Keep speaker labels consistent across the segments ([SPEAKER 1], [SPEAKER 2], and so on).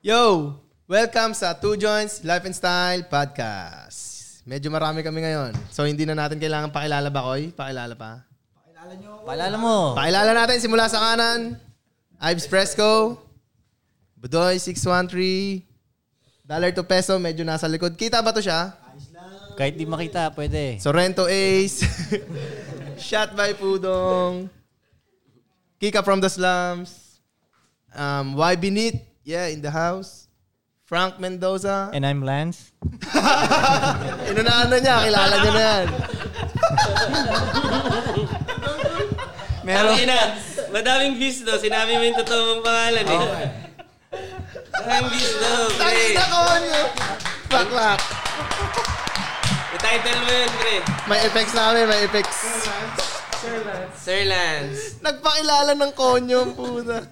[SPEAKER 1] Yo! Welcome sa Two Joints Life and Style Podcast. Medyo marami kami ngayon. So hindi na natin kailangan pakilala ba, Koy? Pakilala pa?
[SPEAKER 2] Paalala mo.
[SPEAKER 1] Pakilala natin simula sa kanan. Ives Fresco. Budoy 613. Dollar to peso, medyo nasa likod. Kita ba to siya?
[SPEAKER 2] Kahit di makita, pwede.
[SPEAKER 1] Sorrento Ace. Shot by Pudong. Kika from the slums. Um, YB Neat. Yeah, in the house. Frank Mendoza.
[SPEAKER 2] And I'm Lance.
[SPEAKER 1] Inunaan na niya. Kilala niya na yan.
[SPEAKER 3] Meron. Ang ina, madaming views daw. Sinabi mo yung totoo mong pangalan eh. Madaming views daw. pre.
[SPEAKER 1] Tangin na ko niyo. Clap, clap.
[SPEAKER 3] I-title mo yun, pre.
[SPEAKER 1] May effects na kami, may effects.
[SPEAKER 3] Sir Lance.
[SPEAKER 1] Nagpakilala ng konyo, ang puta.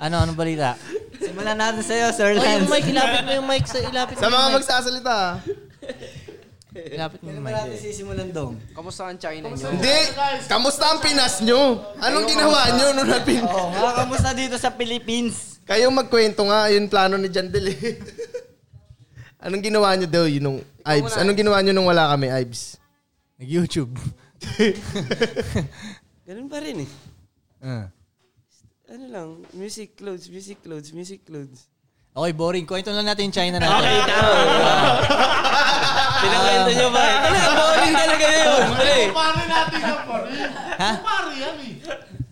[SPEAKER 2] Ano, anong balita? Simulan natin sa'yo, Sir
[SPEAKER 4] Oh, yung
[SPEAKER 2] Lance.
[SPEAKER 4] mic, ilapit mo yung mic sa ilapit mo.
[SPEAKER 1] Sa mga magsasalita.
[SPEAKER 2] Ilapit mo yung mic.
[SPEAKER 5] Kamusta ang China nyo?
[SPEAKER 1] Hindi. Kamusta ang Pinas nyo? Anong ginawa nyo nung napin?
[SPEAKER 2] Mga kamusta dito sa Philippines?
[SPEAKER 1] Kayo magkwento nga, yun plano ni Jandel eh. Anong ginawa nyo daw yun nung Ives? Anong ginawa nyo nung wala kami, Ives?
[SPEAKER 2] Nag-YouTube.
[SPEAKER 3] Ganun pa rin eh.
[SPEAKER 2] Ah.
[SPEAKER 3] Ano lang, music clothes, music clothes, music clothes.
[SPEAKER 2] Okay, boring. Kwento lang natin yung China natin.
[SPEAKER 3] tama. Ah! Pinakwento nyo ba? Ano, boring talaga yun, pre.
[SPEAKER 6] Kumpare natin yan, pare.
[SPEAKER 2] Ha?
[SPEAKER 6] Kumpare yan eh.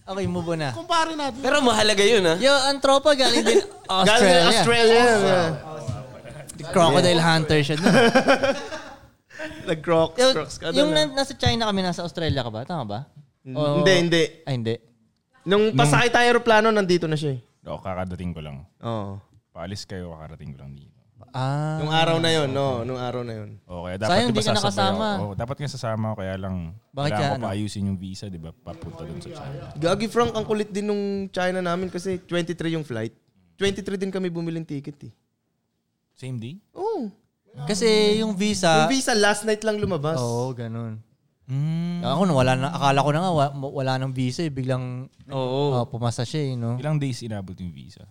[SPEAKER 2] Okay, move on na.
[SPEAKER 6] Kumpare natin.
[SPEAKER 3] Pero mahalaga yun, ah. ha?
[SPEAKER 2] Yo, ang tropa galing din
[SPEAKER 1] Galing
[SPEAKER 2] Australia.
[SPEAKER 1] ng Australia.
[SPEAKER 2] Crocodile hunter siya. dun.
[SPEAKER 1] Nag-crocs,
[SPEAKER 2] Yo,
[SPEAKER 1] crocs ka
[SPEAKER 2] yung
[SPEAKER 1] doon, ah.
[SPEAKER 2] na- nasa China kami, nasa Australia ka ba? Tama ba? O-
[SPEAKER 1] Hindi, hindi.
[SPEAKER 2] Ay, hindi.
[SPEAKER 1] Nung pasakay tayo aeroplano, nandito na siya eh.
[SPEAKER 7] Oo, kakadating ko lang.
[SPEAKER 1] Oo.
[SPEAKER 7] Paalis kayo, kakarating ko lang dito.
[SPEAKER 2] Ah.
[SPEAKER 1] Nung araw na yun, no. Nung araw na yun.
[SPEAKER 7] Oo, kaya dapat
[SPEAKER 2] Sayang,
[SPEAKER 7] diba
[SPEAKER 2] di ka
[SPEAKER 7] sasabay
[SPEAKER 2] nakasama.
[SPEAKER 7] ako? Oo, dapat nga sasama ako, kaya lang
[SPEAKER 2] Bakit
[SPEAKER 7] kailangan
[SPEAKER 2] kaya,
[SPEAKER 7] ko
[SPEAKER 2] ano?
[SPEAKER 7] pa ayusin yung visa, di ba? Papunta dun sa China.
[SPEAKER 1] Gagi Frank, ang kulit din nung China namin kasi 23 yung flight. 23 din kami bumili ng ticket eh.
[SPEAKER 7] Same day?
[SPEAKER 1] Oo.
[SPEAKER 2] Kasi
[SPEAKER 1] Yung
[SPEAKER 2] yung visa...
[SPEAKER 1] visa last night lang lumabas.
[SPEAKER 2] Oo, ganun.
[SPEAKER 4] Hmm.
[SPEAKER 2] Mm. Ako, wala na, akala ko na nga, wa- wala nang visa eh. Biglang
[SPEAKER 1] Oo.
[SPEAKER 2] Oh, pumasa siya eh, no?
[SPEAKER 7] Ilang days inabot yung visa?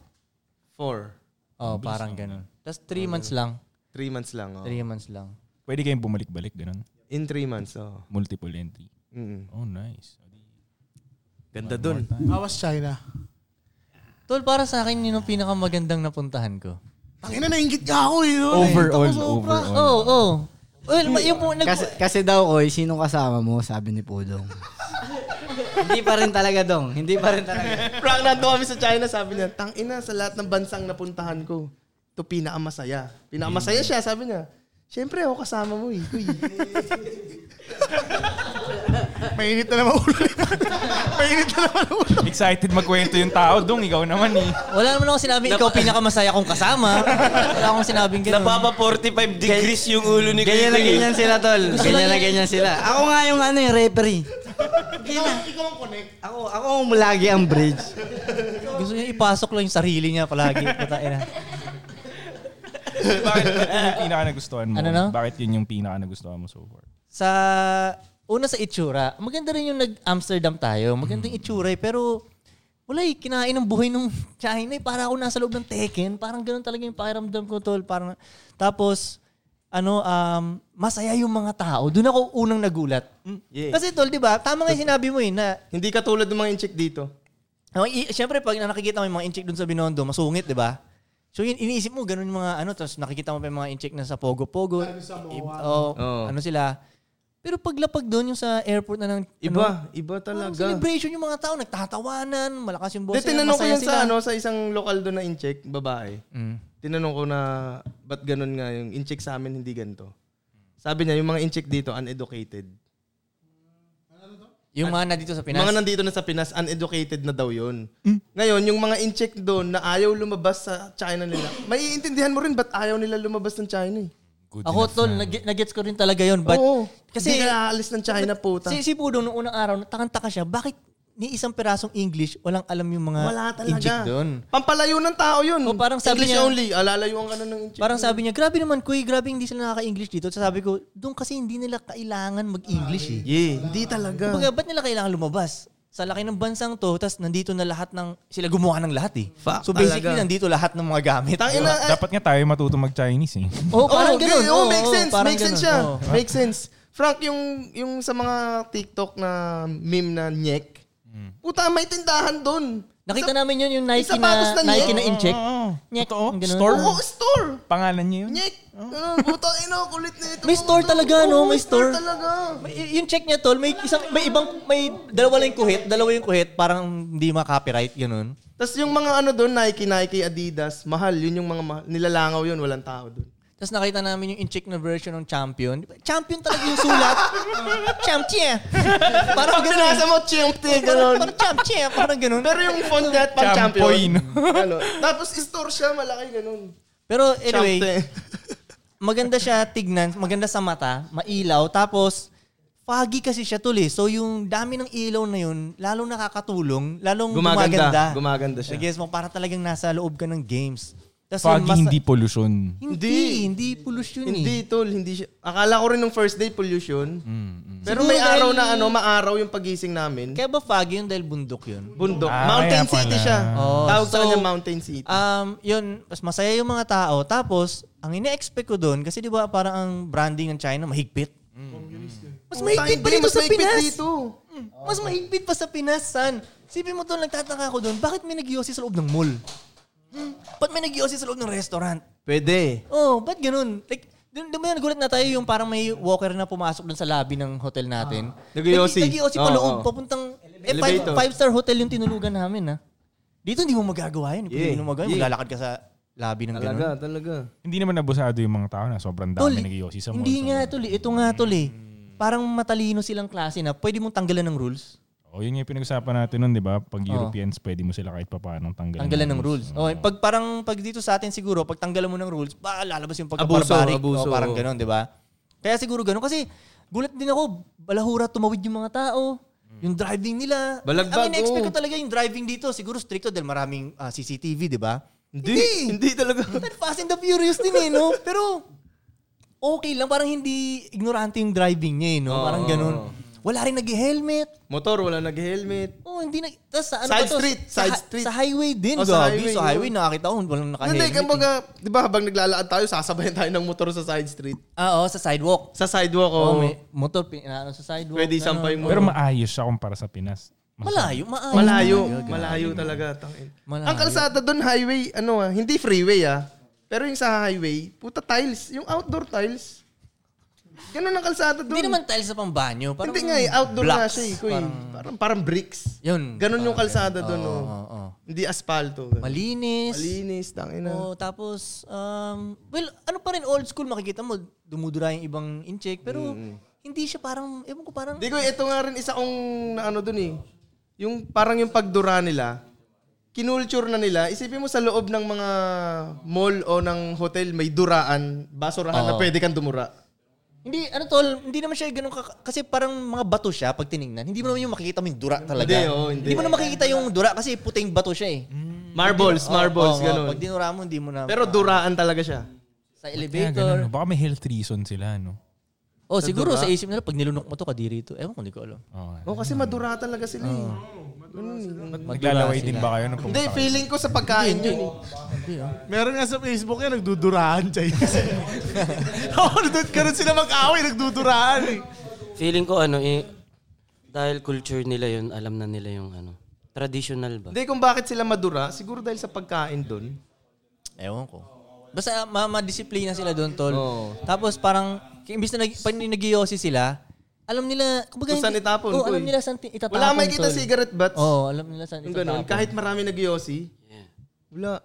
[SPEAKER 1] Four.
[SPEAKER 2] Oh, parang ganun. Tapos three months lang.
[SPEAKER 1] Three months lang. Oh.
[SPEAKER 2] Three months lang.
[SPEAKER 7] Pwede kayong bumalik-balik, ganun.
[SPEAKER 1] In three months. Oh.
[SPEAKER 7] Multiple entry.
[SPEAKER 1] Mm.
[SPEAKER 7] Oh, nice.
[SPEAKER 1] Ganda dun.
[SPEAKER 6] How was China?
[SPEAKER 2] Tol, para sa akin, yun ang pinakamagandang napuntahan ko.
[SPEAKER 6] Tangina, nainggit nga ako eh. no?
[SPEAKER 7] Overall,
[SPEAKER 6] Nakita ko sobra.
[SPEAKER 7] overall.
[SPEAKER 2] Oo, oh, oo. Oh. Well, ma- yung po, nag-
[SPEAKER 8] Kasi, kasi daw, Koy, sinong kasama mo? Sabi ni Pudong. Hindi pa rin talaga, Dong. Hindi pa rin talaga.
[SPEAKER 1] Frank, nandun kami sa China, sabi niya, tang ina sa lahat ng bansang napuntahan ko. Ito pinakamasaya. Pinakamasaya siya, sabi niya. Siyempre, ako kasama mo eh. Uy.
[SPEAKER 6] Mainit na naman ulo. Mainit na naman ulo.
[SPEAKER 7] Excited magkwento yung tao, Dong. Ikaw naman eh.
[SPEAKER 2] wala naman ako sinabi, ikaw pinakamasaya kong kasama. wala akong sinabing ganun.
[SPEAKER 3] Napapa 45 degrees yung ulo ni
[SPEAKER 8] Ganyan na
[SPEAKER 3] Kuya.
[SPEAKER 8] ganyan sila, Tol. Ganyan na ganyan sila. Ako nga yung ano, yung referee.
[SPEAKER 6] Ikaw, ikaw ang connect.
[SPEAKER 8] Ako, ako ang lagi ang bridge.
[SPEAKER 2] Gusto niya ipasok lang yung sarili niya palagi. Putain na.
[SPEAKER 7] Bakit bakit yun yung pinaka nagustuhan mo?
[SPEAKER 2] Ano, no?
[SPEAKER 7] Bakit yun yung pinaka nagustuhan mo so far?
[SPEAKER 2] Sa, una sa itsura, maganda rin yung nag-Amsterdam tayo. Magandang itsura eh, pero wala eh, kinain ng buhay nung China eh. Para ako nasa loob ng Tekken. Parang ganun talaga yung pakiramdam ko, tol. Parang, tapos, ano, um, masaya yung mga tao. Doon ako unang nagulat.
[SPEAKER 1] Yeah.
[SPEAKER 2] Kasi tol, di ba, tama nga yung sinabi mo eh, na
[SPEAKER 1] Hindi katulad ng mga inchik dito.
[SPEAKER 2] Okay, i- syempre pag nakikita mo yung mga incheck dun sa Binondo, masungit, 'di ba? So yun, iniisip mo ganun yung mga ano, tapos nakikita mo pa yung mga incheck na sa Pogo-Pogo. Ib- oh,
[SPEAKER 1] Oo.
[SPEAKER 2] ano sila. Pero paglapag doon yung sa airport na ng ano,
[SPEAKER 1] Iba, Ah, iba
[SPEAKER 2] parang
[SPEAKER 1] talaga.
[SPEAKER 2] celebration yung mga tao, nagtatawanan, malakas yung
[SPEAKER 1] Di,
[SPEAKER 2] boses,
[SPEAKER 1] tinanong ko
[SPEAKER 2] masaya
[SPEAKER 1] yan
[SPEAKER 2] sila.
[SPEAKER 1] sa, ano, sa isang lokal doon na incheck, babae.
[SPEAKER 2] Mm.
[SPEAKER 1] Tinanong ko na, ba't ganun nga yung incheck sa amin hindi ganito? Sabi niya, yung mga incheck dito, uneducated.
[SPEAKER 2] Yung mga nandito sa Pinas. Mm.
[SPEAKER 1] Mga nandito na sa Pinas, uneducated na daw yun. Ngayon, yung mga incheck doon na ayaw lumabas sa China nila, maiintindihan mo rin ba't ayaw nila lumabas ng China eh.
[SPEAKER 7] Good
[SPEAKER 2] Ako tol, nag- nagets ko rin talaga yun. But,
[SPEAKER 1] Oo.
[SPEAKER 2] kasi,
[SPEAKER 1] Hindi na aalis ng China, puta.
[SPEAKER 2] si, si Pudong nung unang araw, natakanta ka siya, bakit ni isang pirasong English, walang alam yung mga
[SPEAKER 1] Wala
[SPEAKER 2] Ah, incheck
[SPEAKER 1] talaga.
[SPEAKER 2] doon?
[SPEAKER 1] Pampalayo ng tao yun.
[SPEAKER 2] O, parang
[SPEAKER 1] English
[SPEAKER 2] sabi niya-
[SPEAKER 1] only. Alalayuan ka na ng incheck.
[SPEAKER 2] Parang sabi niya, grabe naman kuy, grabe hindi sila nakaka-English dito. So sabi ko, doon kasi hindi nila kailangan mag-English eh.
[SPEAKER 1] Ah, yeah, hindi talaga.
[SPEAKER 2] Kumbaga, ba't nila kailangan lumabas? sa laki ng bansang to, tas nandito na lahat ng, sila gumawa ng lahat eh.
[SPEAKER 1] Fuck,
[SPEAKER 2] so basically,
[SPEAKER 1] talaga.
[SPEAKER 2] nandito lahat ng mga gamit. Diba?
[SPEAKER 1] Tang ina, ay-
[SPEAKER 7] Dapat nga tayo matuto mag-Chinese eh.
[SPEAKER 1] Oo,
[SPEAKER 2] Oh, ganun.
[SPEAKER 1] ganun. Oo,
[SPEAKER 2] Oo,
[SPEAKER 1] make
[SPEAKER 2] oo,
[SPEAKER 1] sense.
[SPEAKER 2] parang
[SPEAKER 1] Make sense
[SPEAKER 2] ganun.
[SPEAKER 1] siya.
[SPEAKER 2] Oo.
[SPEAKER 1] Make sense. Frank, yung yung sa mga TikTok na meme na nyek,
[SPEAKER 7] Hmm.
[SPEAKER 1] puta, may tindahan doon.
[SPEAKER 2] Nakita namin yun, yung Nike
[SPEAKER 1] Isa patos
[SPEAKER 2] na,
[SPEAKER 1] na
[SPEAKER 2] Nike
[SPEAKER 1] nyek.
[SPEAKER 2] na in-check.
[SPEAKER 7] Oo, oo.
[SPEAKER 2] Nyek,
[SPEAKER 7] Totoo?
[SPEAKER 2] ganun.
[SPEAKER 7] Store?
[SPEAKER 1] Oo, store.
[SPEAKER 7] Pangalan niya yun?
[SPEAKER 1] Nyek. Ano, puta, ino, kulit na ito.
[SPEAKER 2] Hmm? Oh. May store talaga, no? May store.
[SPEAKER 1] talaga.
[SPEAKER 2] May- y- Yung check niya, tol, may isang, may ibang, may dalawa lang yung kuhit, dalawa yung kuhit, parang hindi ma-copyright, ganun.
[SPEAKER 1] Tapos yung mga ano doon, Nike, Nike, Adidas, mahal. Yun yung mga mahal. Nilalangaw yun, walang tao doon.
[SPEAKER 2] Tapos nakita namin yung in-check na version ng champion. Di ba, Champion talaga yung sulat. champion. Parang ganun. eh.
[SPEAKER 1] Pinasa mo, chimp, te,
[SPEAKER 2] Parang,
[SPEAKER 1] ganun.
[SPEAKER 2] parang champion. Parang ganun.
[SPEAKER 1] Pero yung font niya, pang
[SPEAKER 7] Champoy,
[SPEAKER 1] champion.
[SPEAKER 7] no?
[SPEAKER 1] ano, tapos store siya, malaki, ganun.
[SPEAKER 2] Pero anyway,
[SPEAKER 1] Champ, eh. te.
[SPEAKER 2] maganda siya tignan, maganda sa mata, mailaw, tapos foggy kasi siya tuli. So yung dami ng ilaw na yun, lalong nakakatulong, lalong gumaganda.
[SPEAKER 1] Gumaganda. Gumaganda siya.
[SPEAKER 2] I guess mo, parang talagang nasa loob ka ng games. Tas yung
[SPEAKER 7] Foggy,
[SPEAKER 2] mas-
[SPEAKER 7] hindi pollution.
[SPEAKER 2] Hindi, hindi pollution eh.
[SPEAKER 1] Hindi, tol. Hindi siya. Akala ko rin nung first day, pollution.
[SPEAKER 7] Mm, mm.
[SPEAKER 1] Pero
[SPEAKER 2] Siguro
[SPEAKER 1] may araw
[SPEAKER 2] dahil-
[SPEAKER 1] na ano, maaraw yung pagising namin.
[SPEAKER 2] Kaya ba foggy yun dahil bundok yun?
[SPEAKER 1] Bundok.
[SPEAKER 7] Ah,
[SPEAKER 1] Mountain
[SPEAKER 7] kaya pala.
[SPEAKER 1] City siya.
[SPEAKER 2] Oo.
[SPEAKER 1] Tawag sa
[SPEAKER 2] So,
[SPEAKER 1] kanya Mountain City.
[SPEAKER 2] Um, yun, mas masaya yung mga tao. Tapos, ang ine-expect ko doon, kasi di ba parang ang branding ng China, mahigpit. Mas mahigpit pa
[SPEAKER 1] Hindi,
[SPEAKER 2] dito
[SPEAKER 1] mas
[SPEAKER 2] sa
[SPEAKER 1] maigpit
[SPEAKER 2] Pinas.
[SPEAKER 1] dito.
[SPEAKER 2] Mm. Mas mahigpit pa sa Pinas, son. Sipin mo doon, nagtataka ako doon, bakit may nagyosi sa loob ng mall? Hmm, ba't may nagyosi sa loob ng restaurant?
[SPEAKER 1] Pwede.
[SPEAKER 2] Oh, ba't ganun? Like, dun, dun ba yun, nagulat na tayo yung parang may walker na pumasok doon sa lobby ng hotel natin.
[SPEAKER 1] Nagyosi.
[SPEAKER 2] Nag- Nagyosi
[SPEAKER 1] Ah.
[SPEAKER 2] pa
[SPEAKER 1] Oo,
[SPEAKER 2] loob,
[SPEAKER 1] oo.
[SPEAKER 2] papuntang... Eh,
[SPEAKER 1] Elevator.
[SPEAKER 2] five, five-star hotel yung tinulugan namin, ha? Dito hindi mo magagawa yun. Hindi
[SPEAKER 1] Yeah,
[SPEAKER 2] mo magagawa.
[SPEAKER 1] yeah.
[SPEAKER 2] Maglalakad ka sa lobby ng ganun.
[SPEAKER 1] Talaga, talaga.
[SPEAKER 7] Hindi naman nabusado yung mga tao na sobrang
[SPEAKER 2] Tol,
[SPEAKER 7] dami nag-iossi sa mall.
[SPEAKER 2] Hindi
[SPEAKER 7] So,
[SPEAKER 2] nga, tol. eh. Ito nga, tol, eh. Parang matalino silang klase na pwede mong tanggalan ng rules.
[SPEAKER 7] O Oh, yun yung pinag-usapan natin nun, di ba? Pag Europeans, pwede mo sila kahit papaanong tanggalan.
[SPEAKER 2] Tanggalan ng rules. Okay, pag parang pag dito sa atin siguro, pag tanggalan mo ng rules, ba lalabas yung pagkabarbaric.
[SPEAKER 1] Abuso, abuso,
[SPEAKER 2] O, parang
[SPEAKER 1] oo.
[SPEAKER 2] ganun, 'di ba? Kaya siguro ganun kasi gulat din ako, balahura tumawid yung mga tao. Yung driving nila.
[SPEAKER 1] Balagbag,
[SPEAKER 2] Ang
[SPEAKER 1] oo.
[SPEAKER 2] in-expect ko talaga yung driving dito, siguro stricto dahil maraming ah, CCTV, 'di ba?
[SPEAKER 1] Hindi. Hindi talaga.
[SPEAKER 2] Pero Fast and the Furious din eh, no? Pero okay lang, parang hindi ignorante yung driving niya eh, no? Parang
[SPEAKER 1] Oo.
[SPEAKER 2] ganun. Wala rin nag-helmet.
[SPEAKER 1] Motor, wala nag-helmet.
[SPEAKER 2] Oh, hindi na. Tas sa ano
[SPEAKER 1] Side
[SPEAKER 2] ba to?
[SPEAKER 1] street,
[SPEAKER 2] Sa,
[SPEAKER 1] side
[SPEAKER 2] sa-
[SPEAKER 1] street.
[SPEAKER 2] Sa highway din,
[SPEAKER 1] Oh,
[SPEAKER 2] gabi. Sa
[SPEAKER 1] sa
[SPEAKER 2] highway,
[SPEAKER 1] highway, yun.
[SPEAKER 2] nakakita ko, walang naka-helmet.
[SPEAKER 1] Hindi, kumbaga, di ba habang naglalaan tayo, sasabayan tayo ng motor sa side street.
[SPEAKER 2] Ah, oo, sa sidewalk.
[SPEAKER 1] Sa sidewalk,
[SPEAKER 2] Oo,
[SPEAKER 1] oh.
[SPEAKER 2] may motor, pinaano sa sidewalk.
[SPEAKER 1] pwede
[SPEAKER 2] ganun.
[SPEAKER 1] isampay mo.
[SPEAKER 7] Pero maayos siya kumpara sa Pinas.
[SPEAKER 2] Malayo, maayo.
[SPEAKER 1] Malayo.
[SPEAKER 2] talaga, ganun.
[SPEAKER 1] Malayo talaga. Tangin.
[SPEAKER 2] Malayo.
[SPEAKER 1] Ang kalsada doon, highway, ano ah, hindi freeway ah. Pero yung sa highway, puta tiles. Yung outdoor tiles. Ganun ang kalsada doon.
[SPEAKER 2] Hindi naman tiles sa pambanyo. Parang
[SPEAKER 1] Hindi nga eh, outdoor na
[SPEAKER 2] blocks.
[SPEAKER 1] siya eh. kuy. Parang, parang, bricks.
[SPEAKER 2] Yun.
[SPEAKER 1] Ganun yung kalsada doon.
[SPEAKER 2] Oo,
[SPEAKER 1] oh.
[SPEAKER 2] oo, oo.
[SPEAKER 1] Hindi aspalto. eh.
[SPEAKER 2] Malinis.
[SPEAKER 1] Malinis, tangin na.
[SPEAKER 2] Oh, tapos, um, well, ano pa rin, old school, makikita mo, dumudura yung ibang incheck, pero hindi siya parang, ewan ko parang,
[SPEAKER 1] Hindi ko, ito nga rin isa kong na ano dun eh. Yung parang yung pagdura nila, kinulture na nila. Isipin mo sa loob ng mga mall o ng hotel, may duraan, basurahan na
[SPEAKER 2] Oo.
[SPEAKER 1] pwede kang dumura.
[SPEAKER 2] hindi, ano tol, hindi naman siya ganun, ka- kasi parang mga bato siya pag tinignan, hindi mo naman yung makikita mo yung dura talaga.
[SPEAKER 1] Hindi, oo, hindi.
[SPEAKER 2] mo na makikita yung dura kasi puting bato siya eh.
[SPEAKER 1] Marbles,
[SPEAKER 2] Oo,
[SPEAKER 1] marbles,
[SPEAKER 2] oo, oo.
[SPEAKER 1] ganun.
[SPEAKER 2] Pag dinura mo, hindi mo na,
[SPEAKER 1] Pero duraan talaga siya.
[SPEAKER 2] sa
[SPEAKER 7] Kaya
[SPEAKER 2] elevator.
[SPEAKER 7] ganun, no? Baka may health reason sila, no?
[SPEAKER 2] Oh, siguro
[SPEAKER 1] ah.
[SPEAKER 2] sa isip nila, pag nilunok mo to, kadiri to. Ewan ko, hindi ko alam.
[SPEAKER 7] Oo.
[SPEAKER 1] O kasi madura talaga sila eh. Ganun eh.
[SPEAKER 7] Naglalaway din ba kayo nung
[SPEAKER 1] Hindi,
[SPEAKER 7] pumunta kayo?
[SPEAKER 1] feeling ko sa pagkain yun eh.
[SPEAKER 6] Meron nga sa Facebook yan, nagduduraan Chinese. Oo, nandun- ganun sila mag-away, nagduduraan eh.
[SPEAKER 3] Feeling ko ano, eh, dahil culture nila yun, alam na nila yung ano. Traditional ba?
[SPEAKER 1] Hindi kung bakit sila madura, siguro dahil sa pagkain dun.
[SPEAKER 2] Ewan ko. Basta ma- ma-disiplina sila doon, tol.
[SPEAKER 1] Oo.
[SPEAKER 2] Tapos parang, k- imbis na nag- pag nag-iossi sila, alam nila, kumbaga,
[SPEAKER 1] Kung saan
[SPEAKER 2] hindi-
[SPEAKER 1] itapon,
[SPEAKER 2] Oo,
[SPEAKER 1] tol.
[SPEAKER 2] alam nila saan ti- itatapon,
[SPEAKER 1] Wala may kita
[SPEAKER 2] tol.
[SPEAKER 1] cigarette butts.
[SPEAKER 2] Oo, alam nila saan
[SPEAKER 1] Yung
[SPEAKER 2] itatapon.
[SPEAKER 1] ganun. Kahit marami nag-yossi, wala.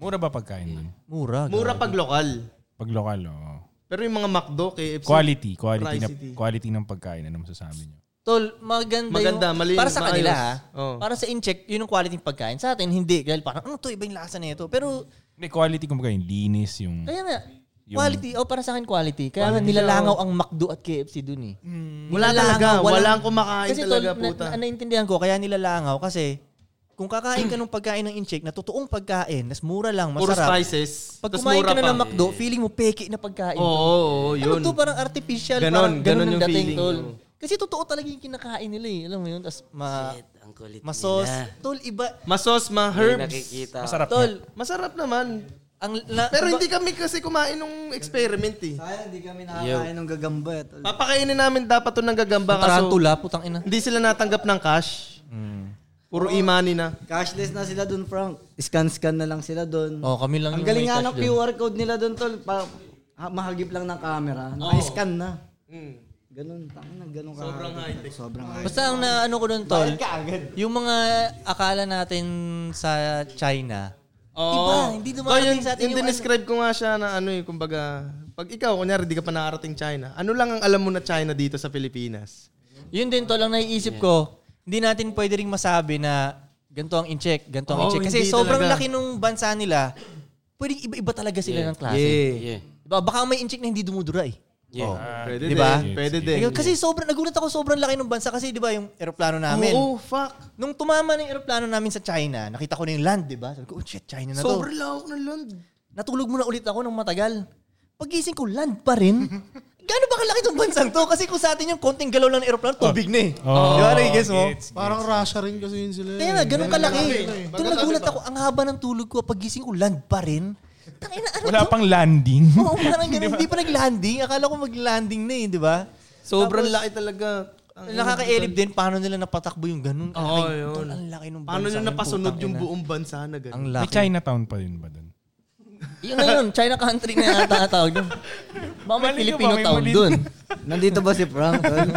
[SPEAKER 7] Mura ba pagkain dun?
[SPEAKER 2] Mura.
[SPEAKER 1] Mura pag lokal.
[SPEAKER 7] Pag lokal, oo.
[SPEAKER 1] Pero yung mga McDo, KFC,
[SPEAKER 7] Quality, quality, na,
[SPEAKER 1] Tri-City.
[SPEAKER 7] quality ng pagkain. Ano masasabi nyo?
[SPEAKER 2] Tol, maganda,
[SPEAKER 1] Maganda,
[SPEAKER 2] yung...
[SPEAKER 1] mali-
[SPEAKER 2] para sa kanila, ha?
[SPEAKER 1] maayos. Oo.
[SPEAKER 2] Para sa in-check, yun ang quality ng pagkain. Sa atin, hindi. Dahil parang, ano to, iba yung lasa nito. Pero,
[SPEAKER 7] Hindi, quality kumbaga yung linis, yung...
[SPEAKER 2] kaya na,
[SPEAKER 7] Yung-
[SPEAKER 2] quality. Oh, para sa akin, quality. Kaya nga, nilalangaw ang McDo at KFC dun eh.
[SPEAKER 3] Hmm.
[SPEAKER 1] Wala talaga. Walang kumakain
[SPEAKER 2] kasi
[SPEAKER 1] talaga,
[SPEAKER 2] tol, na-
[SPEAKER 1] puta.
[SPEAKER 2] Na, naintindihan ko, kaya nilalangaw kasi kung kakain ka ng pagkain ng incheck na totoong pagkain, nas mura lang,
[SPEAKER 1] puro
[SPEAKER 2] masarap.
[SPEAKER 1] spices.
[SPEAKER 2] Pag
[SPEAKER 1] tas
[SPEAKER 2] kumain
[SPEAKER 1] mura
[SPEAKER 2] ka na
[SPEAKER 1] pa.
[SPEAKER 2] ng McDo, feeling mo peke na pagkain.
[SPEAKER 1] Oo, oo, oo, yun.
[SPEAKER 2] Ano to, parang artificial,
[SPEAKER 1] Ganon,
[SPEAKER 2] parang ganun,
[SPEAKER 1] ganon
[SPEAKER 2] ang
[SPEAKER 1] yung
[SPEAKER 2] dating,
[SPEAKER 1] feeling,
[SPEAKER 2] tol.
[SPEAKER 1] oo.
[SPEAKER 2] Kasi totoo talaga yung kinakain nila eh. Alam mo yun? Tapos ma,
[SPEAKER 3] Shit, ang kulit
[SPEAKER 2] masos.
[SPEAKER 3] nila.
[SPEAKER 2] Tol, iba.
[SPEAKER 1] Masos,
[SPEAKER 3] May
[SPEAKER 1] ma-herbs.
[SPEAKER 3] nakikita.
[SPEAKER 7] Masarap na.
[SPEAKER 2] Tol,
[SPEAKER 1] Masarap naman.
[SPEAKER 2] ang la,
[SPEAKER 1] Pero hindi kami kasi kumain nung experiment eh.
[SPEAKER 8] Sayang, hindi kami nakakain ng gagamba. eh, tol.
[SPEAKER 1] Papakainin namin dapat to ng gagamba kaso
[SPEAKER 2] Tarantula, Mm. putang ina.
[SPEAKER 1] hindi sila natanggap ng cash. Puro imani na.
[SPEAKER 8] Cashless na sila doon, Frank. Scan-scan na lang sila doon.
[SPEAKER 2] Oh, kami lang yung
[SPEAKER 8] Ang galing
[SPEAKER 2] may
[SPEAKER 8] nga
[SPEAKER 2] cash
[SPEAKER 8] ng
[SPEAKER 2] dun.
[SPEAKER 8] QR code nila doon, tol. Pa, ha- mahagip lang ng camera. Naka-scan na. Ganun, tangin na, ganun ka. Hmm. Sobrang high-tech. Sobrang high-tech.
[SPEAKER 2] Basta ang na ano ko doon, tol,
[SPEAKER 8] Bayad ka agad.
[SPEAKER 2] yung mga akala natin sa China, iba, hindi
[SPEAKER 1] Oh,
[SPEAKER 2] dumarating
[SPEAKER 1] yun-
[SPEAKER 2] sa atin
[SPEAKER 1] yung
[SPEAKER 2] yung, ano.
[SPEAKER 1] dinescribe ko nga siya na ano eh, kumbaga, pag ikaw, kunyari, di ka pa nakarating China, ano lang ang alam mo na China dito sa Pilipinas?
[SPEAKER 2] Yun din, tol, ang naiisip ko, hindi natin pwede ring masabi na ganito ang in-check, ganito ang
[SPEAKER 1] Oo,
[SPEAKER 2] in-check. Kasi
[SPEAKER 1] hindi
[SPEAKER 2] sobrang
[SPEAKER 1] talaga.
[SPEAKER 2] laki nung bansa nila, pwede iba-iba talaga sila ng klase.
[SPEAKER 3] Yeah.
[SPEAKER 2] Diba? Baka may in-check na hindi dumudura eh.
[SPEAKER 3] Yeah.
[SPEAKER 1] Pwede
[SPEAKER 2] di ba?
[SPEAKER 1] din. Pwede din.
[SPEAKER 2] Ayun, Kasi sobrang, nagulat ako sobrang laki ng bansa kasi di ba yung eroplano namin.
[SPEAKER 1] Oo, fuck.
[SPEAKER 2] Nung tumama na yung eroplano namin sa China, nakita ko na yung land, di ba? Sabi ko, oh shit, China na to.
[SPEAKER 1] Sobrang lawak ng land.
[SPEAKER 2] Natulog muna ulit ako ng matagal. Pagising ko, land pa rin. Gaano ba kalaki tong bansang to? Kasi kung sa atin yung konting galaw lang ng aeroplano, tubig na eh.
[SPEAKER 7] Oh,
[SPEAKER 2] Di ba na-guess mo?
[SPEAKER 7] gets,
[SPEAKER 6] Parang Russia rin kasi yun sila.
[SPEAKER 2] Kaya nga, eh. ganun kalaki. Doon nagulat ako, ang haba ng tulog ko, pagising ko, land pa rin. Tangina, ano
[SPEAKER 7] Wala
[SPEAKER 2] to?
[SPEAKER 7] pang landing.
[SPEAKER 2] Oo, parang ganun. Hindi pa nag-landing. Akala ko mag-landing na eh, di ba?
[SPEAKER 1] Sobrang laki talaga. Ang-
[SPEAKER 2] Nakaka-elib din, paano nila napatakbo yung ganun.
[SPEAKER 1] Oo,
[SPEAKER 2] Ay,
[SPEAKER 1] yun.
[SPEAKER 2] tol, Ang laki nung
[SPEAKER 1] Paano nyo
[SPEAKER 2] bansa yun,
[SPEAKER 1] napasunod
[SPEAKER 2] putang
[SPEAKER 1] yung
[SPEAKER 2] ina.
[SPEAKER 1] buong bansa na
[SPEAKER 2] Ang
[SPEAKER 1] gano'n?
[SPEAKER 7] May
[SPEAKER 2] laki.
[SPEAKER 7] Chinatown pa rin ba doon?
[SPEAKER 2] Yun na yun, China country na yata ang tawag doon. Baka may
[SPEAKER 7] Mali ka ba?
[SPEAKER 2] Filipino
[SPEAKER 7] May
[SPEAKER 2] town
[SPEAKER 7] mali.
[SPEAKER 2] doon.
[SPEAKER 8] Nandito ba si Frank, tol?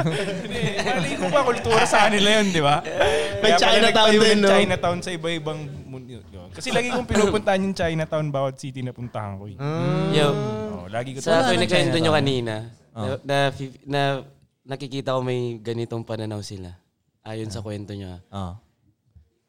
[SPEAKER 7] Malay ko ba, kultura sa nila yun, di ba? Kaya pala
[SPEAKER 1] Chinatown
[SPEAKER 7] nagtayo
[SPEAKER 1] din,
[SPEAKER 7] ng
[SPEAKER 1] no?
[SPEAKER 7] Chinatown sa iba-ibang mundo. di ba? Kasi lagi kong pinupuntahan yung Chinatown, bawat city na puntahan ko. Eh.
[SPEAKER 1] Ah.
[SPEAKER 3] Yo.
[SPEAKER 7] Oo, lagi ko
[SPEAKER 3] Sa ako
[SPEAKER 2] nang
[SPEAKER 3] nagkwento
[SPEAKER 2] China
[SPEAKER 3] nyo
[SPEAKER 2] to.
[SPEAKER 3] kanina, na, na, fi- na nakikita ko may ganitong pananaw sila. Ayon sa kwento nyo. ah.
[SPEAKER 2] Ah.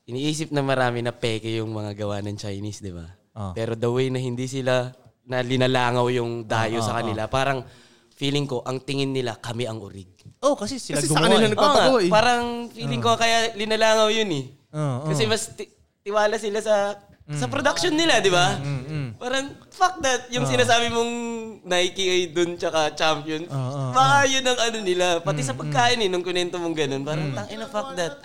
[SPEAKER 3] Iniisip na marami na peke yung mga gawa ng Chinese, di ba?
[SPEAKER 2] Ah.
[SPEAKER 3] Pero the way na hindi sila na linalangaw yung dayo sa kanila, parang feeling ko, ang tingin nila, kami ang urig.
[SPEAKER 2] Oh, kasi sila
[SPEAKER 1] Kasi sa
[SPEAKER 2] gumawa.
[SPEAKER 1] kanila
[SPEAKER 2] eh.
[SPEAKER 3] Oo nga,
[SPEAKER 1] nagpatago eh.
[SPEAKER 3] parang feeling ko, kaya linalangaw yun eh.
[SPEAKER 2] Oo, oo.
[SPEAKER 3] Kasi mas ti- tiwala sila sa sa production nila, di ba? Parang, fuck that. Yung sinasabi mong Nike ay dun tsaka champion. Baka yun ang ano nila. Pati sa pagkain eh, nung kunento mong ganun. Parang, tangina, fuck that.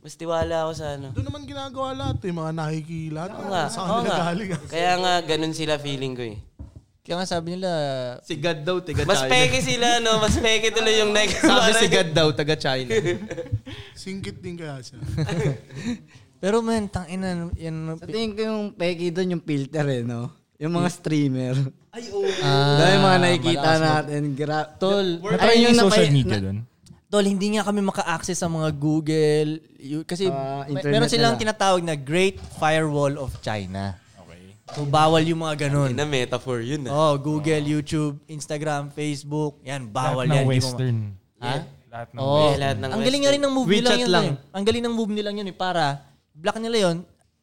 [SPEAKER 3] Mas tiwala ako sa ano.
[SPEAKER 6] Doon naman ginagawa lahat eh, mga Nike lahat.
[SPEAKER 3] Oo nga,
[SPEAKER 6] Saan
[SPEAKER 3] oo
[SPEAKER 6] nila
[SPEAKER 3] nga.
[SPEAKER 6] galing?
[SPEAKER 3] Kaya nga, ganun sila feeling ko eh.
[SPEAKER 2] Kaya nga sabi nila,
[SPEAKER 1] Si God daw, taga
[SPEAKER 3] Mas peke sila, no? Mas peke tuloy yung Nike.
[SPEAKER 1] Sabi si God daw, taga China.
[SPEAKER 6] Singkit din kaya siya.
[SPEAKER 2] pero man, tangina, yan,
[SPEAKER 8] Sa tingin ko yung peki doon, yung filter eh, no? Yung mga streamer.
[SPEAKER 2] ah,
[SPEAKER 8] Dahil mga nakikita natin. Gra- tol,
[SPEAKER 7] Natry niyo yung social media doon?
[SPEAKER 2] Tol, hindi nga kami maka-access sa mga Google. yu- kasi
[SPEAKER 8] Ah,
[SPEAKER 2] may-
[SPEAKER 8] internet
[SPEAKER 2] meron silang
[SPEAKER 8] nila.
[SPEAKER 2] tinatawag na Great Firewall of China. Okay. So bawal yung mga ganun.
[SPEAKER 3] Na metaphor yun ah.
[SPEAKER 2] Oh, Google, YouTube, Instagram, Facebook. Yan, bawal yan. Ah, Hindi mo
[SPEAKER 7] Lahat ng
[SPEAKER 2] ma-
[SPEAKER 7] Western.
[SPEAKER 2] Ha?
[SPEAKER 7] Lahat ng
[SPEAKER 2] Oh.
[SPEAKER 3] Yeah, lahat ng
[SPEAKER 2] ang galing nga rin ng move
[SPEAKER 1] WeChat
[SPEAKER 2] nila yun.
[SPEAKER 1] lang.
[SPEAKER 2] eh. Ang galing ng move nila yun eh, para block nila yun,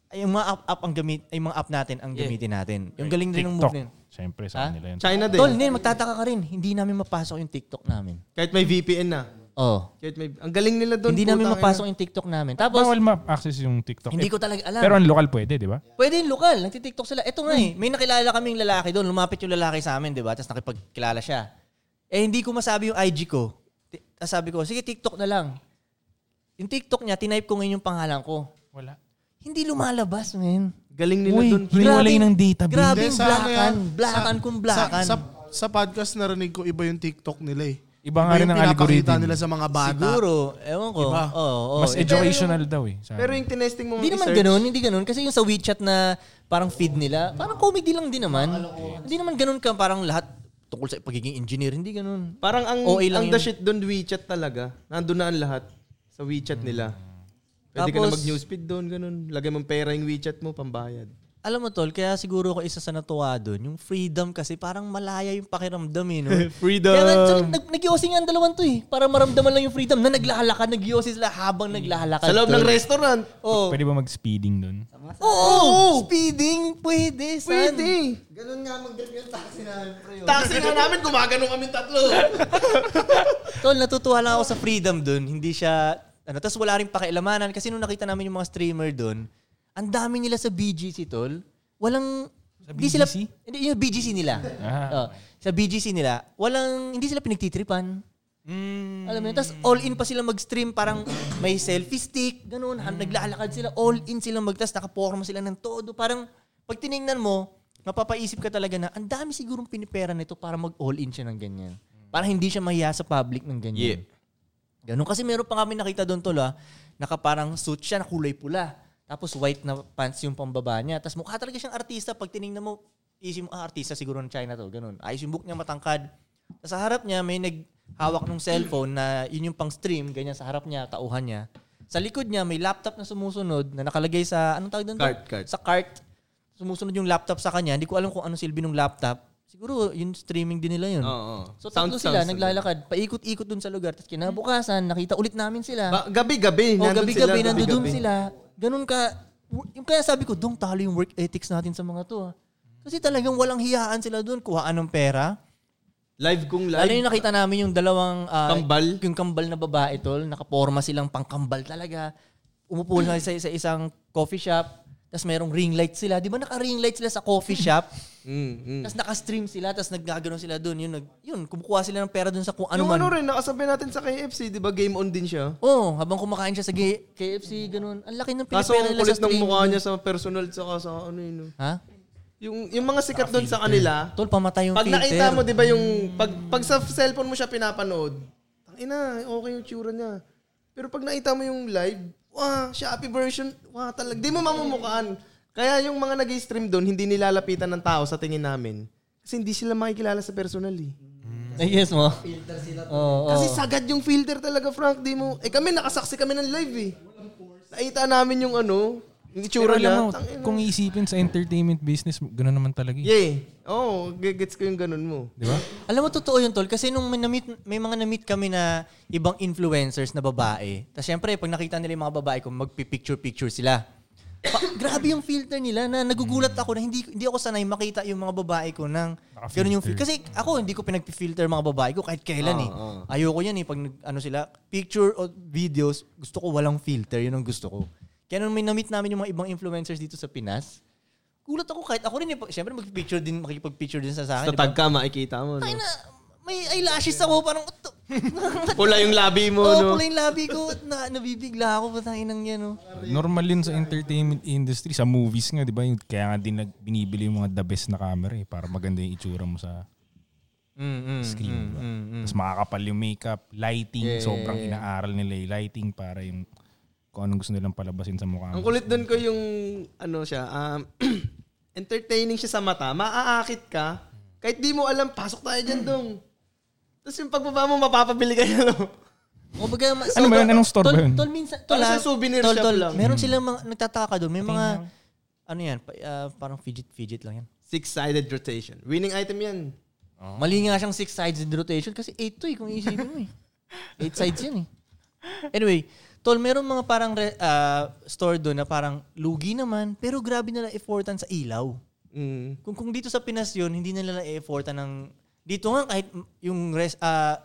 [SPEAKER 2] ay yung mga app, app ang gamit, ay yung mga app natin ang gamitin natin. Yung galing rin ng move
[SPEAKER 7] TikTok.
[SPEAKER 2] nila.
[SPEAKER 7] Siyempre
[SPEAKER 2] Ha?
[SPEAKER 7] sa kanila yun.
[SPEAKER 1] China din.
[SPEAKER 2] Tol, Nin, magtataka ka rin. Hindi namin mapasok yung TikTok namin.
[SPEAKER 1] Kahit may VPN na.
[SPEAKER 2] Oh.
[SPEAKER 1] Kahit may, ang galing nila doon.
[SPEAKER 2] Hindi namin
[SPEAKER 1] putang
[SPEAKER 2] mapasok yung TikTok namin. Tapos,
[SPEAKER 7] Bawal ma-access yung TikTok.
[SPEAKER 2] hindi
[SPEAKER 7] Eh,
[SPEAKER 2] ko talaga alam.
[SPEAKER 7] Pero ang local pwede, di ba?
[SPEAKER 2] Pwede yung lokal, nagtitiktok sila. Ito nga
[SPEAKER 7] Hmm.
[SPEAKER 2] eh, may nakilala kaming lalaki doon. Lumapit yung lalaki sa amin, di ba? Tapos nakipagkilala siya. Eh, hindi ko masabi yung IG ko. Ti- Tapos sabi ko, sige, TikTok na lang. Yung TikTok niya, tinype ko ngayon yung pangalan ko.
[SPEAKER 7] Wala.
[SPEAKER 2] Hindi lumalabas, man.
[SPEAKER 1] ina. Galing nila
[SPEAKER 7] Uy,
[SPEAKER 1] doon.
[SPEAKER 7] hindi Hiwalay ng database.
[SPEAKER 2] Grabing
[SPEAKER 6] Hindi, sa ano
[SPEAKER 2] blakan.
[SPEAKER 6] yan,
[SPEAKER 2] Blakan kung blakan.
[SPEAKER 6] Sa, sa, sa podcast narinig ko, iba yung TikTok nila eh.
[SPEAKER 7] Iba nga rin
[SPEAKER 6] yung
[SPEAKER 7] ang
[SPEAKER 6] pinapakita
[SPEAKER 7] algorithm.
[SPEAKER 6] nila sa mga bata.
[SPEAKER 2] Siguro, ewan ko.
[SPEAKER 6] Iba.
[SPEAKER 2] Oo, oo.
[SPEAKER 7] Mas educational daw eh. Sa
[SPEAKER 1] Pero yung tinesting mo
[SPEAKER 2] Hindi naman
[SPEAKER 1] i-search,
[SPEAKER 2] ganun, hindi ganun. Kasi yung sa WeChat na parang feed nila, parang comedy lang din naman. Hindi naman ganun ka parang lahat tungkol sa pagiging engineer, hindi ganun.
[SPEAKER 1] Parang ang,
[SPEAKER 2] OA lang
[SPEAKER 1] ang
[SPEAKER 2] yun.
[SPEAKER 1] the shit doon, WeChat talaga. Nandun na ang lahat. Sa WeChat nila. Pwede ka na
[SPEAKER 2] Hmm. Tapos-
[SPEAKER 1] mag-newsfeed doon, ganun. Lagay mong pera yung WeChat mo, pambayad.
[SPEAKER 2] Alam mo tol, kaya siguro ako isa sa natuwa doon, yung freedom kasi parang malaya yung pakiramdam eh. No?
[SPEAKER 1] Freedom!
[SPEAKER 2] Kaya nga, so, nag, nag-yosi nga ang dalawang to eh. Para maramdaman lang yung freedom na naglalakad, nag-yosi sila habang naglalakad.
[SPEAKER 1] Sa loob
[SPEAKER 2] tol.
[SPEAKER 1] ng restaurant.
[SPEAKER 2] Oo.
[SPEAKER 7] Pwede ba mag-speeding doon?
[SPEAKER 2] Oo, speeding, pwede, son.
[SPEAKER 1] Pwede.
[SPEAKER 8] Ganun nga mag-grip yung taxi namin, pre.
[SPEAKER 1] Taxi na namin, gumagano kami tatlo.
[SPEAKER 2] Tol, natutuwa lang ako sa freedom doon. Hindi siya, ano, tapos wala rin pakialamanan. Kasi nung nakita namin yung mga streamer doon, ang dami nila sa BGC, tol. Walang, hindi sila,
[SPEAKER 7] BGC?
[SPEAKER 2] hindi, yung BGC nila. Oh,
[SPEAKER 7] Ah.
[SPEAKER 2] sa BGC nila, walang, hindi sila pinagtitripan.
[SPEAKER 1] Mm,
[SPEAKER 2] Alam mo yun? Tapos all in pa sila mag-stream. Parang may selfie stick, ganun. han Naglalakad sila. All in sila mag Tapos nakaporma sila ng todo. Parang pag tinignan mo, mapapaisip ka talaga na ang dami sigurong pinipera nito para mag-all in siya ng ganyan. Para hindi siya mahiya sa public ng ganyan. Ganun. Kasi meron pa kami nakita doon tol ah, naka parang suit siya na kulay pula. Tapos white na pants yung pambaba niya. Tapos mukha talaga siyang artista. Pag tinignan mo, isip mo, ah, artista siguro ng China to. Ganun. Ayos yung book niya, matangkad. Tapos sa harap niya, may naghawak ng cellphone na yun yung pang stream. Ganyan sa harap niya, tauhan niya. Sa likod niya, may laptop na sumusunod na nakalagay sa, anong tawag doon?
[SPEAKER 1] Cart, cart.
[SPEAKER 2] Sa cart. Sumusunod yung laptop sa kanya. Hindi ko alam kung ano silbi ng laptop. Siguro, yung streaming din nila yun.
[SPEAKER 1] Oo.
[SPEAKER 2] So tatlo sila, naglalakad, paikot-ikot dun sa lugar. Tapos kinabukasan, nakita ulit namin sila.
[SPEAKER 1] Ba- Ah, gabi-gabi. nandun
[SPEAKER 2] o
[SPEAKER 1] sila,
[SPEAKER 2] Oh, gabi-gabi, nandoon sila. Ganun ka, wo- yung kaya sabi ko, dong talo yung work ethics natin sa mga to. ah." Kasi talagang walang hiyaan sila doon. Kuhaan ng pera.
[SPEAKER 1] Live kung live.
[SPEAKER 2] Lalo yung nakita namin yung dalawang... ah,
[SPEAKER 1] Kambal?
[SPEAKER 2] Yung kambal na babae, tol. Nakaporma silang pangkambal talaga. Umupo na sa, sa isang coffee shop. Tapos merong ring light sila. Di ba naka-ring light sila sa coffee shop?
[SPEAKER 1] Mm, mm.
[SPEAKER 2] Tapos naka-stream sila. Tapos naggagano sila doon. Yun, nag, yun, kumukuha sila ng pera doon sa kung ano
[SPEAKER 1] yung
[SPEAKER 2] man.
[SPEAKER 1] ano rin, nakasabi natin sa KFC, di ba game on din siya?
[SPEAKER 2] Oo, oh, habang kumakain siya sa K- KFC, ganun. Ang laki ng
[SPEAKER 1] Kaso
[SPEAKER 2] pinipera
[SPEAKER 1] ang
[SPEAKER 2] nila sa
[SPEAKER 1] kulit ng
[SPEAKER 2] streaming.
[SPEAKER 1] mukha niya sa personal tsaka sa ano yun. oh.
[SPEAKER 2] Ha?
[SPEAKER 1] Yung, yung mga sikat doon sa kanila,
[SPEAKER 2] Tol, pamatay yung
[SPEAKER 1] pag
[SPEAKER 2] filter.
[SPEAKER 1] nakita mo, di ba yung, pag, pag sa cellphone mo siya pinapanood, ang ina, okay yung tsura niya. Pero pag nakita mo yung live, wah, Shopee version, wah, talaga, di mo mamumukaan. Kaya yung mga nag stream doon, hindi nilalapitan ng tao sa tingin namin. Kasi hindi sila makikilala sa personal eh.
[SPEAKER 2] Ay, yes mo. Filter sila. Oo, oo.
[SPEAKER 1] Kasi sagad yung filter talaga, Frank, di mo. Eh kami, nakasaksi kami ng live eh. Nakita namin yung ano, yung
[SPEAKER 7] Pero
[SPEAKER 1] itsura
[SPEAKER 7] alam mo,
[SPEAKER 1] niya. Tangina.
[SPEAKER 7] kung iisipin sa entertainment business, gano'n naman talaga. eh.
[SPEAKER 1] Yeah. Oo, oh, gets ko yung ganun mo.
[SPEAKER 7] Di ba?
[SPEAKER 2] Alam mo, totoo yun, Tol. Kasi nung may, na-meet, may mga na-meet kami na ibang influencers na babae. Tapos syempre, pag nakita nila yung mga babae ko, magpipicture-picture sila. Pa- grabe yung filter nila na nagugulat ako na hindi hindi ako sanay makita yung mga babae ko ng ganun yung filter. Kasi ako hindi ko pinagpi-filter mga babae ko kahit kailan eh. Ayoko yan eh pag nag, ano sila picture o videos gusto ko walang filter yun ang gusto ko. Kaya nung may na-meet namin yung mga ibang influencers dito sa Pinas, gulat ako kahit ako rin eh. pag- Syempre magpipicture din makikipag-picture din sa, sa akin. di ba?
[SPEAKER 1] Tatag ka, makikita mo.
[SPEAKER 2] Ay
[SPEAKER 1] No?
[SPEAKER 2] na, may eyelashes ako. Parang, "Ut-
[SPEAKER 1] Pula yung labi mo,
[SPEAKER 2] oh,
[SPEAKER 1] no?
[SPEAKER 2] pula yung labi ko. At na, nabibigla ako. Patay ng yan, oh.
[SPEAKER 7] Normal yun sa entertainment industry, sa movies nga, di ba? Yung- Kaya nga din nag, binibili yung mga the best na camera eh, para maganda yung itsura mo sa screen. di
[SPEAKER 1] Mm,
[SPEAKER 7] ba? Tapos makakapal yung makeup, lighting, sobrang inaaral nila yung lighting para yung kung anong gusto nilang palabasin sa mukha.
[SPEAKER 1] Ang
[SPEAKER 7] mo.
[SPEAKER 1] kulit doon ko yung, ano siya, um, entertaining siya sa mata. Maaakit ka. Kahit di mo alam, pasok tayo dyan dong. Tapos yung pagbaba mo, mapapabili ka yan, no?
[SPEAKER 2] O baga, ma-
[SPEAKER 7] Ano ba yun? Anong store
[SPEAKER 2] tol,
[SPEAKER 7] ba yun? Hmm.
[SPEAKER 2] Tol, minsan, tol,
[SPEAKER 1] Parang
[SPEAKER 2] ah,
[SPEAKER 1] sa souvenir
[SPEAKER 2] tol,
[SPEAKER 1] shop
[SPEAKER 2] tol,
[SPEAKER 1] lang.
[SPEAKER 2] Meron silang mga, nagtataka doon. May mga, ano yan, pa- ah, parang fidget-fidget lang yan.
[SPEAKER 1] Six-sided rotation. Winning item yan.
[SPEAKER 7] Oh.
[SPEAKER 2] Mali nga siyang six sides in rotation kasi eight to eh, kung iisipin mo eh. Eight sides yan eh. Anyway, tol, meron mga parang re- ah, store doon na parang lugi naman, pero grabe nila effortan sa ilaw.
[SPEAKER 1] Mm.
[SPEAKER 2] Kung kung dito sa Pinas yun, hindi na nila i-efforta ng... Dito nga, kahit m- yung res, ah,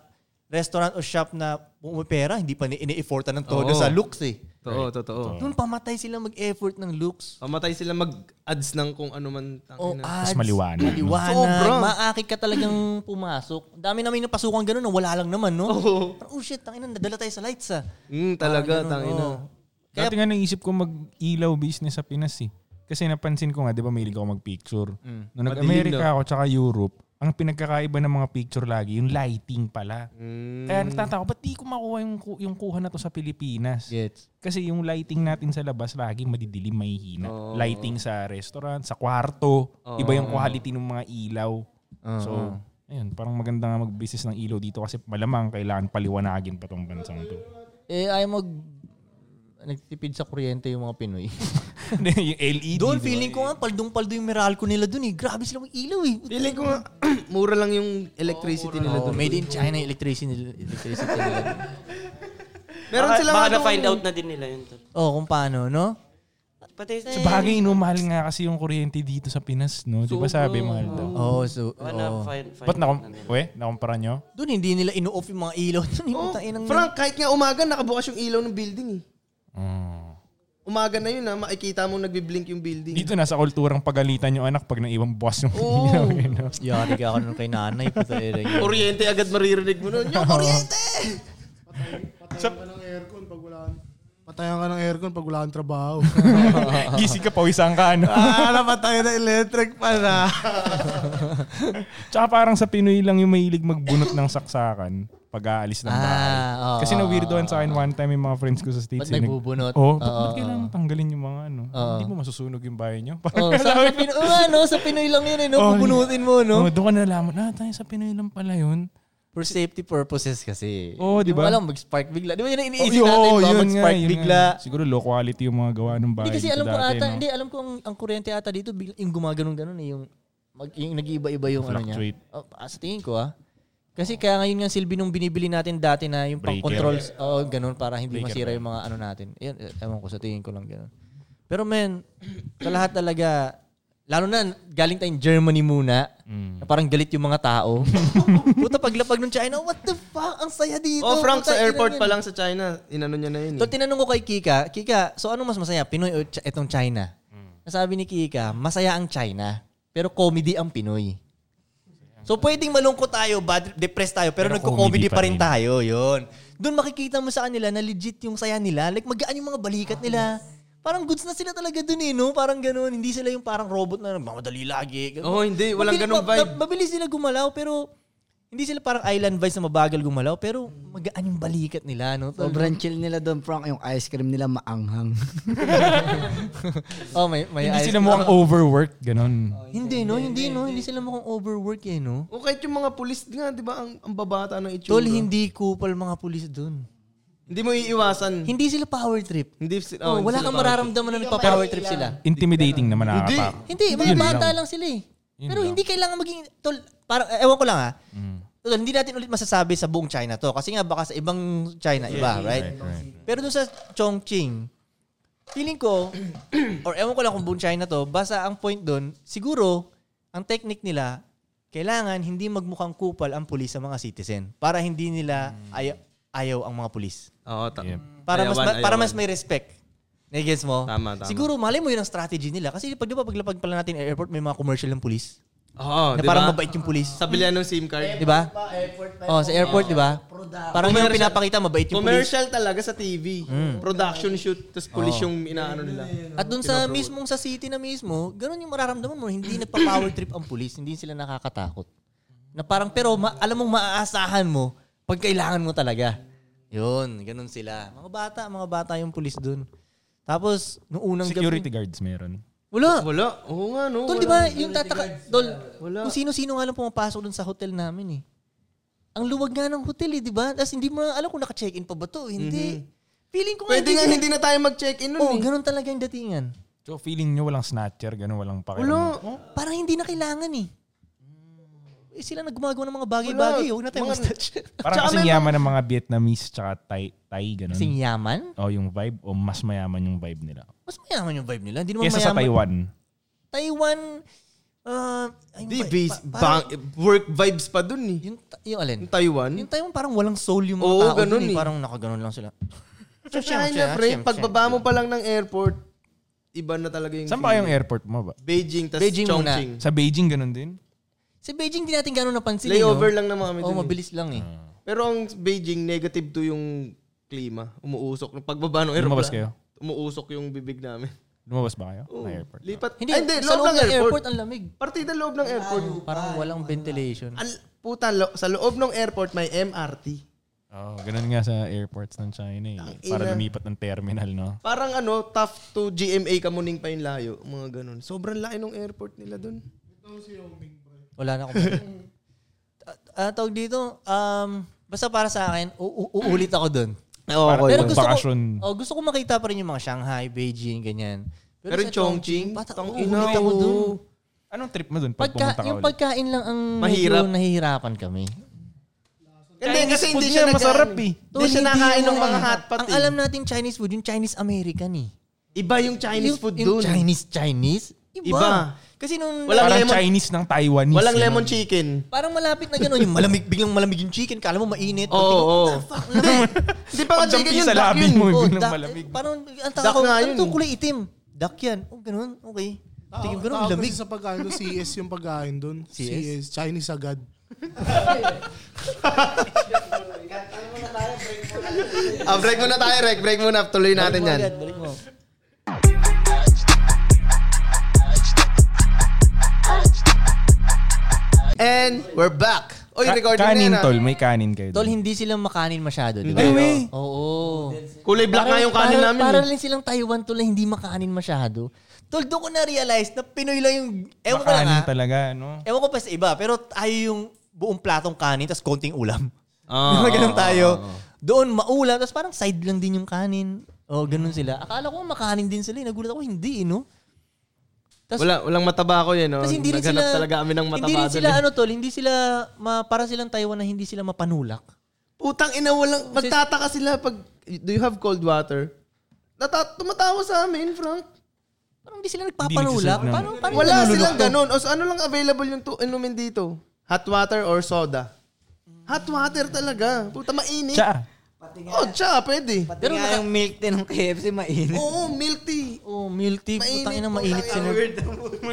[SPEAKER 2] restaurant o shop na pumipera, hindi pa ni ini-efforta ng todo
[SPEAKER 1] Oo.
[SPEAKER 2] sa looks eh.
[SPEAKER 1] Totoo, totoo.
[SPEAKER 2] Doon pamatay sila mag-effort ng looks.
[SPEAKER 1] Pamatay sila mag-ads ng kung ano man.
[SPEAKER 2] O
[SPEAKER 1] tangina.
[SPEAKER 2] ads.
[SPEAKER 7] Mas maliwanag.
[SPEAKER 2] Maliwanag.
[SPEAKER 1] Sobra.
[SPEAKER 2] Maakit ka talagang pumasok. Ang Dami namin napasukan ganun na wala lang naman, no? Parang, oh shit, tangina, nadala tayo sa lights ah.
[SPEAKER 1] Mm, talaga,
[SPEAKER 2] Parang ganun,
[SPEAKER 1] tangina.
[SPEAKER 2] oo. Kaya-
[SPEAKER 7] Kaya, Dati nga naisip ko mag-ilaw business sa Pinas eh. Kasi napansin ko nga, di ba mahilig ako mag-picture.
[SPEAKER 1] Mm.
[SPEAKER 7] Nung nag-America ako tsaka Europe, ang pinagkakaiba ng mga picture lagi, yung lighting pala.
[SPEAKER 1] Mm.
[SPEAKER 7] Kaya
[SPEAKER 3] Mm.
[SPEAKER 7] nagtataka ko, ba't di ko makuha yung, ku- yung kuha na to sa Pilipinas?
[SPEAKER 2] Gets.
[SPEAKER 7] Kasi yung lighting natin sa labas, laging madidilim, mahihina. Lighting sa restaurant, sa kwarto. Iba yung quality ng mga ilaw. So, ayun, parang maganda nga mag-business ng ilaw dito kasi malamang kailangan paliwanagin pa tong bansang to.
[SPEAKER 2] Eh, ayaw mag... Nagtipid sa kuryente yung mga Pinoy.
[SPEAKER 7] yung LED.
[SPEAKER 2] Doon,
[SPEAKER 7] di ba?
[SPEAKER 2] feeling ko nga, paldong-paldo yung Meralco nila doon eh. Grabe sila mag-ilaw eh.
[SPEAKER 1] Feeling ko nga, mura lang yung electricity nila
[SPEAKER 2] Oh,
[SPEAKER 1] doon.
[SPEAKER 2] made in China yung electricity nila. Electricity nila.
[SPEAKER 1] Meron
[SPEAKER 3] baka,
[SPEAKER 1] sila ano,
[SPEAKER 3] baka
[SPEAKER 1] nga
[SPEAKER 3] na-find
[SPEAKER 1] tong-
[SPEAKER 3] out na din nila yun. tol.
[SPEAKER 2] oh, kung paano, no?
[SPEAKER 3] Pati sa...
[SPEAKER 7] Sa bagay, no, mahal nga kasi yung kuryente dito sa Pinas, no? Di ba sabi, mahal daw?
[SPEAKER 2] Oh, so,
[SPEAKER 3] Baka na
[SPEAKER 2] oh.
[SPEAKER 3] find, find
[SPEAKER 7] Ba't
[SPEAKER 3] out
[SPEAKER 7] nakum...
[SPEAKER 3] na nila.
[SPEAKER 7] We, nakumpara nyo?
[SPEAKER 2] Doon hindi nila ino-off yung
[SPEAKER 7] Oh,
[SPEAKER 2] mga ilaw. Doon yung
[SPEAKER 1] Oo,
[SPEAKER 2] tangin ng...
[SPEAKER 1] Frank, kahit nga umaga, nakabukas yung ilaw ng building eh. umaga na yun na makikita mo nagbi-blink yung building.
[SPEAKER 7] Dito nasa kulturang pagalitan yung anak pag naiwang boss yung
[SPEAKER 1] Oo.
[SPEAKER 7] ginawa.
[SPEAKER 2] Yari ka ako nun kay nanay. Puta ere.
[SPEAKER 1] Kuryente agad maririnig mo nun. Yung kuryente!
[SPEAKER 6] Patayan ka ng aircon pag wala Patayan ka ng aircon pag wala kang trabaho.
[SPEAKER 7] Gising ka, pawisan ka. Ano?
[SPEAKER 6] ah, napatay na electric pala.
[SPEAKER 7] Tsaka parang sa Pinoy lang yung mahilig magbunot ng saksakan pag aalis ng bahay.
[SPEAKER 2] Ah, oo.
[SPEAKER 7] Kasi na-weirdoan sa akin one time yung mga friends ko sa States.
[SPEAKER 2] Ba't
[SPEAKER 7] eh, nag-
[SPEAKER 2] nagbubunot?
[SPEAKER 7] Oo, oh, ba't,
[SPEAKER 2] Oo,
[SPEAKER 7] ba't
[SPEAKER 2] oo,
[SPEAKER 7] kailangan tanggalin yung mga ano?
[SPEAKER 2] Oo.
[SPEAKER 7] Hindi mo masusunog yung bahay nyo?
[SPEAKER 2] Oh,
[SPEAKER 7] Parang
[SPEAKER 2] sa, sa, Pinoy, oh, ano, sa Pinoy lang yun eh, no?
[SPEAKER 7] Oh,
[SPEAKER 2] Pupunutin mo, no?
[SPEAKER 7] Oo, doon ka nalaman, ah, tayo sa Pinoy lang pala yun.
[SPEAKER 2] For safety purposes kasi.
[SPEAKER 7] Oo, Oh, di ba? Oh,
[SPEAKER 2] Alam, mag-spark bigla. Di ba yun ang
[SPEAKER 7] Oo,
[SPEAKER 2] iniisip natin ba? mag-spark bigla.
[SPEAKER 7] Siguro low quality yung mga gawa ng bahay.
[SPEAKER 2] Hindi kasi
[SPEAKER 7] dito
[SPEAKER 2] alam ko
[SPEAKER 7] dati,
[SPEAKER 2] ata,
[SPEAKER 7] no?
[SPEAKER 2] hindi, alam ko ang, ang kuryente ata dito, bigla, yung gumaganong ganun eh, yung, mag, yung nag-iiba-iba yung ano niya.
[SPEAKER 7] Fluctuate.
[SPEAKER 2] Oh, ah, sa tingin ko ah. Kasi kaya ngayon nga silbi nung binibili natin dati na yung
[SPEAKER 7] Breaker.
[SPEAKER 2] pang-control, oh, ganun para hindi
[SPEAKER 7] Breaker
[SPEAKER 2] masira
[SPEAKER 7] ba?
[SPEAKER 2] yung mga ano natin. Yun, eh, ewan ko sa tingin ko lang ganun. Pero men, sa lahat talaga, lalo na galing tayong Germany muna,
[SPEAKER 7] Mm.
[SPEAKER 2] na parang galit yung mga tao. Puta paglapag ng China, what the fuck? Ang saya dito.
[SPEAKER 1] Oh, Frank,
[SPEAKER 2] Puta,
[SPEAKER 1] sa
[SPEAKER 2] ina
[SPEAKER 1] airport
[SPEAKER 2] yan.
[SPEAKER 1] pa lang sa China, inano niya na yun.
[SPEAKER 2] So
[SPEAKER 1] Eh.
[SPEAKER 2] tinanong ko kay Kika, Kika, so ano mas masaya, Pinoy o Ch- itong China?
[SPEAKER 1] Mm.
[SPEAKER 2] Nasabi ni Kika, masaya ang China, pero comedy ang Pinoy. So pwedeng malungkot tayo, bad, depressed tayo, pero,
[SPEAKER 7] Pero
[SPEAKER 2] nagko-comedy
[SPEAKER 7] comedy
[SPEAKER 2] pa
[SPEAKER 7] pa
[SPEAKER 2] rin
[SPEAKER 7] rin.
[SPEAKER 2] tayo, yun. Doon makikita mo sa kanila na legit yung saya nila. Like magaan yung mga balikat
[SPEAKER 1] Ah,
[SPEAKER 2] nila. Parang goods na sila talaga dun eh, no? Parang ganun. Hindi sila yung parang robot na mamadali lagi.
[SPEAKER 1] Oo, hindi. Walang
[SPEAKER 2] Mabili-
[SPEAKER 1] ganung
[SPEAKER 2] ma-
[SPEAKER 1] vibe.
[SPEAKER 2] ma- Mabilis sila gumalaw, pero hindi sila parang island vibes na mabagal gumalaw, pero magaan yung balikat nila, no?
[SPEAKER 8] Sobrang chill nila doon, Frank. Yung ice cream nila maanghang.
[SPEAKER 2] Oh, may, may
[SPEAKER 7] Hindi
[SPEAKER 2] ice
[SPEAKER 7] sila
[SPEAKER 2] cream.
[SPEAKER 7] mukhang overworked, ganun.
[SPEAKER 2] Hindi, no? Hindi, no? Hindi sila mukhang overwork eh, no?
[SPEAKER 1] O kahit yung mga pulis nga, di ba, ang, ang babata ng itsura.
[SPEAKER 2] Tol, hindi kupal mga pulis doon.
[SPEAKER 1] Hindi mo iiwasan.
[SPEAKER 2] Hindi sila power trip.
[SPEAKER 1] Hindi, si- oh,
[SPEAKER 2] Oh,
[SPEAKER 1] hindi
[SPEAKER 2] wala
[SPEAKER 1] sila
[SPEAKER 2] kang
[SPEAKER 1] tao.
[SPEAKER 2] mararamdaman na nagpa-power trip sila.
[SPEAKER 7] Intimidating naman nakakatakot.
[SPEAKER 2] Hindi, mga bata lang sila eh. Pero hindi kailangan maging... Tol, parang, eh, ewan ko lang ah. Tol, hindi natin ulit masasabi sa buong China to. Kasi nga baka sa ibang China, iba, right? Pero doon sa Chongqing, feeling ko, or ewan ko lang kung buong China to, basta ang point doon, siguro, ang technique nila, kailangan hindi magmukhang kupal ang pulis sa mga citizen para hindi nila ayaw, ayaw ang mga pulis.
[SPEAKER 1] Oo, ta-
[SPEAKER 7] Yep.
[SPEAKER 2] Para mas
[SPEAKER 1] Ayawan,
[SPEAKER 2] ma- para
[SPEAKER 1] ayawan.
[SPEAKER 2] mas may respect. Nagets mo?
[SPEAKER 1] Tama, tama.
[SPEAKER 2] Siguro malay mo yun ang strategy nila kasi pag di ba paglapag pala natin ng airport may mga commercial ng pulis.
[SPEAKER 1] Oo, Oh,
[SPEAKER 2] na
[SPEAKER 1] di
[SPEAKER 2] parang
[SPEAKER 1] ba?
[SPEAKER 2] mabait Eh, yung pulis.
[SPEAKER 1] Sabihan ng SIM card.
[SPEAKER 2] Di ba? Oh, sa airport, di ba? Parang yung pinapakita mabait yung pulis.
[SPEAKER 1] Commercial talaga sa TV. Production shoot, tapos pulis yung inaano nila.
[SPEAKER 2] At dun sa mismong sa city na mismo, ganun yung mararamdaman mo. Hindi nagpa-power trip ang pulis. Hindi sila nakakatakot. Na parang, pero ma- alam mong maaasahan mo pag kailangan mo talaga. Yun, ganun sila. Mga bata, mga bata yung pulis dun. Tapos, nung unang
[SPEAKER 7] Security
[SPEAKER 2] gabi,
[SPEAKER 7] guards meron.
[SPEAKER 2] wala.
[SPEAKER 1] Wala. Oo nga, no.
[SPEAKER 2] Tol,
[SPEAKER 1] wala.
[SPEAKER 2] di ba, yung tataka... Tol, kung sino-sino nga lang pumapasok dun sa hotel namin eh. Ang luwag nga ng hotel eh, di ba? Tapos hindi mo na alam kung naka-check-in pa ba to. Hindi. Feeling ko
[SPEAKER 1] Mhm.
[SPEAKER 2] nga eh.
[SPEAKER 1] Pwede nga hindi na tayo mag-check-in nun.
[SPEAKER 2] Oo,
[SPEAKER 1] eh.
[SPEAKER 2] ganun talaga yung datingan.
[SPEAKER 7] So feeling nyo walang snatcher, ganun, walang pakialam.
[SPEAKER 1] Wala.
[SPEAKER 2] Parang hindi na kailangan eh. Eh, sila na gumagawa ng mga bagay-bagay. Huwag na tayo mag-touch.
[SPEAKER 7] Parang kasing yaman ng mga Vietnamese tsaka Thai, Thai ganun.
[SPEAKER 2] Kasing yaman?
[SPEAKER 7] o yung vibe, o mas mayaman yung vibe nila.
[SPEAKER 2] Mas mayaman yung vibe nila. Hindi naman
[SPEAKER 7] Kesa sa
[SPEAKER 2] mayaman.
[SPEAKER 7] Taiwan.
[SPEAKER 2] Taiwan, ah, ay,
[SPEAKER 1] Di,
[SPEAKER 2] ba-
[SPEAKER 1] base,
[SPEAKER 2] pa-
[SPEAKER 1] bang,
[SPEAKER 2] parang-
[SPEAKER 1] work vibes pa dun eh.
[SPEAKER 2] Yung, ta- yung alin?
[SPEAKER 1] Yung Taiwan.
[SPEAKER 2] Yung Taiwan parang walang soul yung mga
[SPEAKER 1] Oo,
[SPEAKER 2] tao.
[SPEAKER 1] ganun
[SPEAKER 2] dun Hmm? eh.
[SPEAKER 1] eh.
[SPEAKER 2] Parang nakaganon lang sila.
[SPEAKER 1] Sa China, pre, pagbaba mo pa lang ng airport, iba na talaga yung...
[SPEAKER 7] Saan
[SPEAKER 1] feeling.
[SPEAKER 7] ba yung airport mo ba?
[SPEAKER 1] Beijing, tas
[SPEAKER 2] Beijing muna.
[SPEAKER 1] Chongqing.
[SPEAKER 7] Sa Beijing, ganun din?
[SPEAKER 2] Sa Beijing, di natin gano'n napansin. eh,
[SPEAKER 1] Layover
[SPEAKER 2] no?
[SPEAKER 1] lang naman kami
[SPEAKER 2] Oo,
[SPEAKER 1] dun eh.
[SPEAKER 2] mabilis lang eh.
[SPEAKER 1] Pero ang Beijing, negative to yung klima. Umuusok. Nung Pagbaba ng airport.
[SPEAKER 7] Lumabas kayo?
[SPEAKER 1] Umuusok yung bibig namin.
[SPEAKER 7] Lumabas ba kayo?
[SPEAKER 1] Oo.
[SPEAKER 7] Ng airport.
[SPEAKER 1] Lipat.
[SPEAKER 2] Hindi,
[SPEAKER 1] Ay, hindi.
[SPEAKER 2] sa loob ng airport,
[SPEAKER 1] airport.
[SPEAKER 2] ang lamig.
[SPEAKER 1] Partida loob ng airport.
[SPEAKER 2] Parang walang ventilation.
[SPEAKER 1] Al- puta, lo- sa loob ng airport may MRT.
[SPEAKER 7] Oh, ganun nga sa airports ng China eh.
[SPEAKER 1] Ang
[SPEAKER 7] Para
[SPEAKER 1] ina.
[SPEAKER 7] lumipat ng terminal, no?
[SPEAKER 1] Parang ano, tough to GMA ka muning pa yung layo. Mga ganun. Sobrang laki ng airport nila dun.
[SPEAKER 2] Wala na akong Ah, tawag dito, um, basta para sa akin, u- u- uulit ako dun.
[SPEAKER 1] Oo,
[SPEAKER 7] Para
[SPEAKER 2] Pero
[SPEAKER 7] yung
[SPEAKER 2] gusto ko,
[SPEAKER 7] bakasyon.
[SPEAKER 2] oh, gusto ko makita pa rin yung mga Shanghai, Beijing, ganyan.
[SPEAKER 1] Pero
[SPEAKER 2] sa
[SPEAKER 1] yung Chongqing,
[SPEAKER 2] bata,
[SPEAKER 1] tang
[SPEAKER 2] oo,
[SPEAKER 1] ina,
[SPEAKER 2] uulit ako dun.
[SPEAKER 1] oo.
[SPEAKER 7] Anong trip mo dun pag pumunta
[SPEAKER 2] Pagka,
[SPEAKER 7] ka
[SPEAKER 2] yung
[SPEAKER 7] ulit?
[SPEAKER 2] pagkain lang ang
[SPEAKER 1] Mahirap.
[SPEAKER 2] medyo nahihirapan kami.
[SPEAKER 1] Hindi, kasi hindi
[SPEAKER 7] food
[SPEAKER 1] siya
[SPEAKER 7] niya,
[SPEAKER 1] nag-
[SPEAKER 7] masarap eh.
[SPEAKER 1] Hindi siya nakain ng mga hotpot
[SPEAKER 2] ano. Ang
[SPEAKER 1] eh.
[SPEAKER 2] alam natin Chinese food, yung Chinese American eh.
[SPEAKER 1] Iba yung Chinese
[SPEAKER 2] Yung-
[SPEAKER 1] food
[SPEAKER 2] yung
[SPEAKER 1] dun.
[SPEAKER 2] Chinese Chinese, Iba.
[SPEAKER 1] Iba.
[SPEAKER 2] Kasi nung...
[SPEAKER 1] Walang
[SPEAKER 7] Parang
[SPEAKER 1] lemon-
[SPEAKER 7] Chinese ng Taiwanese.
[SPEAKER 1] Walang
[SPEAKER 7] ganun.
[SPEAKER 1] lemon chicken.
[SPEAKER 2] Parang malapit na gano'n. Yung malamig, biglang malamig yung chicken. Kala mo mainit.
[SPEAKER 1] Oo,
[SPEAKER 2] Pagtingin,
[SPEAKER 1] oo.
[SPEAKER 2] "What the fuck? Lamig."
[SPEAKER 1] Hindi pa nga
[SPEAKER 7] Pagdampi
[SPEAKER 1] chicken yun.
[SPEAKER 7] sa
[SPEAKER 1] duck
[SPEAKER 7] labi
[SPEAKER 1] yun.
[SPEAKER 7] mo,
[SPEAKER 2] Oh,
[SPEAKER 7] biglang
[SPEAKER 2] duck,
[SPEAKER 7] malamig.
[SPEAKER 2] eh, Parang, ang
[SPEAKER 1] Duck
[SPEAKER 2] taka ko,
[SPEAKER 1] nga
[SPEAKER 2] ano
[SPEAKER 1] yun. eh.
[SPEAKER 2] itong kulay itim? Duck yan. Oh, ganun. Okay. Tingin ko
[SPEAKER 6] Tawag
[SPEAKER 2] ganun, lamig.
[SPEAKER 6] kasi sa pagkain doon, CS yung pagkain doon.
[SPEAKER 2] CS?
[SPEAKER 6] Chinese agad.
[SPEAKER 1] Ah, break muna tayo, Rek. Break muna. Tuloy natin yan.
[SPEAKER 2] Balik mo.
[SPEAKER 1] And we're back. Oy,
[SPEAKER 7] Ka-
[SPEAKER 1] recording
[SPEAKER 7] kanin,
[SPEAKER 1] na yan, ah.
[SPEAKER 7] tol. May kanin kayo.
[SPEAKER 2] Tol,
[SPEAKER 7] doon.
[SPEAKER 2] hindi sila makanin masyado, di ba?
[SPEAKER 7] Hindi. Ay,
[SPEAKER 2] Oo.
[SPEAKER 1] Kulay black nga yung kanin
[SPEAKER 2] para,
[SPEAKER 1] namin.
[SPEAKER 2] Para
[SPEAKER 1] eh.
[SPEAKER 2] lang silang Taiwan tol na hindi makanin masyado. Tol, doon ko na-realize na Pinoy lang yung... Ewan ko lang ah.
[SPEAKER 7] Makanin
[SPEAKER 2] ha.
[SPEAKER 7] talaga, no?
[SPEAKER 2] Ewan ko pa sa iba, pero tayo yung buong platong kanin tapos konting ulam.
[SPEAKER 1] Ah.
[SPEAKER 2] Oh, ganun tayo. Doon maulam, tapos parang side lang din yung kanin. O, oh, ganun sila. Akala ko makanin din sila. eh. Nagulat ako, hindi, eh, no? Tapos,
[SPEAKER 1] Wala, walang mataba ko yun. No?
[SPEAKER 2] Kasi hindi rin
[SPEAKER 1] Naghanap
[SPEAKER 2] sila...
[SPEAKER 1] talaga kami ng mataba
[SPEAKER 2] Hindi rin sila,
[SPEAKER 1] dun, eh.
[SPEAKER 2] ano tol, hindi sila... Ma, para silang Taiwan na hindi sila mapanulak.
[SPEAKER 1] Putang ina, walang... Magtataka sila pag... Do you have cold water? Nata- tumatawa sa amin, Frank.
[SPEAKER 2] Parang hindi sila nagpapanulak.
[SPEAKER 7] nagsaserve ng-
[SPEAKER 2] Paano, paano
[SPEAKER 1] Wala
[SPEAKER 2] nalulok
[SPEAKER 1] silang
[SPEAKER 2] to?
[SPEAKER 1] ganun. O so ano lang available yung tu- inumin dito? Hot water or soda? Hot water talaga. Puta, mainit.
[SPEAKER 7] Tsa.
[SPEAKER 1] Oh, cha, pwede.
[SPEAKER 8] Pati nga yung milk tea ng KFC, mainit.
[SPEAKER 1] Oo, milk tea.
[SPEAKER 2] Oh, milk tea. Putang ina,
[SPEAKER 1] putang
[SPEAKER 2] mainit
[SPEAKER 1] ina,
[SPEAKER 2] sila.
[SPEAKER 1] weird.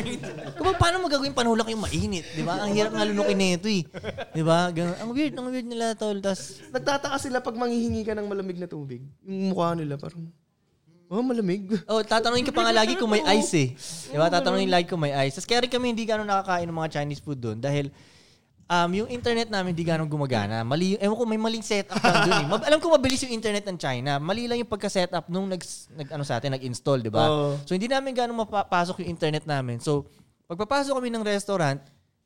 [SPEAKER 2] Kung paano magagawin panulak yung mainit, di ba? Ang hirap nga lunukin nito eh. Di ba? Ganun. Ang weird, ang weird nila tol. Tapos,
[SPEAKER 1] Nagtataka sila pag manghihingi ka ng malamig na tubig. Yung mukha nila parang, oh, malamig.
[SPEAKER 2] oh, tatanungin ka pa nga lagi kung may ice eh. Di ba? Tatanungin lagi kung may ice. Tapos kaya rin kami hindi gano'ng nakakain ng mga Chinese food doon dahil um, yung internet namin hindi gano'ng gumagana. Mali, ewan ko, may maling setup lang doon eh. Mab- alam ko mabilis yung internet ng China. Mali lang yung pagka-setup nung nag, nag ano sa atin, nag-install, di ba?
[SPEAKER 1] Oo.
[SPEAKER 2] So hindi namin gano'ng mapapasok yung internet namin. So pagpapasok kami ng restaurant,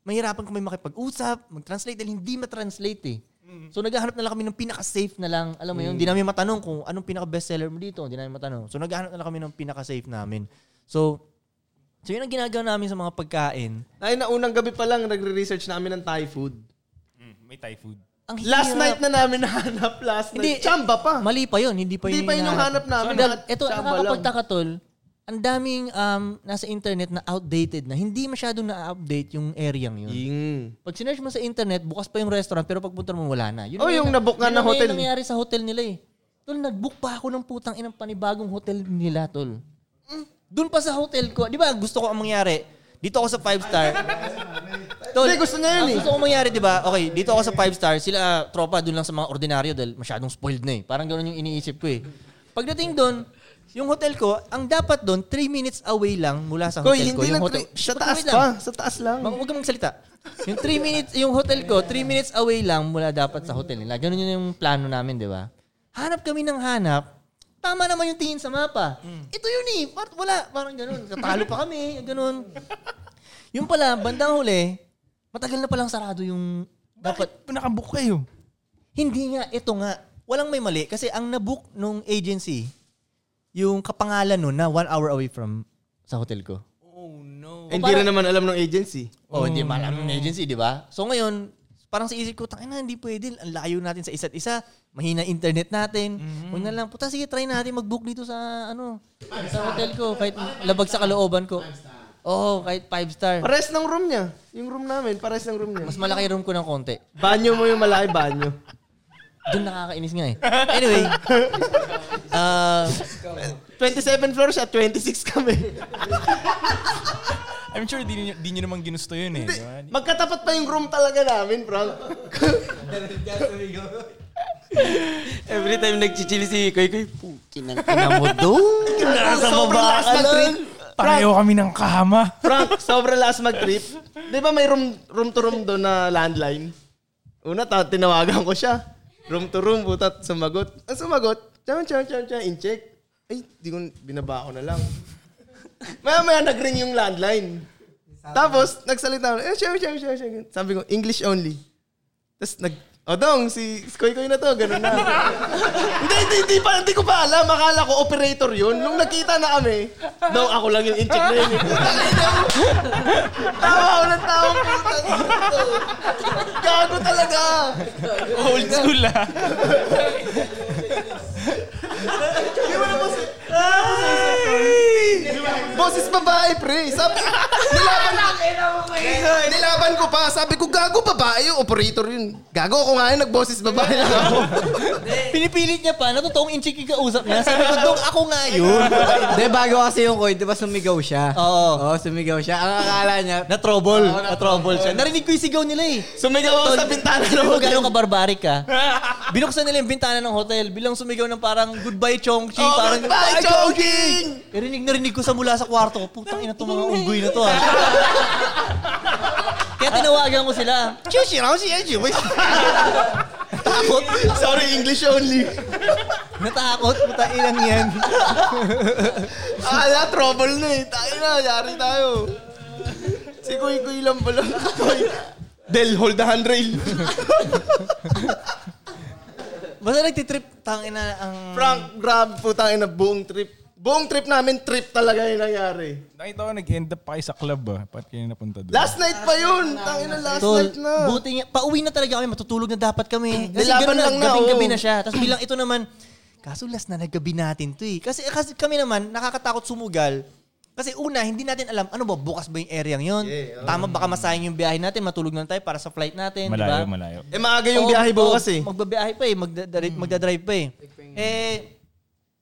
[SPEAKER 2] mahirapan kami makipag-usap, mag-translate dahil hindi ma-translate eh.
[SPEAKER 1] Mm.
[SPEAKER 2] So naghahanap na lang kami ng pinaka-safe na lang. Alam mo yun, hindi namin matanong kung anong pinaka-bestseller mo dito. Hindi namin matanong. So naghahanap na lang kami ng pinaka-safe namin. So, so yun ang ginagawa namin sa mga pagkain.
[SPEAKER 1] Ay, naunang gabi pa lang, nagre-research namin ng Thai food.
[SPEAKER 7] Mm, May Thai food.
[SPEAKER 2] Ang
[SPEAKER 1] Last
[SPEAKER 2] hirap.
[SPEAKER 1] night na namin nahanap, last
[SPEAKER 2] Hindi,
[SPEAKER 1] night. Chamba pa.
[SPEAKER 2] Mali pa yun, hindi pa
[SPEAKER 1] Hindi
[SPEAKER 2] yun.
[SPEAKER 1] pa yun yung hanap namin.
[SPEAKER 2] So,
[SPEAKER 1] Lahat
[SPEAKER 2] ito,
[SPEAKER 1] tsamba
[SPEAKER 2] nakakapagtaka tol, ang daming um, nasa internet na outdated na hindi masyado na-update yung area yun.
[SPEAKER 1] Ying.
[SPEAKER 2] Pag sinerge mo sa internet, bukas pa yung restaurant pero pagpunta mo wala na. Yun
[SPEAKER 1] Oh,
[SPEAKER 2] ang-
[SPEAKER 1] yung nabook nga na
[SPEAKER 2] yun ang
[SPEAKER 1] hotel.
[SPEAKER 2] nangyayari sa hotel nila eh. Tol, nagbook pa ako ng putang inang panibagong hotel nila, tol.
[SPEAKER 1] Hmm?
[SPEAKER 2] Mm, Doon pa sa hotel ko. Di ba gusto ko ang mangyari? Dito ako sa five star. tol,
[SPEAKER 1] Hindi, gusto niya yun
[SPEAKER 2] ang
[SPEAKER 1] eh.
[SPEAKER 2] Gusto ko mangyari, di ba? Okay, dito ako sa five star. Sila, ah, tropa, doon lang sa mga ordinaryo dahil masyadong spoiled na eh. Parang ganun yung iniisip ko eh. Pagdating doon, yung hotel ko, ang dapat doon, three minutes away lang mula sa
[SPEAKER 1] Koy,
[SPEAKER 2] hotel ko.
[SPEAKER 1] hindi
[SPEAKER 2] yung
[SPEAKER 1] lang.
[SPEAKER 2] hotel.
[SPEAKER 1] Tri- sa
[SPEAKER 2] Wait,
[SPEAKER 1] taas
[SPEAKER 2] wait lang.
[SPEAKER 1] pa. Sa taas lang.
[SPEAKER 2] Mag, huwag ka magsalita. Yung 3 minutes, yung hotel ko, 3 minutes away lang mula dapat sa hotel nila. Ganun yun yung plano namin, di ba? Hanap kami ng hanap. Tama naman yung tingin sa mapa. Ito yun eh. Part, wala. Parang ganun. Katalo pa kami. Ganun. Yung pala, bandang huli, matagal na palang sarado yung dapat.
[SPEAKER 7] Nakabook kayo.
[SPEAKER 2] Hindi nga, ito nga. Walang may mali. Kasi ang nabook nung agency, yung kapangalan nun na one hour away from sa hotel ko.
[SPEAKER 1] Eh, Hindi rin naman alam ng agency.
[SPEAKER 2] Oh, hindi malam ng agency, di ba? So ngayon, parang sa isip ko, tangin na, hindi pwede. Ang layo natin sa isa't isa. Mahina internet natin. Huwag na lang, puta, sige, try natin mag-book dito sa, ano, sa hotel ko. Kahit labag sa kalooban ko. Oo, oh, kahit five star.
[SPEAKER 1] Pares ng room niya. Yung room namin, pares ng room niya.
[SPEAKER 2] Mas malaki room ko ng konti.
[SPEAKER 1] Banyo mo yung malaki banyo.
[SPEAKER 2] Doon nakakainis nga eh. Anyway, ah,
[SPEAKER 1] 27 floors at 26 kami.
[SPEAKER 7] I'm sure di, niyo- di nyo naman ginusto yun eh. di ba?
[SPEAKER 1] Magkatapat pa yung room talaga namin, Frank.
[SPEAKER 3] Every time nagchichili si Koy Koy, pukin ang ina mo.
[SPEAKER 1] Nasa sobrang lakas mag-trip.
[SPEAKER 7] Pareho kami ng kama.
[SPEAKER 1] Frank, sobrang lakas mag-trip. Di ba may room, room to room doon na landline? Una, ta- tinawagan ko siya. Room to room, puta, sumagot. Ang sumagot, chan, chan, chan, chan, in-check. Ay, di ko, binaba ko na lang. Maya-maya nag-ring yung landline. Tapos, nagsalita ako, eh, sure, sure, sure, sure. Sabi ko, English only. Tapos, nag, o dong, si Skoy Koy na to, ganun na. hindi, hindi, hindi pa, hindi ko pa alam. Akala ko operator yun. Nung nakita na kami, no, ako lang yung in-check na yun. eh. Putang ina mo. Tawa ako ng tawa, putang ina mo. Gago talaga.
[SPEAKER 7] Old school ah.
[SPEAKER 1] Boses pa babae, pre. Sabi, nilaban, nilaban ko pa. Sabi ko, gago babae yung operator yun. Gago ako nga yun, nagboses babae lang ako.
[SPEAKER 2] Pinipilit niya pa na totoong inchiki kausap niya. Sabi ko, Dok, ako nga yun.
[SPEAKER 8] Hindi, bago kasi yung coin, di ba sumigaw siya?
[SPEAKER 2] Oo.
[SPEAKER 8] Oo, sumigaw siya. Ang akala niya,
[SPEAKER 2] Na trouble. Na trouble siya. Narinig ko yung sigaw nila eh.
[SPEAKER 1] Sumigaw ako sa bintana ng
[SPEAKER 2] Alam mo
[SPEAKER 1] hotel.
[SPEAKER 2] gano'ng ah." kabarbaric ka? Binuksan nila yung bintana ng hotel. Bilang sumigaw ng parang goodbye Chongqing.
[SPEAKER 1] Oh,
[SPEAKER 2] parang
[SPEAKER 1] goodbye, Chongqing!
[SPEAKER 2] Eh, rinig na rinig ko sa mula sa kwarto ko. Putang ina to mga unggoy na to ha. Kaya tinawagan ko sila.
[SPEAKER 1] Chushi, ako si Edgy. Takot. Sorry, English only.
[SPEAKER 2] Natakot. Puta inang yan.
[SPEAKER 1] Ala, Ah, trouble na eh. Tayo na, yari tayo. Si Kuy Kuy lang pala. Kuy. Del, hold the handrail.
[SPEAKER 2] Basta nagtitrip. Tangin na ang...
[SPEAKER 1] Frank, grab po tayo na buong trip. Buong trip namin, trip talaga yung nangyari.
[SPEAKER 7] Nakita ko nag-end up pa kayo sa club ah. Ba't kayo napunta doon?
[SPEAKER 1] Last night pa yun. Tangin na last
[SPEAKER 2] Tol,
[SPEAKER 1] night na.
[SPEAKER 2] buti niya. Pauwi na talaga kami. Matutulog na dapat kami. Kasi
[SPEAKER 1] Nilaban
[SPEAKER 2] ganun na,
[SPEAKER 1] lang na,
[SPEAKER 2] gabing-gabi
[SPEAKER 1] oo.
[SPEAKER 2] na siya. Tapos bilang ito naman, kaso last na naggabi natin to eh. Kasi, kasi kami naman, nakakatakot sumugal. Kasi una, hindi natin alam, ano ba, bukas ba yung area yon? Tama, baka masayang yung biyahe natin, matulog na tayo para sa flight natin, di ba?
[SPEAKER 7] malayo, malayo.
[SPEAKER 1] Eh, maaga yung
[SPEAKER 2] Oo,
[SPEAKER 1] biyahe Hmm.
[SPEAKER 2] oo,
[SPEAKER 1] bukas eh.
[SPEAKER 2] Magbabiyahe pa eh, magdadrive, magdadrive pa eh. Eh,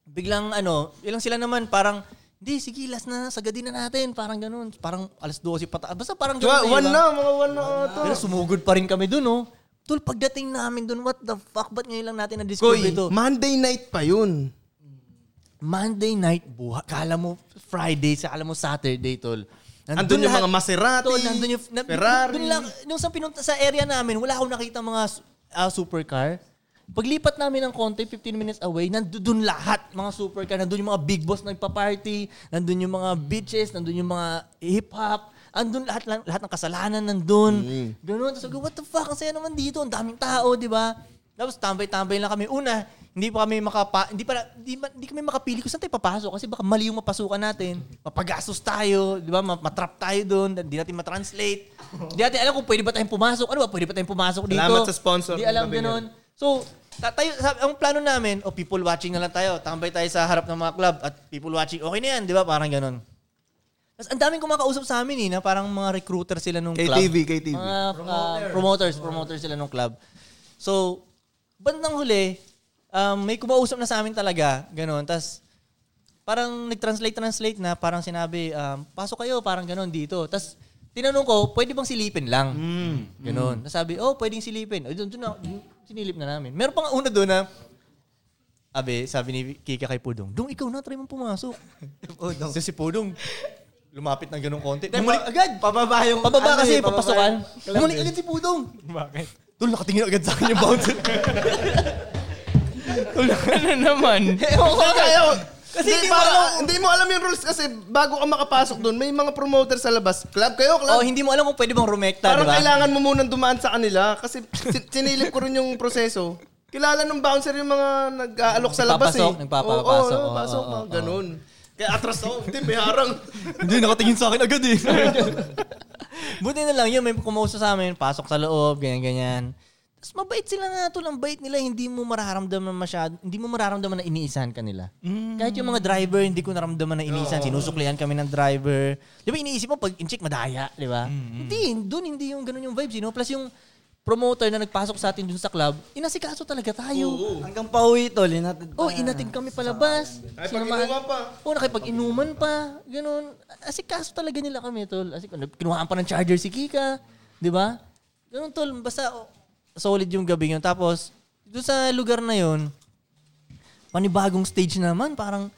[SPEAKER 2] biglang ano, ilang sila naman parang, hindi, sige, last na, sagadin na natin. Parang ganun. Parang alas 12 pata. Basta parang ganun.
[SPEAKER 1] Diba,
[SPEAKER 2] eh,
[SPEAKER 1] one
[SPEAKER 2] ba?
[SPEAKER 1] na, mga one na ata.
[SPEAKER 2] Pero sumugod pa rin kami dun, oh. Tol, pagdating namin dun, what the fuck? Ba't ngayon lang natin na-discover
[SPEAKER 1] Kuy,
[SPEAKER 2] ito?
[SPEAKER 1] Monday night pa yun.
[SPEAKER 2] Monday night, buha. Kala mo Friday, sa kala mo Saturday, tol.
[SPEAKER 1] Andun yung mga Maserati,
[SPEAKER 2] tol, nandun yung,
[SPEAKER 1] Ferrari.
[SPEAKER 2] Dun lang, nung sa, pinunta, sa area namin, wala akong nakita mga su- ah, supercar. Paglipat namin ng konti, 15 minutes away, nandun lahat mga supercar. Nandun yung mga big boss nagpa-party, nandun yung mga bitches, nandun yung mga hip-hop. Andun lahat, lang- lahat ng kasalanan nandun.
[SPEAKER 1] Mm.
[SPEAKER 2] Ganun. Tapos sabi ko, what the fuck? Ang saya naman dito. Ang daming tao, di ba? Tapos tambay-tambay lang kami. Una, hindi pa kami makapa, hindi pa hindi, ma- hindi kami makapili kung saan tayo papasok kasi baka mali yung mapasukan natin. Mapagastos tayo, 'di ba? Ma- Matrap tayo doon, hindi natin ma-translate. Hindi natin alam kung pwede ba tayong pumasok. Ano ba, pwede ba tayong pumasok dito?
[SPEAKER 1] Salamat sa sponsor.
[SPEAKER 2] Hindi alam
[SPEAKER 1] Gabi
[SPEAKER 2] ganun. So, ta- tayo, sabi, ang plano namin, oh, people watching na lang tayo. Tambay tayo sa harap ng mga club at people watching, okay na yan, 'di ba? Parang ganun. Tapos ang daming kumakausap sa amin eh, na parang mga recruiter sila nung club.
[SPEAKER 1] KTV, KTV.
[SPEAKER 2] Mga uh, promoters, promoters sila nung club. So, bandang huli, um, may kumausap na sa amin talaga, ganun. Tapos, parang nag-translate-translate na, parang sinabi, um, pasok kayo, parang ganun dito. Tapos, tinanong ko, pwede bang silipin lang? Ganun. Tapos sabi, oh, pwedeng silipin. Ay, doon, doon, na- doon, sinilip na namin. Meron pang una doon na, Abe, sabi ni Kika kay Pudong, Dung, ikaw na, try mong pumasok. Pudong. si Pudong, lumapit ng ganung konti. Bumalik agad. Pababa yung... ano eh, Pababa kasi, papasokan. Bumalik agad si Pudong.
[SPEAKER 7] Bakit?
[SPEAKER 2] Tol, nakatingin agad sa akin yung bouncer.
[SPEAKER 7] Wala ka na naman.
[SPEAKER 2] Ewan ko
[SPEAKER 1] Kasi
[SPEAKER 2] agad.
[SPEAKER 1] ayaw.
[SPEAKER 2] Kasi
[SPEAKER 1] hindi,
[SPEAKER 2] hindi mo
[SPEAKER 1] para, ah,
[SPEAKER 2] alam.
[SPEAKER 1] hindi mo alam yung rules kasi bago ka makapasok doon, may mga promoter sa labas. Club kayo, club.
[SPEAKER 2] Oh, hindi mo alam kung pwede bang rumekta, di
[SPEAKER 1] Parang
[SPEAKER 2] ba?
[SPEAKER 1] kailangan mo munang dumaan sa kanila kasi sin- sinilip ko rin yung proseso. Kilala ng bouncer yung mga nag-aalok sa labas
[SPEAKER 2] Nagpapasok,
[SPEAKER 1] eh.
[SPEAKER 2] nagpapapasok.
[SPEAKER 1] Oo, oo,
[SPEAKER 2] Oo, oo,
[SPEAKER 1] pasok, mga
[SPEAKER 2] oo.
[SPEAKER 1] ganun. Kaya atras ako, hindi, may harang.
[SPEAKER 2] Hindi, nakatingin sa akin agad eh. Buti na lang yun, may kumausa sa amin, pasok sa loob, ganyan-ganyan. Tapos mabait sila nga tol, ang bait nila, hindi mo mararamdaman masyado, hindi mo mararamdaman na iniisahan kanila. Kahit yung mga driver, hindi ko naramdaman na iniisahan, sinusuklian kami ng driver. Di ba iniisip mo, pag in-check, madaya, di ba? Hindi, doon hindi yung ganun yung vibes, you know? Plus yung promoter na nagpasok sa atin dun sa club, inasikaso talaga tayo.
[SPEAKER 8] hanggang pauwi tol, inatid
[SPEAKER 2] Oh, inatin kami palabas. Ay,
[SPEAKER 1] pag-inuman pa.
[SPEAKER 2] Oh, nakipag-inuman pa. Ganun. Asikaso talaga nila kami, tol. Asik, kinuhaan pa ng charger si Kika. Di ba? Ganun, tol. Basta oh, solid yung gabi yun. Tapos, doon sa lugar na yun, panibagong stage naman. Parang,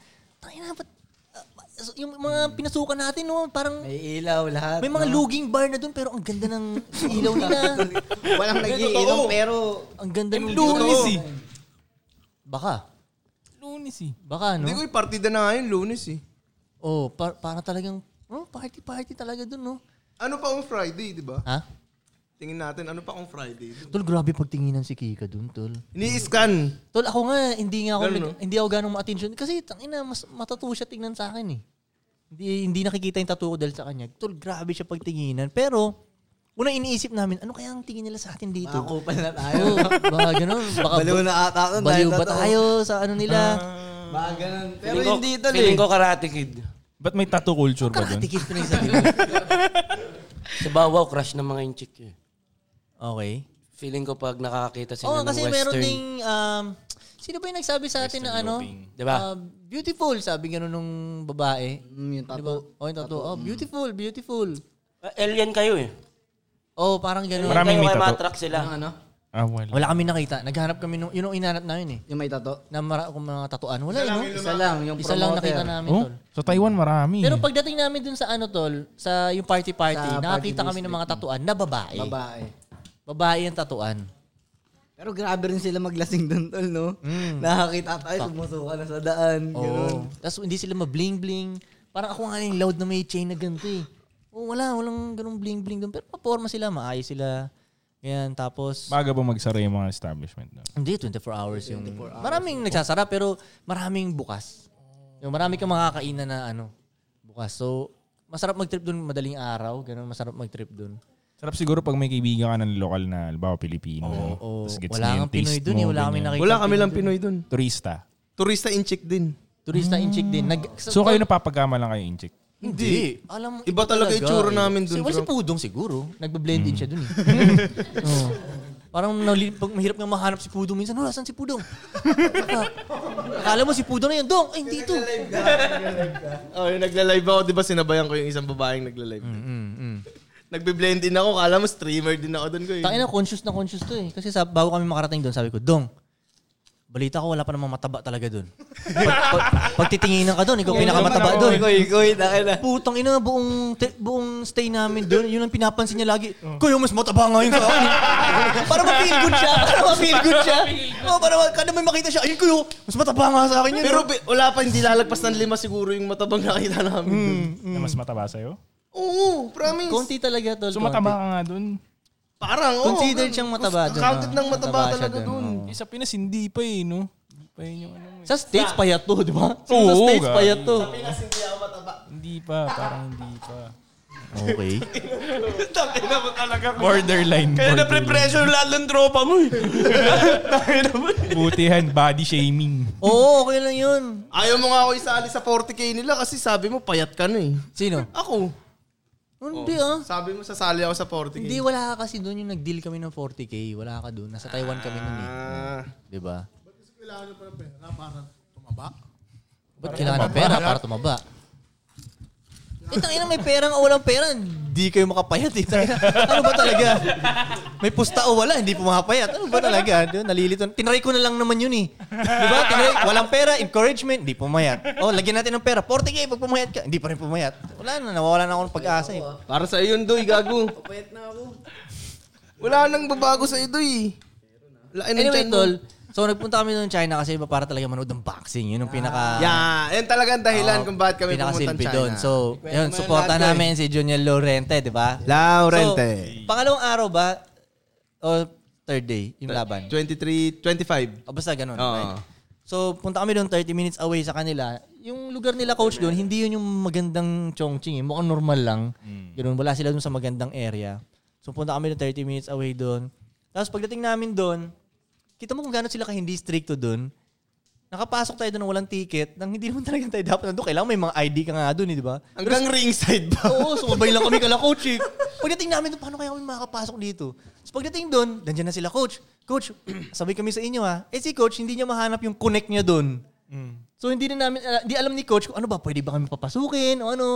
[SPEAKER 2] tayo na, ba't, ah, yung mga pinasukan natin, no, parang
[SPEAKER 8] May ilaw lahat.
[SPEAKER 2] may mga luging bar na doon pero ang ganda ng ilaw nila.
[SPEAKER 8] Walang nagiinom pero
[SPEAKER 2] ang ganda ng
[SPEAKER 7] Lunis eh.
[SPEAKER 2] Baka.
[SPEAKER 7] Lunis eh.
[SPEAKER 2] Baka, no?
[SPEAKER 1] Hindi ko yung partida na nga yun, lunes eh.
[SPEAKER 2] Oh, par- para talagang oh, party party talaga dun, no?
[SPEAKER 1] Ano pa kung Friday, di ba?
[SPEAKER 2] Ha?
[SPEAKER 1] Tingin natin, ano pa kung Friday?
[SPEAKER 2] Tol, grabe pagtinginan si Kika dun, tol.
[SPEAKER 1] Ini-scan.
[SPEAKER 2] Tol, ako nga hindi nga ako
[SPEAKER 1] Ganun,
[SPEAKER 2] nag- hindi ako ganong ma-attention kasi tangina mas matatu siya tingnan sa akin eh. Hindi hindi nakikita yung tattoo ko dahil sa kanya. Tol, grabe siya pagtinginan. Pero una iniisip namin, ano kaya ang tingin nila sa atin dito?
[SPEAKER 8] makakupal na tayo.
[SPEAKER 2] Ayo, baka ganun, baka
[SPEAKER 8] Baliw na ata ako.
[SPEAKER 2] baliw ba tayo sa ano nila?
[SPEAKER 8] Baka ganun. Pero
[SPEAKER 3] Feeling ko-
[SPEAKER 8] hindi tol eh.
[SPEAKER 3] Feeling ko karate kid.
[SPEAKER 7] Ba't may tattoo culture ba doon?
[SPEAKER 2] Karatikit ko na isa dito.
[SPEAKER 3] Sa Bawaw, crush ng mga yung chick yun.
[SPEAKER 2] Okay.
[SPEAKER 3] Feeling ko pag nakakakita sila
[SPEAKER 2] Oo,
[SPEAKER 3] ng
[SPEAKER 2] kasi
[SPEAKER 3] western.
[SPEAKER 2] meron ding, um, sino ba yung nagsabi sa atin na ano?
[SPEAKER 7] Western
[SPEAKER 3] Diba?
[SPEAKER 2] Uh, beautiful, sabi ganun nung babae.
[SPEAKER 8] Mm, yung
[SPEAKER 2] Diba?
[SPEAKER 8] tattoo.
[SPEAKER 2] Oh, yung tattoo. Oh, beautiful, beautiful.
[SPEAKER 3] Ah, alien kayo eh.
[SPEAKER 2] Oh, parang ganun.
[SPEAKER 7] Marami- Maraming
[SPEAKER 3] kayo
[SPEAKER 7] may
[SPEAKER 3] kaya
[SPEAKER 7] tattoo.
[SPEAKER 3] ma-attract sila.
[SPEAKER 8] Yung ano?
[SPEAKER 7] Ah, wala.
[SPEAKER 2] Wala kami nakita. Naghanap kami nung, yun ang inanap namin eh.
[SPEAKER 8] Yung may tattoo.
[SPEAKER 2] Na mara, kung mga tatuan. Wala eh, no?
[SPEAKER 8] Isa lang, yung
[SPEAKER 2] Isa lang
[SPEAKER 8] promoter.
[SPEAKER 2] nakita namin,
[SPEAKER 7] Oh,
[SPEAKER 2] tol.
[SPEAKER 7] sa Taiwan marami.
[SPEAKER 2] Pero pagdating namin dun sa ano, tol, sa yung party-party,
[SPEAKER 8] Sa
[SPEAKER 2] nakakita
[SPEAKER 8] party
[SPEAKER 2] kami ng mga tatuan na babae.
[SPEAKER 8] Babae.
[SPEAKER 2] Babae yung tatuan.
[SPEAKER 8] Pero grabe rin sila maglasing doon, tol, no? Nakakita tayo, sumusuka na sa daan. Ganun.
[SPEAKER 2] Mm. Oo. Tapos hindi sila ma-bling-bling. Parang ako nga yung loud na may chain na ganito eh. Oo, wala. Walang ganung bling-bling doon. Pero paporma sila, maayos sila. Ganyan, tapos...
[SPEAKER 7] Baga ba magsara yung mga establishment na?
[SPEAKER 2] Hindi, 24 hours yung... Maraming nagsasara pero maraming bukas. Yung marami kang makakainan na ano, bukas. So, masarap mag-trip doon madaling araw. Ganun, masarap mag-trip doon.
[SPEAKER 7] Sarap siguro pag may kaibigan ka ng lokal na, halimbawa Pilipino.
[SPEAKER 2] Oo.
[SPEAKER 7] tas gets niya
[SPEAKER 2] Wala
[SPEAKER 7] yung
[SPEAKER 2] kang Pinoy
[SPEAKER 7] taste
[SPEAKER 2] doon eh.
[SPEAKER 7] mo,
[SPEAKER 2] Wala kami
[SPEAKER 7] ganyan.
[SPEAKER 2] nakikita.
[SPEAKER 1] Wala kami lang Pinoy dun.
[SPEAKER 7] Turista.
[SPEAKER 1] Turista in chick din.
[SPEAKER 2] Turista in chick din. Nag,
[SPEAKER 7] So kayo napapagama lang kayo in chick.
[SPEAKER 2] Hindi. Alam mo, eh.
[SPEAKER 1] Iba talaga yung tsura namin dun,
[SPEAKER 2] Si, well, si
[SPEAKER 1] bro. Mm.
[SPEAKER 2] Pudong siguro. Nagbablend in siya dun eh. Oo. Parang nali, pag mahirap nga mahanap si Pudong minsan, wala, saan si Pudong? Saka, Akala mo si Pudong na yun, Dong, ay hindi ito.
[SPEAKER 1] Oh, yung nagla-live ako, di ba sinabayan ko yung isang babaeng nagla-live. mm. Nagbe-blend in ako, kala mo streamer din ako doon ko eh.
[SPEAKER 2] Tayo na, conscious na conscious to eh. Kasi sa, bago kami makarating doon, sabi ko, Dong, balita ko wala pa namang mataba talaga doon. Pag, pag, pag titinginan ka doon, ikaw pinakamataba doon.
[SPEAKER 8] Ikoy-ikoy, na.
[SPEAKER 2] Putang ina, buong te- buong stay namin doon, yun ang pinapansin niya lagi. Kuya, mas mataba ngayon sa akin. eh." para ma-feel good siya. Para ma-feel good siya. Oh, para ma- kada may makita siya, ayun kuya, mas mataba nga sa akin yun.
[SPEAKER 1] Pero bi- wala pa, hindi lalagpas ng lima siguro yung matabang nakita namin.
[SPEAKER 2] Mm.
[SPEAKER 1] dun.
[SPEAKER 7] Na mas mataba sa'yo?
[SPEAKER 1] Oo, promise.
[SPEAKER 2] konti talaga tol.
[SPEAKER 7] So mataba ka nga doon.
[SPEAKER 1] Parang, oo.
[SPEAKER 2] Considered siyang mataba dun,
[SPEAKER 1] Counted
[SPEAKER 2] ah.
[SPEAKER 1] ng mataba,
[SPEAKER 2] Mataba siya
[SPEAKER 1] talaga
[SPEAKER 2] dun,
[SPEAKER 1] dun.
[SPEAKER 7] Eh, sa Pinas hindi pa eh, no? Hindi pa yun yung ano eh.
[SPEAKER 2] Sa stage payat to, di ba? So, sa
[SPEAKER 7] Oo,
[SPEAKER 2] stage
[SPEAKER 7] gago.
[SPEAKER 2] payat to.
[SPEAKER 7] Hindi pa, parang hindi pa.
[SPEAKER 2] Okay.
[SPEAKER 3] Tangina mo talaga.
[SPEAKER 7] Borderline.
[SPEAKER 3] Kaya na-pressure lahat ng tropa mo eh. Tangina mo.
[SPEAKER 7] Butihan, body shaming.
[SPEAKER 2] Oo, okay lang yun.
[SPEAKER 1] Ayaw mo nga ako isali sa 40k nila kasi sabi mo payat ka na eh.
[SPEAKER 2] Sino?
[SPEAKER 1] Ako.
[SPEAKER 2] Hindi ah.
[SPEAKER 1] Sabi mo sasali ako sa 40k.
[SPEAKER 2] Hindi, wala ka kasi doon yung nag-deal kami ng 40k. Wala ka doon. Nasa Taiwan kami noon eh.
[SPEAKER 1] Ah.
[SPEAKER 2] Di ba? Ba't kailangan ng pera para tumaba? Ba't kailangan ng pera para tumaba? Eh, tangina, may pera nga walang pera. Hindi kayo makapayat eh. Tangina, Ano ba talaga? May pusta o wala, hindi pumapayat. Ano ba talaga? Di ba, Nalilito. Tinry ko na lang naman yun eh. Di ba? Tinry, walang pera, encouragement, hindi pumayat. O, lagyan natin ng pera. 40k, pag pumayat ka, hindi pa rin pumayat. Wala na, nawawala na ako ng pag-asa eh.
[SPEAKER 1] Para sa yun, Doy, gago.
[SPEAKER 8] Payat na ako.
[SPEAKER 1] Wala nang babago sa iyo, eh. Doy. Lain ng
[SPEAKER 2] Anyway,
[SPEAKER 1] tiyan mo.
[SPEAKER 2] tol, so nagpunta kami ng China kasi para talaga manood ng boxing. Yun ang pinaka...
[SPEAKER 1] Yeah, Ah. yan talaga ang dahilan kung bakit kami pumunta ng
[SPEAKER 2] pinakasilbi
[SPEAKER 1] China.
[SPEAKER 2] doon. So, yun, supporta namin si Junior Lorente, di ba?
[SPEAKER 1] Laurente.
[SPEAKER 2] So, pangalawang araw ba? O third day, yung laban?
[SPEAKER 1] 23, 25.
[SPEAKER 2] O Oh, basta ganun,
[SPEAKER 1] Oo.
[SPEAKER 2] right? So, punta kami doon 30 minutes away sa kanila. Yung lugar nila, coach, doon, hindi yun yung magandang Chongqing. Eh. Mukhang normal lang. Ganun, wala sila doon sa magandang area. So, punta kami doon 30 minutes away doon. Tapos, pagdating namin doon, kita mo kung gano'n sila ka hindi stricto doon. Nakapasok tayo doon ng walang ticket nang hindi naman talaga tayo dapat nandun. Kailangan may mga ID ka nga doon, eh, di ba?
[SPEAKER 1] Hanggang ringside ba?
[SPEAKER 2] Oo, sumabay lang kami kala coach eh. Pagdating namin doon, paano kaya kami makakapasok dito? So pagdating doon, nandiyan na sila coach. Coach, sabay kami sa inyo ha. Eh si coach, hindi niya mahanap yung connect niya doon.
[SPEAKER 1] Mm.
[SPEAKER 2] So hindi na namin, ala- hindi alam ni coach kung ano ba, pwede ba kami papasukin o ano.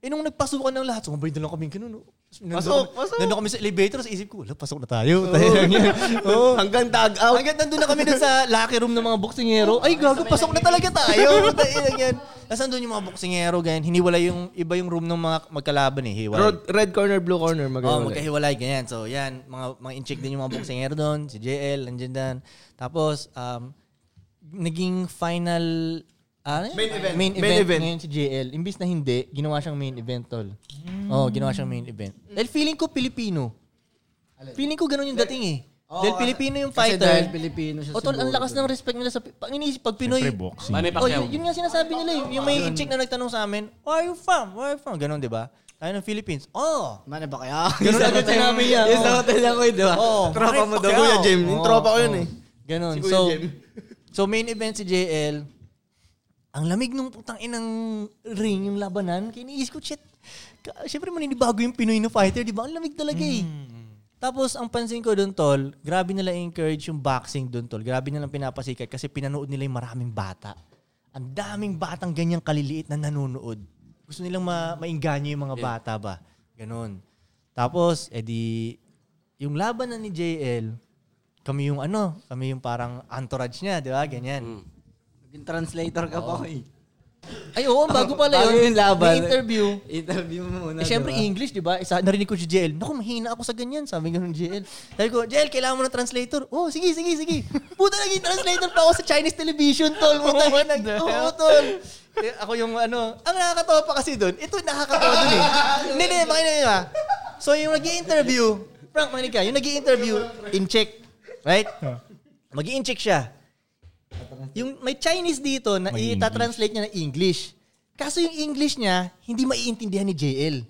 [SPEAKER 2] Eh nung nagpasukan ng lahat, sumabay na lang kami ganun. oh. Nandun
[SPEAKER 1] Pasok,
[SPEAKER 2] kami-
[SPEAKER 1] pasok.
[SPEAKER 2] Nandun kami sa elevator, sa isip ko, wala, pasok na tayo. Tayo lang yan. Oo.
[SPEAKER 1] Hanggang tag out.
[SPEAKER 2] Hanggang nandun na kami dun sa locker room ng mga boksingero. Ay, gago, pasok na talaga tayo. Tayo lang yan. Tapos nandun yung mga boksingero, ganyan. Hiniwalay yung iba yung room ng mga magkalaban eh. Hiwalay.
[SPEAKER 1] Red, red corner, blue corner,
[SPEAKER 2] Oh,
[SPEAKER 1] magkaiwalay.
[SPEAKER 2] magkahiwalay, ganyan. So, yan, mga, mga in-check din yung mga boksingero doon, si JL, nandiyan doon. Tapos, um, naging final, ano yun?
[SPEAKER 1] Main event.
[SPEAKER 2] Main
[SPEAKER 1] Main
[SPEAKER 2] event,
[SPEAKER 1] event.
[SPEAKER 2] ngayon si JL. Imbis na hindi, ginawa siyang main event, tol. Oo, oh, ginawa siyang main event. Dahil feeling ko Pilipino. Feeling ko ganun yung dating eh. dahil Pilipino yung
[SPEAKER 8] Kasi
[SPEAKER 2] fighter.
[SPEAKER 8] dahil Pilipino siya
[SPEAKER 2] O tol, ang
[SPEAKER 8] siguro,
[SPEAKER 2] lakas ng respect nila sa... Pag iniisip, pag Pinoy...
[SPEAKER 7] Siyempre, boxing.
[SPEAKER 2] Oh,
[SPEAKER 3] Manny
[SPEAKER 2] yun,
[SPEAKER 3] Pacquiao.
[SPEAKER 2] yun nga sinasabi nila eh. Yung may in-check na nagtanong sa amin, Where are you from? Where are you from? Ganun, di ba? Tayo ng Philippines. Oh,
[SPEAKER 8] Mane ba kaya?
[SPEAKER 2] Ganun agad sinabi niya.
[SPEAKER 8] Yung sa
[SPEAKER 2] Oo.
[SPEAKER 8] hotel ako yun, di ba?
[SPEAKER 2] oh. Oo.
[SPEAKER 8] Tropa mo daw.
[SPEAKER 1] Si Kuya Jim. Yung tropa ko yun eh.
[SPEAKER 2] Ganon.
[SPEAKER 1] Si Kuya
[SPEAKER 2] So,
[SPEAKER 1] Jem.
[SPEAKER 2] so main event si JL. Ang lamig nung putang inang ring yung labanan, kiniis ko, shit. Ka- Siyempre maninibago yung Pinoy na fighter, di ba? Ang lamig talaga eh. Tapos ang pansin ko doon tol, grabe nila encourage yung boxing doon tol. Grabe nilang pinapasikat kasi pinanood nila yung maraming bata. Ang daming batang ganyang kaliliit na nanonood. Gusto nilang ma- maingganyo yung mga bata ba. Ganon. Tapos, edi, yung laban na ni JL, kami yung ano, kami yung parang entourage niya, di ba? Ganyan.
[SPEAKER 8] Naging translator ka pa ko eh.
[SPEAKER 2] Ay, oo, bago pala yun.
[SPEAKER 8] Bago yung laban.
[SPEAKER 2] May interview.
[SPEAKER 8] Interview mo muna.
[SPEAKER 2] Eh, syempre,
[SPEAKER 8] diba?
[SPEAKER 2] English, di ba? Isa, narinig ko si JL. Naku, mahina ako sa ganyan. Sabi nga ng JL. Sabi ko, JL, kailangan mo ng translator. Oh, sige, sige, sige. Puta, naging translator pa ako sa Chinese television, tol. Puta, oh, nag, oo, tol. Eh, ako yung ano, ang nakakatawa pa kasi doon, ito nakakatawa doon eh. Hindi, hindi, makinig nyo ah. So, yung nag interview Frank, makinig ka, yung nag interview in check, right? mag in check siya. Yung may Chinese dito na
[SPEAKER 7] May
[SPEAKER 2] itatranslate niya na English. Kaso yung English niya, hindi maiintindihan ni JL.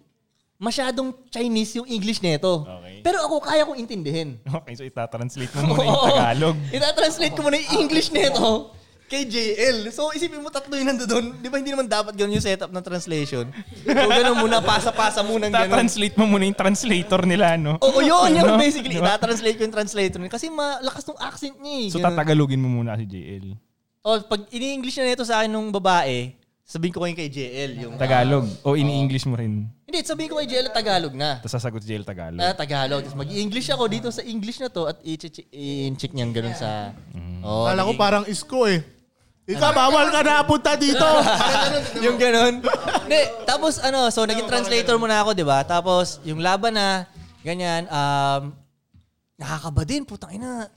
[SPEAKER 2] Masyadong Chinese yung English nito.
[SPEAKER 7] Okay.
[SPEAKER 2] Pero ako, kaya kong intindihin.
[SPEAKER 7] Okay, so itatranslate mo muna yung Tagalog.
[SPEAKER 2] Itatranslate ko muna yung English nito kay JL. So, isipin mo tatlo yung nando doon. Di ba hindi naman dapat ganun yung setup ng translation? So, ganun muna, pasa-pasa muna ng ganun.
[SPEAKER 7] Itatranslate mo muna yung translator nila, no?
[SPEAKER 2] Oo, yun. Yung
[SPEAKER 7] No?
[SPEAKER 2] basically,
[SPEAKER 7] Diba?
[SPEAKER 2] itatranslate ko yung translator niya. Kasi malakas ng accent niya eh.
[SPEAKER 7] So
[SPEAKER 2] Ganun.
[SPEAKER 7] tatagalogin mo muna si JL.
[SPEAKER 2] O, Oh, pag ini-English na nito sa akin nung babae, sabihin ko kayo kay JL yung...
[SPEAKER 7] Tagalog. O ini-English mo rin.
[SPEAKER 2] Hindi, sabihin ko kay JL Tagalog na.
[SPEAKER 7] Tapos sasagot si JL Tagalog.
[SPEAKER 2] Ah, Tagalog. Tapos mag-i-English ako dito sa English na to at i-check niyang ganun sa... Oh,
[SPEAKER 6] Kala ko parang isko eh. Ikaw, bawal ka na punta dito.
[SPEAKER 2] yung ganun. Hindi, tapos ano, so naging translator muna ako, di ba? Tapos yung laban na, ganyan, um, nakakaba din, putang ina.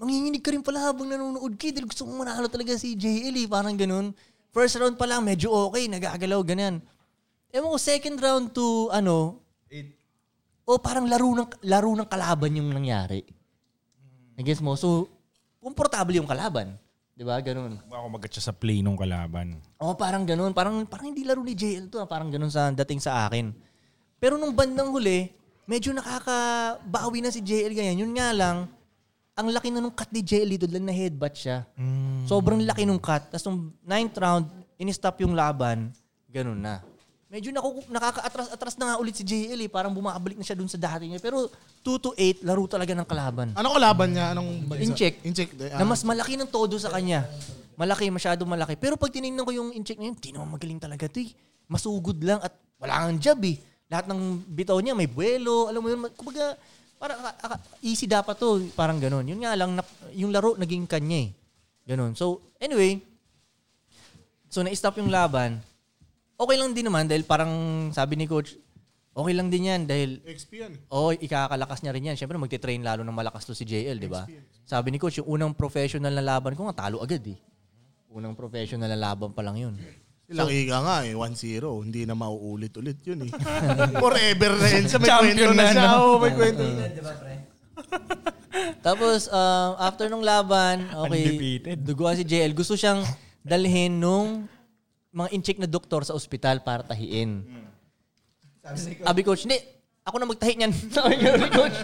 [SPEAKER 2] Manginginig ka rin pala habang nanonood ka. eh, Dahil gusto kong manalo talaga si JL eh, parang ganun. First round pa lang, medyo okay, nagagalaw, ganyan. Ewan ko, second round to, ano, o parang laro ng, laro ng kalaban yung nangyari. Nag-guess mo? So, komportable yung kalaban. Di ba? Ganun.
[SPEAKER 7] Ako magatsa sa play nung kalaban.
[SPEAKER 2] Oo, parang ganun. Parang, parang hindi laro ni JL to. ah. Parang ganun sa dating sa akin. Pero nung bandang huli, medyo nakakabawi na si JL ganyan. Yun nga lang, ang laki na nung cut ni JL dito dahil na headbutt siya. Sobrang laki nung cut. Tapos nung ninth round, in-stop yung laban. Ganun na. Medyo naku- nakaka-atras-atras na nga ulit si JL eh. Parang bumabalik na siya dun sa dati niya. Pero 2 to 8, laro talaga ng kalaban.
[SPEAKER 6] Ano ko laban niya? Anong bansa?
[SPEAKER 2] Incheck.
[SPEAKER 6] Incheck.
[SPEAKER 2] Na mas malaki ng todo sa kanya. Malaki, masyado malaki. Pero pag tinignan ko yung incheck niya, hindi naman magaling talaga ito eh. Masugod lang at wala kang jab eh. Lahat ng bitaw niya may buwelo. Alam mo yun, ma- kumbaga, parang aka- aka- easy dapat to. Parang ganun. Yun nga lang, nap- yung laro naging kanya eh. Ganun. So, anyway, so na-stop yung laban. Okay lang din naman dahil parang sabi ni coach, okay lang din yan dahil
[SPEAKER 6] XP yan.
[SPEAKER 2] Oo, ikakalakas niya rin yan. Siyempre, magte-train lalo ng malakas to si JL, di ba? Sabi ni Coach, yung unang professional na laban ko nga, talo agad eh. Unang professional na laban pa lang yun.
[SPEAKER 6] Ilang iga nga eh, 1-0. Hindi na mauulit-ulit yun eh. Forever na yun. Sa may kwento
[SPEAKER 7] Champion
[SPEAKER 6] na
[SPEAKER 7] na,
[SPEAKER 6] siya.
[SPEAKER 7] no?
[SPEAKER 6] Oo, may kwento.
[SPEAKER 2] Tapos, um, after nung laban, okay,
[SPEAKER 7] Undefeated.
[SPEAKER 2] duguan si JL. Gusto siyang dalhin nung mga in-check na doktor sa ospital para tahiin. Sabi ni Coach, hindi, ako na magtahi niyan. Sabi ni Coach.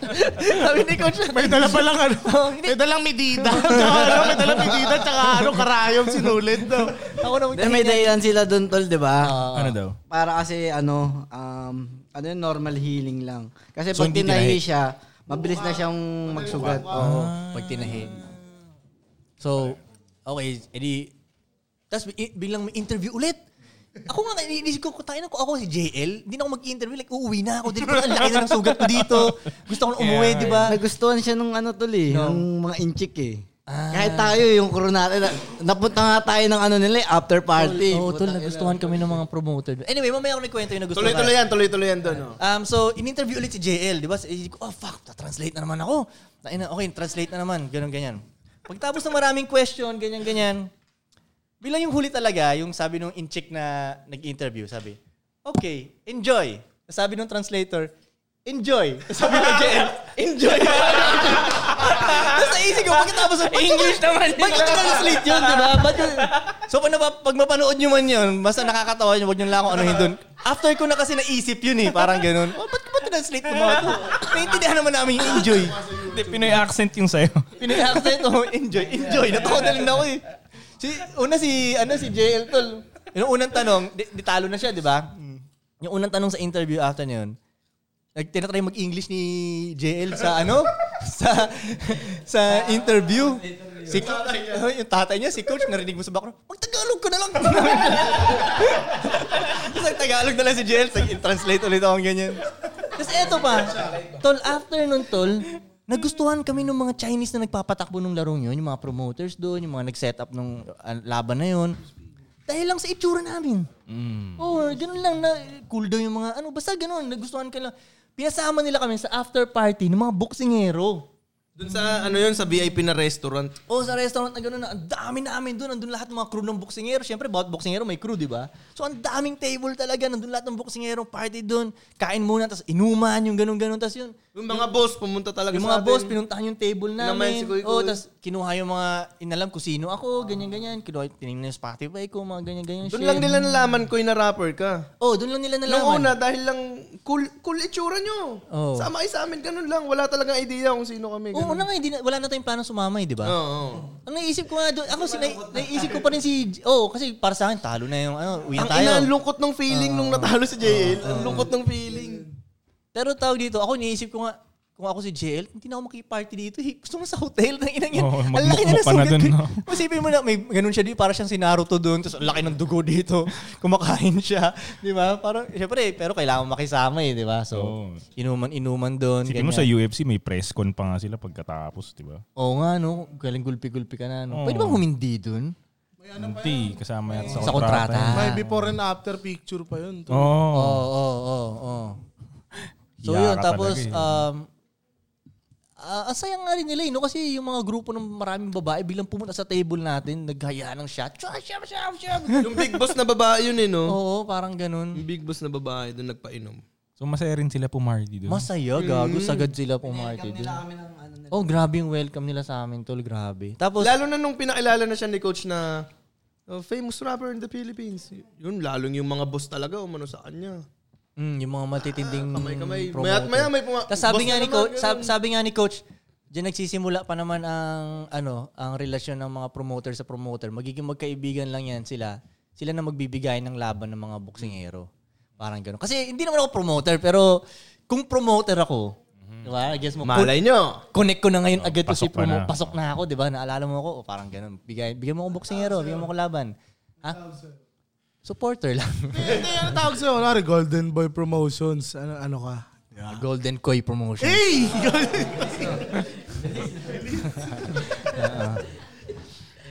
[SPEAKER 2] Sabi ni Coach. Oh,
[SPEAKER 6] May dala palang ano. May dalang medida. Tsaka ano, may dalang medida. Tsaka ano, karayom sinulit daw.
[SPEAKER 2] Ako na
[SPEAKER 8] Hindi,
[SPEAKER 2] magtahi
[SPEAKER 8] may
[SPEAKER 2] niyan.
[SPEAKER 8] dahilan sila dun tol, di ba?
[SPEAKER 2] Ah.
[SPEAKER 7] ano daw?
[SPEAKER 8] Para kasi ano, um, ano yun, normal healing lang. Kasi
[SPEAKER 7] So,
[SPEAKER 8] pag
[SPEAKER 7] hindi
[SPEAKER 8] tinahi
[SPEAKER 7] tinahi?
[SPEAKER 8] siya, mabilis na siyang magsugat.
[SPEAKER 2] Oo,
[SPEAKER 8] Oo.
[SPEAKER 2] Ah. pag tinahi. So, okay, edi, tapos bilang may interview ulit. Ako nga, iniisip ko, kung tayo na, kung ako si JL, hindi na ako mag-interview, like, uuwi na ako. Dito, ang laki na ng sugat ko dito. Gusto ko na umuwi, di ba?
[SPEAKER 8] Nagustuhan siya nung ano tol eh,
[SPEAKER 2] No.
[SPEAKER 8] nung mga inchik eh.
[SPEAKER 2] Ah.
[SPEAKER 8] Kahit tayo yung crew natin, na- napunta nga tayo ng ano nila eh, after party.
[SPEAKER 2] Oo, tol,
[SPEAKER 8] Putang
[SPEAKER 2] nagustuhan kami ng mga promoter. Anyway, mamaya ako nagkwento yung nagustuhan.
[SPEAKER 1] Tuloy-tuloy yan, tuloy-tuloy yan doon. oh.
[SPEAKER 2] Um, so, in-interview ulit si JL, di ba? So, isip ko, oh fuck, na-translate na naman ako. Tayo na, okay, translate na naman, ganun, ganyan. Pagtapos ng maraming question, ganyan, ganyan, bilang yung huli talaga, yung sabi nung in-check na nag-interview, sabi, okay, enjoy. Sabi nung translator, enjoy. Sabi ng JL, enjoy. Tapos naisip ko, pagkatapos, English naman. Ba't yung translate yun, di ba? Ba't yun? So, pag, napa, pag mapanood nyo man yun, basta nakakatawa yun, huwag nyo lang akong anuhin dun. After ko na kasi naisip yun eh, parang ganun. Oh, ba't ko ba translate ng mga to? Naintindihan naman namin yung enjoy.
[SPEAKER 7] Hindi, Pinoy accent yung sayo.
[SPEAKER 2] Pinay-accent, oh, enjoy, enjoy. Natawa na rin ako eh. Si, una si, ano, si JL Tol. Yung unang tanong, di, di talo na siya, di ba? Yung unang tanong sa interview after nun, nag tinatry mag-English ni JL sa ano? sa sa interview. Si Oh, yung tatay niya, si coach, narinig mo sa background, mag-Tagalog ka na lang. Tapos Tagalog na lang si JL, tapos translate ulit akong ganyan. Tapos eto pa, tol, after nun, tol, nagustuhan kami ng mga Chinese na nagpapatakbo ng larong yun, yung mga promoters doon, yung mga nag-set up ng ah, laban na yun. Dahil lang sa itsura namin. Oo, ganun lang na cool daw yung mga ano, basta ganun, nagustuhan ka lang. Pinasama nila kami sa after party ng mga boksingero.
[SPEAKER 1] Doon sa, ano yun, sa VIP na restaurant.
[SPEAKER 2] O sa restaurant na gano'n, ang dami namin doon. Nandun lahat ng mga crew ng boksingero. Siyempre, bawat boksingero may crew, di ba? So, ang daming table talaga. Nandun lahat ng boksingero, party doon. Kain muna, tapos inuman, yung gano'n-gano'n. Tapos yun,
[SPEAKER 1] Yung mga boss, pumunta talaga
[SPEAKER 2] yung
[SPEAKER 1] sa
[SPEAKER 2] mga
[SPEAKER 1] atin.
[SPEAKER 2] boss, pinuntahan yung table
[SPEAKER 1] Naman si
[SPEAKER 2] namin.
[SPEAKER 1] Kuy Kuy.
[SPEAKER 2] Oo, tapos kinuha yung mga, inalam ko sino ako, ganyan-ganyan. Kinuha, tinignan yung Spotify ko, mga ganyan-ganyan.
[SPEAKER 1] Doon
[SPEAKER 2] shit.
[SPEAKER 1] lang nila nalaman ko na rapper ka.
[SPEAKER 2] Oo, doon lang nila nalaman.
[SPEAKER 1] Noong una, dahil lang cool, cool itsura nyo.
[SPEAKER 2] Oo.
[SPEAKER 1] Sama kayo sa amin, ganun lang. Wala talagang idea kung sino kami.
[SPEAKER 2] Oh.
[SPEAKER 1] ganun.
[SPEAKER 2] Oo, una nga, hindi na, wala na tayong planong sumamay, di ba?
[SPEAKER 1] Oo, oo.
[SPEAKER 2] Ang naisip ko nga doon, ako si, nai- naisip ko pa rin si, oh, kasi para sa akin, talo na yung, ano, uwi na
[SPEAKER 1] Ang
[SPEAKER 2] tayo.
[SPEAKER 1] ina, ang lungkot ng feeling nung natalo si JL. Ang lungkot ng feeling.
[SPEAKER 2] Pero tawag dito, ako naisip ko nga, kung ako si JL, hindi na ako makiparty dito. eh. Gusto mo sa hotel na inang yan.
[SPEAKER 7] Oo,
[SPEAKER 2] ang laki na
[SPEAKER 7] magmukmuk ka na
[SPEAKER 2] nasugat
[SPEAKER 7] dun,
[SPEAKER 2] ko.
[SPEAKER 7] no?
[SPEAKER 2] Masipin mo na, may ganun siya dito, para siyang si Naruto doon, tapos ang laki ng dugo dito. Kumakain siya, di ba? Parang, syempre, eh, pero kailangan makisama eh, di ba?
[SPEAKER 7] Oo.
[SPEAKER 2] So, inuman-inuman doon.
[SPEAKER 7] Sipin mo sa
[SPEAKER 2] ganyan.
[SPEAKER 7] UFC, may press con pa nga sila pagkatapos, di ba?
[SPEAKER 2] Oo nga, no? Galing gulpi-gulpi ka na, no?
[SPEAKER 7] Oo.
[SPEAKER 2] Pwede bang humindi doon? Ano
[SPEAKER 7] Hindi, kasama yan
[SPEAKER 2] Sa kontrata.
[SPEAKER 6] May before and after picture pa yun.
[SPEAKER 7] Oo. Oh.
[SPEAKER 2] Oo, oo, oo, oo. So yun,
[SPEAKER 7] Hiya ka
[SPEAKER 2] tapos,
[SPEAKER 7] talaga eh.
[SPEAKER 2] um, ah, ang sayang nga rin nila, eh, no? kasi yung mga grupo ng maraming babae, bilang pumunta sa table natin, naghaya ng shot. Shot, shot, shot, shot.
[SPEAKER 1] yung big boss na babae yun eh, no?
[SPEAKER 2] Oo, parang ganun.
[SPEAKER 1] Yung big boss na babae, doon nagpainom.
[SPEAKER 7] So masaya rin sila pumarty doon.
[SPEAKER 2] Masaya,
[SPEAKER 7] Mm.
[SPEAKER 2] gago, sagad sila pumarty dun. Oh, grabe yung welcome nila sa amin, tol, grabe. Tapos,
[SPEAKER 1] Lalo na nung pinakilala na siya ni coach na oh, famous rapper in the Philippines. Y- Yun, lalong yung mga boss talaga umano sa kanya.
[SPEAKER 2] mm, yung mga matitinding
[SPEAKER 1] Kamay-kamay.
[SPEAKER 2] promoter.
[SPEAKER 1] Maya't maya may puma-
[SPEAKER 2] Tapos sabi
[SPEAKER 1] boss
[SPEAKER 2] nga
[SPEAKER 1] na
[SPEAKER 2] ni
[SPEAKER 1] naman,
[SPEAKER 2] coach, sab-
[SPEAKER 1] ganun.
[SPEAKER 2] sabi nga ni coach, diyan nagsisimula pa naman ang ano, ang relasyon ng mga promoter sa promoter. Magiging magkaibigan lang yan sila. Sila na magbibigay ng laban ng mga boksingero. Parang gano'n. Kasi hindi naman ako promoter, pero kung promoter ako, di ba? I guess mo,
[SPEAKER 1] Malay nyo.
[SPEAKER 2] connect ko na ngayon agad to si
[SPEAKER 7] pasok ka
[SPEAKER 2] promo.
[SPEAKER 7] na.
[SPEAKER 2] Pasok na ako, di ba? Naalala mo ako, o parang ganun. Bigay, bigyan mo ako boksingero, bigyan mo ako laban. Ha? Supporter lang.
[SPEAKER 6] Hindi, ano tawag sa'yo? Kunwari, Golden Boy Promotions. Ano, ano ka?
[SPEAKER 2] Ah, Golden Koi promotion.
[SPEAKER 6] Hey! Golden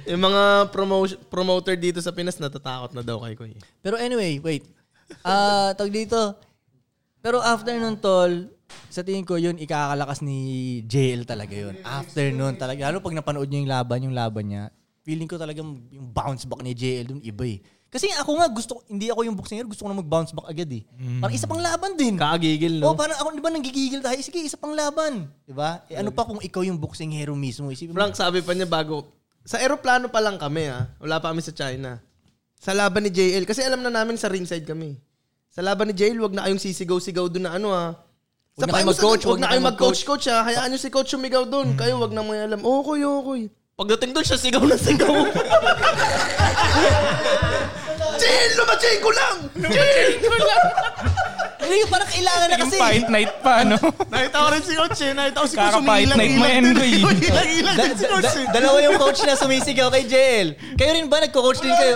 [SPEAKER 1] Yung mga promo- promoter dito sa Pinas, natatakot na daw kay Kuy.
[SPEAKER 2] Pero anyway, wait. Ah, tawag dito. Pero after nun, tol, sa tingin ko yun, ikakalakas ni JL talaga yun. After nun talaga. Lalo pag napanood niyo yung laban, yung laban niya, feeling ko talaga yung bounce back ni JL dun iba eh. Kasi ako nga gusto, hindi ako yung boxer, gusto ko na mag-bounce back agad eh. Parang isa pang laban din.
[SPEAKER 1] Kakagigil,
[SPEAKER 2] Oh, parang ako, di ba, nanggigigil tayo. Sige, isa pang laban. Di ba? Eh, ano pa kung ikaw yung boxing hero mismo? Isipin mo,
[SPEAKER 1] Frank, sabi pa niya bago, sa aeroplano pa lang kami ah. Wala pa kami sa China. Sa laban ni JL, kasi alam na namin sa ringside kami. Sa laban ni JL, wag na kayong sisigaw-sigaw doon na ano ah.
[SPEAKER 2] Huwag na
[SPEAKER 1] Sa
[SPEAKER 2] kayo
[SPEAKER 1] payo
[SPEAKER 2] mag-coach,
[SPEAKER 1] sa- Huwag na kayo mag-coach-coach ah. Hayaan nyo si coach sumigaw doon. Kayo wag na may alam. Okoy, okoy. Pagdating doon siya, sigaw na sigaw. JL, lumachay ko lang! JL, ko lang!
[SPEAKER 2] Hindi, parang kailangan na
[SPEAKER 7] Yung
[SPEAKER 2] kasi.
[SPEAKER 7] fight night pa, ano? no?
[SPEAKER 6] Nakita ko rin si Coach eh. Nakita ko si Coach
[SPEAKER 7] Kaka-fight night mo yan,
[SPEAKER 6] umiilang-ilang din.
[SPEAKER 7] Koy.
[SPEAKER 6] Umiilang-ilang
[SPEAKER 2] Da-
[SPEAKER 6] din si
[SPEAKER 2] da-
[SPEAKER 6] Coach
[SPEAKER 2] da-
[SPEAKER 6] eh.
[SPEAKER 2] dalawa yung coach na sumisigaw kay JL. Kayo rin ba nagko-coach din kayo?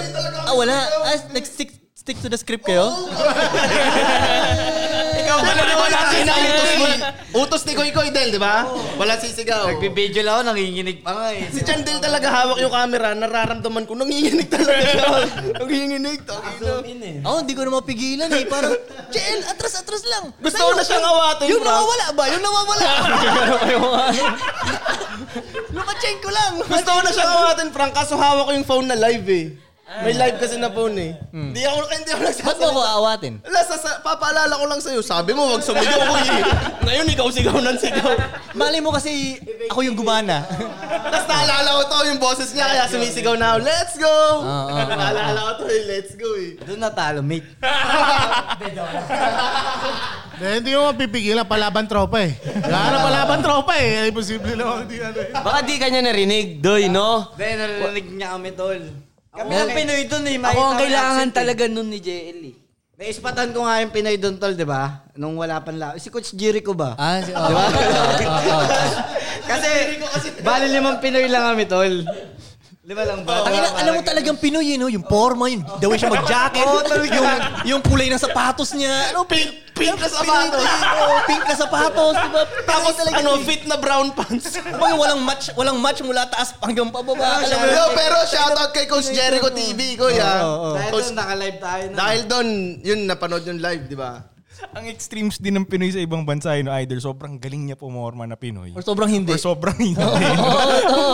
[SPEAKER 2] Ah, wala. Ah, nag-stick stick to the script kayo?
[SPEAKER 1] Ikaw, wala na wala utos mo. Utos ni Koy Koy Del, di ba? Wala sisigaw.
[SPEAKER 5] Nagbe-video lang ako, nanginginig pa nga eh.
[SPEAKER 1] Si Chandel talaga hawak yung camera, nararamdaman ko, nanginginig talaga siya. nanginginig, tangina.
[SPEAKER 2] Oo, Oh, hindi ko na mapigilan eh. Parang, JL, atras-atras lang.
[SPEAKER 1] Gusto ko na siyang awatin,
[SPEAKER 2] Yung
[SPEAKER 1] Frank.
[SPEAKER 2] nawawala ba? Yung nawawala. Lumachain ko lang.
[SPEAKER 1] Gusto ko na siyang awatin, Frank, kaso hawak ko yung phone na live eh. May live kasi na phone eh. Hindi ako, hindi ako
[SPEAKER 2] Hmm. Ba't mo
[SPEAKER 1] nagsasalita.
[SPEAKER 2] ko aawatin?
[SPEAKER 1] Wala, sasa, papaalala ko lang sa'yo. Sabi mo, wag sumigaw ko eh. Ngayon, ikaw sigaw ng sigaw.
[SPEAKER 2] Mali mo kasi ako yung gumana.
[SPEAKER 1] Tapos naalala ko to, yung boses niya, kaya sumisigaw na ako, let's go!
[SPEAKER 2] ah, ah.
[SPEAKER 1] Naalala ko to eh, let's go eh.
[SPEAKER 5] Doon natalo, mate.
[SPEAKER 6] Dahil hindi mo mapipigilan, palaban tropa eh. Wala na palaban tropa eh. Imposible lang hindi ano eh.
[SPEAKER 3] Baka di kanya narinig, Doy, no?
[SPEAKER 5] Hindi, narinig niya kami, tol.
[SPEAKER 3] Kami ang Pinoy doon eh.
[SPEAKER 5] Ako ang kailangan
[SPEAKER 3] talaga nun ni JL eh.
[SPEAKER 5] Naispatan ko nga yung Pinoy doon, tol, di ba? Nung wala pang lao. Si Coach Jericho ba?
[SPEAKER 2] Ah, si, oh, oh, oh.
[SPEAKER 5] Kasi, bali limang Pinoy lang kami, tol. Lima lang ba?
[SPEAKER 2] oh. Ang ina, alam mo talagang Pinoy yun, no? yung forma, yung the way siya mag-jacket, yung, yung kulay ng sapatos niya. Ano, pink, pink na sapatos. oh, pink na sapatos, di ba? Tapos talaga, ano, fit na brown pants. Kumbaga walang match, walang match mula taas hanggang pababa.
[SPEAKER 1] Yo, pero shoutout kay Coach Jericho TV, kuya.
[SPEAKER 5] Dahil
[SPEAKER 1] Coach,
[SPEAKER 5] doon, naka-live tayo na.
[SPEAKER 1] dahil doon, yun, napanood yung live, di ba?
[SPEAKER 7] Ang extremes din ng Pinoy sa ibang bansa, yun, either sobrang galing niya pumorma na Pinoy.
[SPEAKER 2] Or sobrang hindi.
[SPEAKER 7] Or sobrang hindi.
[SPEAKER 2] walang,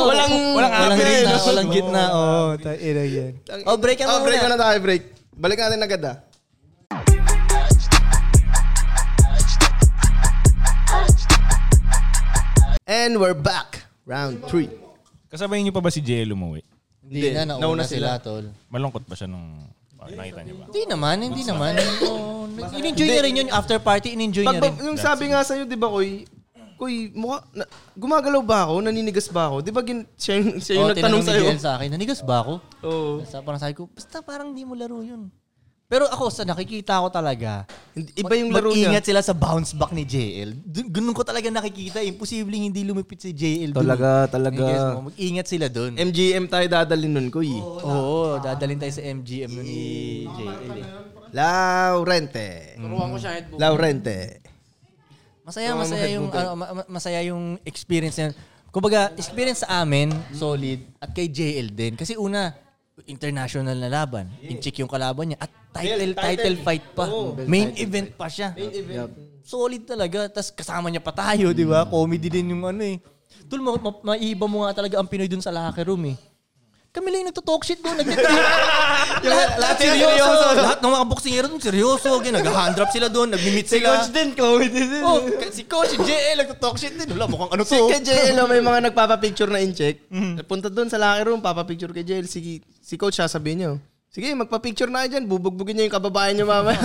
[SPEAKER 2] walang, walang
[SPEAKER 7] average.
[SPEAKER 2] gitna, walang gitna. Oh, ta- ina yan. Oh, break ka
[SPEAKER 1] Oh, break
[SPEAKER 2] muna.
[SPEAKER 1] na tayo, break. Balik natin agad ah. And we're back. Round 3.
[SPEAKER 7] Kasabay niyo pa ba si Jello umuwi?
[SPEAKER 2] Hindi na, nauna sila, tol.
[SPEAKER 7] Malungkot ba siya nung ah, nakita niyo ba?
[SPEAKER 2] Hindi naman, hindi naman. Oh, in-enjoy niya rin yun. After party, in-enjoy niya
[SPEAKER 1] Pag,
[SPEAKER 2] rin.
[SPEAKER 1] yung sabi nga sa'yo, di ba, Koy? Koy, mukha, na, gumagalaw ba ako? Naninigas ba ako? Di ba gin, siya, yung- siya yung
[SPEAKER 2] Oh,
[SPEAKER 1] nagtanong
[SPEAKER 2] tinanong ni
[SPEAKER 1] sa'yo?
[SPEAKER 2] Jel sa akin, nanigas ba ako?
[SPEAKER 1] Oo.
[SPEAKER 2] Sa, parang sabi ko, basta parang hindi mo laro yun. Pero ako, sa nakikita ko talaga,
[SPEAKER 1] Hindi- Iba yung
[SPEAKER 2] mag-
[SPEAKER 1] laro niya.
[SPEAKER 2] Mag-ingat sila sa bounce back ni JL. Dun, ganun ko talaga nakikita. Imposible hindi lumipit si JL dun.
[SPEAKER 1] Talaga, talaga.
[SPEAKER 2] Guess mo, mag-ingat sila dun.
[SPEAKER 1] MGM tayo dadalhin nun, Koy.
[SPEAKER 2] Oo, dadalhin tayo sa MGM nun ni JL. eh.
[SPEAKER 1] Laurente.
[SPEAKER 3] Turuan ko siya headbook.
[SPEAKER 1] Laurente.
[SPEAKER 2] Masaya, masaya yung, ano, ma- ma- masaya yung experience niya. Kumbaga, experience sa amin, solid, at kay JL din. Kasi una, international na laban. In-check yung kalaban niya. At title, title, fight pa. Main event Hmm. pa siya. Solid talaga. Tapos kasama niya pa tayo, di ba? Comedy din yung ano eh. Tol, ma- ma- maiba mo nga talaga ang Pinoy dun sa locker room eh. Kami lang yung nagto-talk shit doon. Nagtitrip. lahat, lahat seryoso. lahat ng mga boksingero doon seryoso. Ganyan, nag-hand drop sila doon. Nag-meet sila.
[SPEAKER 5] Coach din, comedy din.
[SPEAKER 2] Oh, si Coach JL nagto-talk shit din. Wala, mukhang ano
[SPEAKER 1] Si
[SPEAKER 2] to.
[SPEAKER 1] kay JL, oh, may mga nagpapapicture na in-check. Punta doon sa locker room, papapicture kay JL. Si, si coach sasabihin niyo, sige, magpapicture na kayo dyan. Bubugbugin niyo yung kababayan niyo mamaya.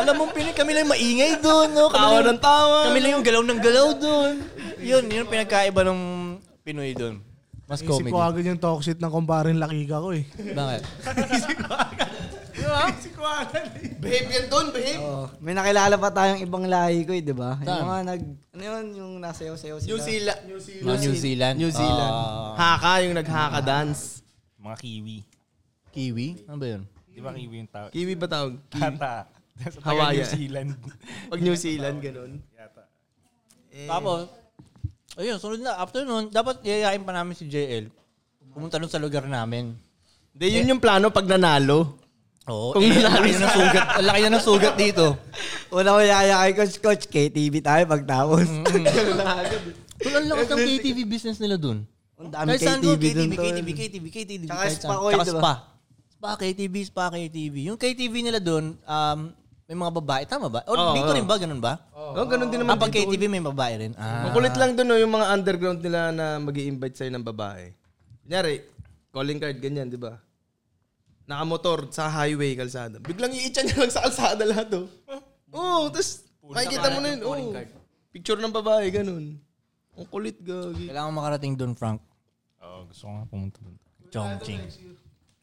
[SPEAKER 2] Alam mo, Pinoy, kami lang yung maingay doon. No? Kami
[SPEAKER 1] Tawa
[SPEAKER 2] lang-
[SPEAKER 1] ng tawa.
[SPEAKER 2] Kami lang yung galaw ng galaw doon. Yun, yun ang pinagkaiba ng Pinoy doon. Mas
[SPEAKER 6] Isip
[SPEAKER 2] comedy.
[SPEAKER 6] ko agad yung talk shit ng kumparing lakiga ko eh.
[SPEAKER 2] Bakit?
[SPEAKER 1] behave yan doon, behave.
[SPEAKER 5] Oh, may nakilala pa tayong ibang lahi ko eh, di ba? Yung
[SPEAKER 2] Saan?
[SPEAKER 5] mga nag... Ano yun? Yung nasayaw-sayaw sila.
[SPEAKER 1] New Zealand.
[SPEAKER 2] Mga New Zealand.
[SPEAKER 1] New Zealand.
[SPEAKER 2] Ah.
[SPEAKER 1] haka, yung naghaka dance.
[SPEAKER 7] Mga kiwi.
[SPEAKER 2] Kiwi? Ano ba yun?
[SPEAKER 7] Di ba kiwi yung tao?
[SPEAKER 1] Kiwi ba tawag?
[SPEAKER 7] Tata. Sa taga
[SPEAKER 1] Hawaii.
[SPEAKER 7] New Zealand.
[SPEAKER 1] Pag New Zealand, ganun.
[SPEAKER 2] Eh. Tapos, ayun, sunod na. After nun, dapat yayain pa namin si JL. Pumunta nun sa lugar namin.
[SPEAKER 1] Hindi, yun yung plano pag nanalo.
[SPEAKER 2] Oo,
[SPEAKER 1] Kung
[SPEAKER 2] eh,
[SPEAKER 1] nanalo
[SPEAKER 2] ang laki na ng sugat. ang Laki na ng sugat dito.
[SPEAKER 5] Una ko yaya kay Coach Coach, KTV tayo pagtapos.
[SPEAKER 2] Mm-hmm. Kung ang lakas ng KTV business nila dun.
[SPEAKER 5] Ang
[SPEAKER 2] Kahit
[SPEAKER 5] daming
[SPEAKER 2] saan doon,
[SPEAKER 5] KTV dun.
[SPEAKER 2] KTV,
[SPEAKER 5] tol.
[SPEAKER 2] KTV, KTV, KTV.
[SPEAKER 5] Tsaka
[SPEAKER 2] kahit
[SPEAKER 5] spa
[SPEAKER 2] saan.
[SPEAKER 5] ko yun,
[SPEAKER 2] Tsaka
[SPEAKER 5] diba?
[SPEAKER 2] spa. Spa, KTV, spa, KTV. Yung KTV nila doon, um, may mga babae. Tama ba? O dito rin ba? Ganun ba?
[SPEAKER 1] Oh, ganun din naman.
[SPEAKER 2] Ah, pag KTV may babae rin. Ah.
[SPEAKER 1] Ang kulit lang doon, no, yung mga underground nila na mag invite sa'yo ng babae. Kunyari, calling card, ganyan, di ba? Nakamotor sa highway, kalsada. Biglang iitsa niya lang sa kalsada lahat, oh. Oo, oh, tapos makikita mo na yun. Oh. Picture ng babae, ganun. Ang kulit, gagi.
[SPEAKER 2] Kailangan makarating doon, Frank.
[SPEAKER 7] Oo, gusto ko nga pumunta doon.
[SPEAKER 2] Chongqing.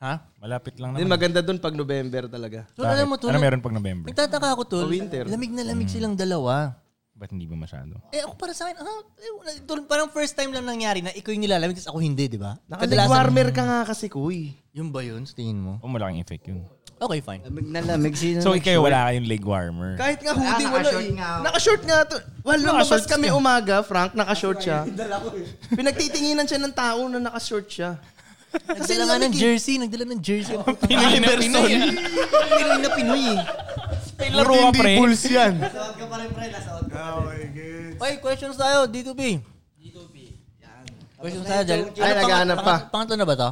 [SPEAKER 2] Ha?
[SPEAKER 7] Malapit lang
[SPEAKER 1] Din
[SPEAKER 7] naman.
[SPEAKER 1] maganda doon pag November talaga.
[SPEAKER 2] Tol, alam mo,
[SPEAKER 7] Bakit?
[SPEAKER 2] tol.
[SPEAKER 7] Ano meron pag November?
[SPEAKER 2] Nagtataka ako, tol.
[SPEAKER 1] winter.
[SPEAKER 2] Lamig na lamig
[SPEAKER 5] Hmm.
[SPEAKER 2] silang dalawa.
[SPEAKER 7] Ba't hindi ba masyado?
[SPEAKER 2] Eh, ako para sa akin, ah, eh, wala- tol, parang first time lang nangyari na ikaw yung nilalamig, tapos ako hindi, di ba?
[SPEAKER 1] Nakalig warmer ka nga kasi, kuy.
[SPEAKER 2] Yung ba yun, sa tingin mo?
[SPEAKER 7] O malaking effect yun.
[SPEAKER 2] Okay, fine.
[SPEAKER 5] Lamig na lamig. Sino
[SPEAKER 7] So kayo wala kayong leg warmer.
[SPEAKER 1] Kahit nga
[SPEAKER 8] Ah,
[SPEAKER 1] hoodie, wala
[SPEAKER 5] naka-short
[SPEAKER 1] eh.
[SPEAKER 5] nga ako.
[SPEAKER 1] Naka-short nga to. Well, lumabas kami umaga, Frank, naka-short siya.
[SPEAKER 8] eh.
[SPEAKER 1] Pinagtitinginan siya ng tao na naka-short siya. Kasi
[SPEAKER 2] Nagdala nga ng
[SPEAKER 1] lamig eh.
[SPEAKER 2] jersey, nagdala ng jersey.
[SPEAKER 7] Pinoy na Pinoy.
[SPEAKER 2] Pinoy na Pinoy eh.
[SPEAKER 7] Laro ka pre.
[SPEAKER 6] Bulls yan.
[SPEAKER 5] Nasuot ka pa rin, pre. Nasuot ka.
[SPEAKER 2] Okay, questions tayo, D2P. Questions tayo, Jel.
[SPEAKER 1] Ay, naghahanap pa.
[SPEAKER 2] Pangatlo na ba to?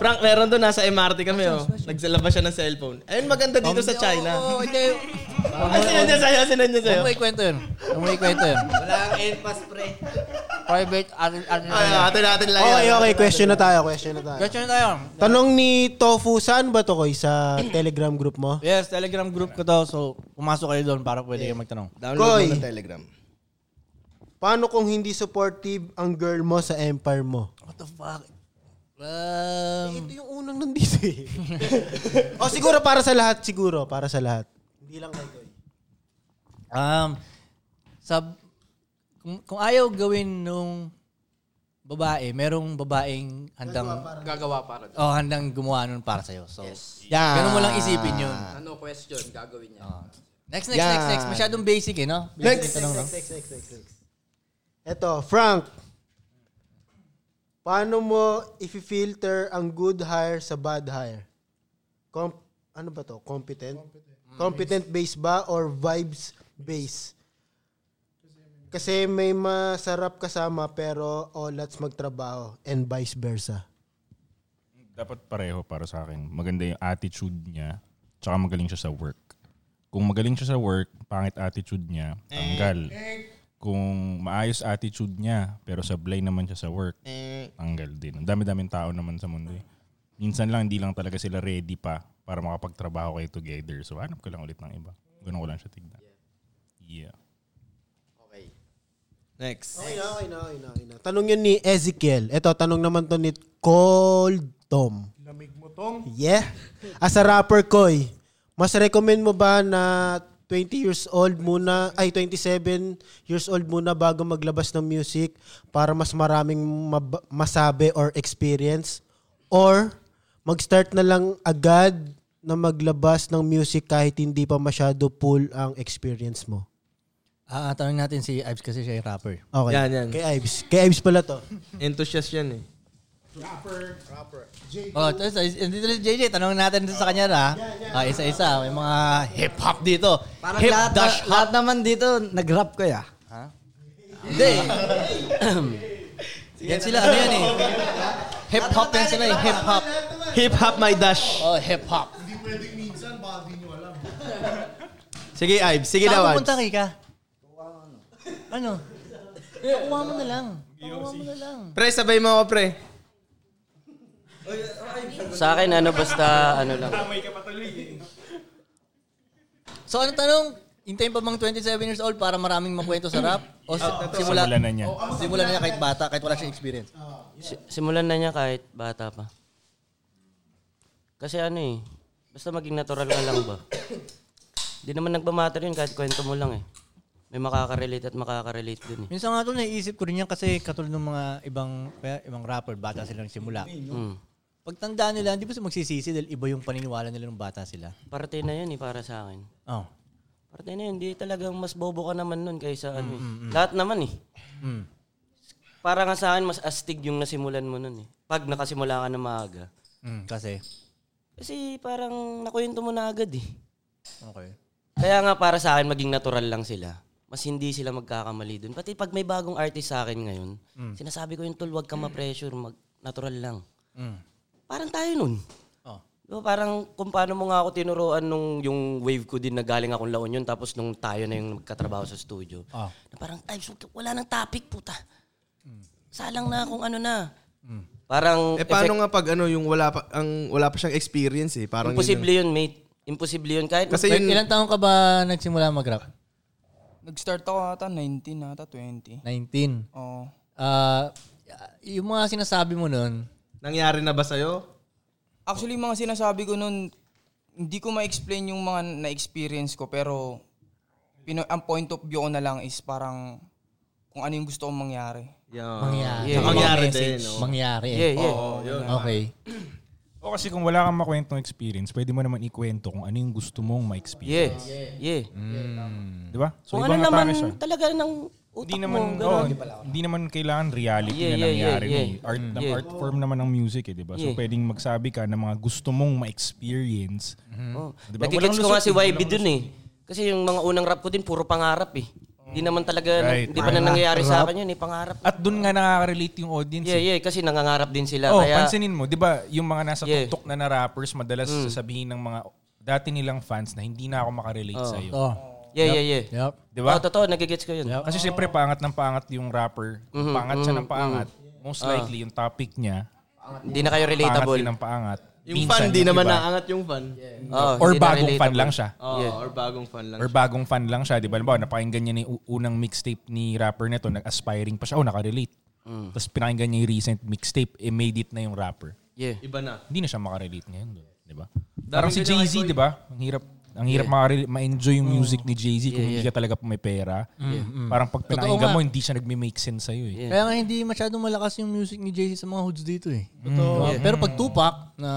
[SPEAKER 1] Frank, meron doon, nasa MRT kami, oh. Nagsalabas siya ng cellphone. Ayun, maganda dito sa China.
[SPEAKER 2] Oo, hindi.
[SPEAKER 9] Ay, sinad niya sa'yo, sinad niya sa'yo.
[SPEAKER 8] Huwag mo ikwento yun. Huwag mo ikwento yun.
[SPEAKER 10] Wala kang N-pass, pre.
[SPEAKER 8] Private, ano, ano,
[SPEAKER 1] Ay, atin natin lang
[SPEAKER 11] Okay,
[SPEAKER 1] yan.
[SPEAKER 11] okay. Question na tayo. Question na tayo.
[SPEAKER 8] Question na tayo.
[SPEAKER 11] Tanong ni Tofu, saan ba to koy? Sa Telegram group mo?
[SPEAKER 8] Yes, telegram group ko to. So, pumasok kayo doon para pwede kayo magtanong.
[SPEAKER 1] Koy.
[SPEAKER 11] Koy,
[SPEAKER 1] Telegram.
[SPEAKER 11] paano kung hindi supportive ang girl mo sa empire mo?
[SPEAKER 8] What the fuck? Um,
[SPEAKER 6] Eh,
[SPEAKER 11] Ito yung unang nandito eh. o siguro para sa lahat, siguro. Para sa lahat. Hindi lang kay Koy.
[SPEAKER 8] um, sab, kung, kung ayaw gawin nung babae, merong babaeng handang
[SPEAKER 9] Gagawa para.
[SPEAKER 8] oh, handang gumawa nun para sa'yo. So, ganun mo lang isipin yun.
[SPEAKER 9] Ano question gagawin niya?
[SPEAKER 8] Next, next, next, next. Masyadong basic eh, no? Basic
[SPEAKER 1] Next.
[SPEAKER 8] yung tanong, no?
[SPEAKER 11] Eto, Frank. Paano mo i-filter ang good hire sa bad hire? Com- ano ba to? Competent? Competent base ba or vibes base? Kasi may masarap kasama pero all lats magtrabaho and vice versa.
[SPEAKER 7] Dapat pareho para sa akin. Maganda yung attitude niya, tsaka magaling siya sa work. Kung magaling siya sa work, pangit attitude niya, tanggal. Kung maayos attitude niya, pero sablay naman siya sa work, tanggal din. Ang dami-daming tao naman sa mundo. eh. Minsan lang, hindi lang talaga sila ready pa para makapagtrabaho kayo together. So, hanap ko lang ulit ng iba. Ganun ko lang siya tignan. Yeah.
[SPEAKER 1] Next.
[SPEAKER 11] Okay na, okay na, okay na, okay na. Tanong yun ni Ezekiel. Eto, tanong naman to ni Cold Tom.
[SPEAKER 12] Lamig mo tong.
[SPEAKER 11] Yeah. As a rapper, Koy, mas recommend mo ba na 20 years old muna, ay 27 years old muna bago maglabas ng music para mas maraming mab- masabi or experience? Or mag-start na lang agad na maglabas ng music kahit hindi pa masyado full ang experience mo?
[SPEAKER 8] Ah, tanong natin si Ives kasi siya yung rapper.
[SPEAKER 11] Okay.
[SPEAKER 1] Yan, yan.
[SPEAKER 11] Kay Ives. Kay Ives pala to.
[SPEAKER 1] Enthusiast yan eh.
[SPEAKER 8] Oh, ito, ito, ito, dito si JJ, tanong natin sa kanya na. Ah, isa-isa, may mga hip-hop dito.
[SPEAKER 10] Parang
[SPEAKER 8] Hip
[SPEAKER 10] lahat,
[SPEAKER 8] dash
[SPEAKER 10] na, lahat naman dito, nag-rap kaya.
[SPEAKER 8] Hindi. yan sila, ano yan eh. Hip-hop yan sila eh, hip-hop.
[SPEAKER 1] Hip hop my dash.
[SPEAKER 8] Oh, hip-hop.
[SPEAKER 1] Sige, Ives. Sige daw,
[SPEAKER 8] Saan
[SPEAKER 1] Ives.
[SPEAKER 8] pupunta kay ka? Ano? Pakuha mo na lang. Pakuha mo na lang.
[SPEAKER 1] Pre, sabay mo ako, pre.
[SPEAKER 3] Sa akin, ano, basta, ano lang.
[SPEAKER 8] So, ano tanong? Hintayin pa bang 27 years old para maraming makwento sa rap? O si- simula,
[SPEAKER 7] Simulan na niya.
[SPEAKER 8] simula na niya kahit bata, kahit wala siyang experience?
[SPEAKER 3] Si- simulan na niya kahit bata pa. Kasi ano eh, basta maging natural ka lang ba? Hindi naman nagmamatter yun kahit kwento mo lang eh. May makakarelate at makakarelate dun eh.
[SPEAKER 8] Minsan nga tol, naiisip ko rin yan kasi katulad ng mga ibang kaya ibang rapper, bata sila nagsimula.
[SPEAKER 3] Mm.
[SPEAKER 8] Pagtanda nila, hindi ba sila magsisisi dahil iba yung paniniwala nila nung bata sila?
[SPEAKER 3] Parte na yun eh para sa akin.
[SPEAKER 8] Oh.
[SPEAKER 3] Parte na yun, di talagang mas bobo ka naman nun kaysa ano eh. Lahat naman eh.
[SPEAKER 8] Mm.
[SPEAKER 3] Para nga sa akin, mas astig yung nasimulan mo nun eh. Pag nakasimula ka na maaga.
[SPEAKER 8] Mm, kasi,
[SPEAKER 3] Kasi parang nakuwento mo na agad eh.
[SPEAKER 8] okay.
[SPEAKER 3] Kaya nga para sa akin maging natural lang sila. Mas hindi sila magkakamali dun. Pati pag may bagong artist sa akin ngayon, sinasabi ko yung tol, wag ka ma-pressure, mag natural lang.
[SPEAKER 8] Mm.
[SPEAKER 3] Parang tayo nun.
[SPEAKER 8] Oh.
[SPEAKER 3] Diba, parang kung paano mo nga ako tinuruan nung yung wave ko din na galing akong La Union tapos nung tayo na yung magkatrabaho sa studio.
[SPEAKER 8] Ah.
[SPEAKER 3] Na parang, ay, so, wala nang topic, puta.
[SPEAKER 8] Mm.
[SPEAKER 3] Salang na kung ano na. Parang
[SPEAKER 1] Eh, paano nga pag ano, yung wala pa, ang, wala pa siyang experience eh. Parang yun
[SPEAKER 3] imposible yun, mate. Imposible yun. Kahit
[SPEAKER 1] yung- kasi
[SPEAKER 8] Wait,
[SPEAKER 1] yun,
[SPEAKER 8] ilang taong ka ba nagsimula mag-rap?
[SPEAKER 13] Nag-start ako ata 19 ata 20.
[SPEAKER 8] 19.
[SPEAKER 13] Oo.
[SPEAKER 8] Ah, yung mga sinasabi mo nun,
[SPEAKER 1] nangyari na ba sa'yo?
[SPEAKER 13] Actually, yung mga sinasabi ko noon, hindi ko ma-explain yung mga na-experience ko pero pino, ang point of view ko na lang is parang kung ano yung gusto kong mangyari.
[SPEAKER 1] Yeah.
[SPEAKER 8] mangyari.
[SPEAKER 1] Yeah. Mangyari
[SPEAKER 13] Message.
[SPEAKER 1] din. oh.
[SPEAKER 8] Mangyari. eh.
[SPEAKER 3] Yeah, yeah.
[SPEAKER 8] Okay.
[SPEAKER 7] O kasi kung wala kang makwentong experience, pwede mo naman ikwento kung ano yung gusto mong
[SPEAKER 3] Yeah.
[SPEAKER 7] ma-experience.
[SPEAKER 3] Yeah.
[SPEAKER 7] Mm. Di ba? So,
[SPEAKER 3] Kung ano
[SPEAKER 7] ibang atake
[SPEAKER 3] naman
[SPEAKER 7] siya.
[SPEAKER 3] talaga ng utak
[SPEAKER 7] Hindi naman,
[SPEAKER 3] mo.
[SPEAKER 7] oh,
[SPEAKER 3] ganun. Mm.
[SPEAKER 7] hindi naman kailangan reality
[SPEAKER 3] Yeah,
[SPEAKER 7] na
[SPEAKER 3] yeah,
[SPEAKER 7] nangyari.
[SPEAKER 3] yeah,
[SPEAKER 7] eh.
[SPEAKER 3] yeah.
[SPEAKER 7] Art, na-
[SPEAKER 3] Yeah.
[SPEAKER 7] art form naman ng music, eh, di ba? So,
[SPEAKER 3] Yeah.
[SPEAKER 7] pwedeng magsabi ka ng mga gusto mong ma-experience.
[SPEAKER 3] Oh.
[SPEAKER 7] Diba?
[SPEAKER 3] Nagigets
[SPEAKER 7] Walang
[SPEAKER 3] ko nga si
[SPEAKER 7] lusot,
[SPEAKER 3] YB
[SPEAKER 7] walang
[SPEAKER 3] dun eh. Kasi yung mga unang rap ko din, puro pangarap eh. Hindi naman talaga,
[SPEAKER 7] Oh. Right.
[SPEAKER 3] hindi pa na nangyayari sa akin yun eh, pangarap.
[SPEAKER 7] At dun nga nakaka-relate yung audience.
[SPEAKER 3] Yeah,
[SPEAKER 7] eh.
[SPEAKER 3] yeah, kasi nangangarap din sila.
[SPEAKER 7] Oh,
[SPEAKER 3] kaya,
[SPEAKER 7] pansinin mo, di ba, yung mga nasa
[SPEAKER 3] Yeah. Mm.
[SPEAKER 7] tuktok na na rappers, madalas sasabihin ng mga dati nilang fans na hindi na ako makarelate
[SPEAKER 3] Oo.
[SPEAKER 7] sa'yo.
[SPEAKER 3] Oo. Yeah, yeah, yeah.
[SPEAKER 7] Yep. Di
[SPEAKER 3] Oh,
[SPEAKER 7] ba?
[SPEAKER 3] totoo, nagigets ko yun.
[SPEAKER 7] Kasi syempre, pangat ng pangat yung rapper.
[SPEAKER 3] Mhm,
[SPEAKER 7] Pangat siya ng
[SPEAKER 3] mhm,
[SPEAKER 7] pangat.
[SPEAKER 3] mhm.
[SPEAKER 7] Most
[SPEAKER 3] Ah.
[SPEAKER 7] likely, yung topic niya,
[SPEAKER 3] Hindi na kayo relatable.
[SPEAKER 7] Pangat din ng pangat.
[SPEAKER 1] Yung
[SPEAKER 7] Minsan
[SPEAKER 1] fan, di
[SPEAKER 7] yung
[SPEAKER 1] naman
[SPEAKER 7] iba.
[SPEAKER 1] naangat yung fan.
[SPEAKER 3] Oh,
[SPEAKER 7] Oo, Or hindi na bagong fan
[SPEAKER 3] eh.
[SPEAKER 7] relatable. lang siya.
[SPEAKER 1] Oo,
[SPEAKER 7] Yeah.
[SPEAKER 1] or bagong fan lang
[SPEAKER 7] Or bagong fan lang siya, di ba? Halimbawa, napakinggan niya na yung u- unang mixtape ni rapper nito, nag-aspiring pa siya, oh, nakarelate.
[SPEAKER 1] Mm.
[SPEAKER 7] Tapos pinakinggan niya yung recent mixtape, eh, made it na yung rapper.
[SPEAKER 3] Yeah.
[SPEAKER 1] Iba na.
[SPEAKER 7] Hindi na siya makarelate ngayon, doon, di ba?
[SPEAKER 1] Daming
[SPEAKER 7] Parang si
[SPEAKER 1] ganyan
[SPEAKER 7] Jay-Z,
[SPEAKER 1] kay-
[SPEAKER 7] di ba? Ang hirap ang hirap
[SPEAKER 1] Yeah.
[SPEAKER 7] makarel- ma-enjoy yung
[SPEAKER 1] Mm.
[SPEAKER 7] music ni Jay-Z kung
[SPEAKER 1] Yeah,
[SPEAKER 7] hindi
[SPEAKER 1] yeah.
[SPEAKER 7] ka talaga may pera.
[SPEAKER 2] Yeah. Mm.
[SPEAKER 7] Parang pag
[SPEAKER 2] Totoo
[SPEAKER 7] pinakinggan
[SPEAKER 2] nga.
[SPEAKER 7] mo, hindi siya nagme-make sense sa'yo eh.
[SPEAKER 2] Kaya nga hindi masyadong malakas yung music ni Jay-Z sa mga hoods dito eh.
[SPEAKER 7] Totoo.
[SPEAKER 2] Yeah. Pero pag Tupac, na...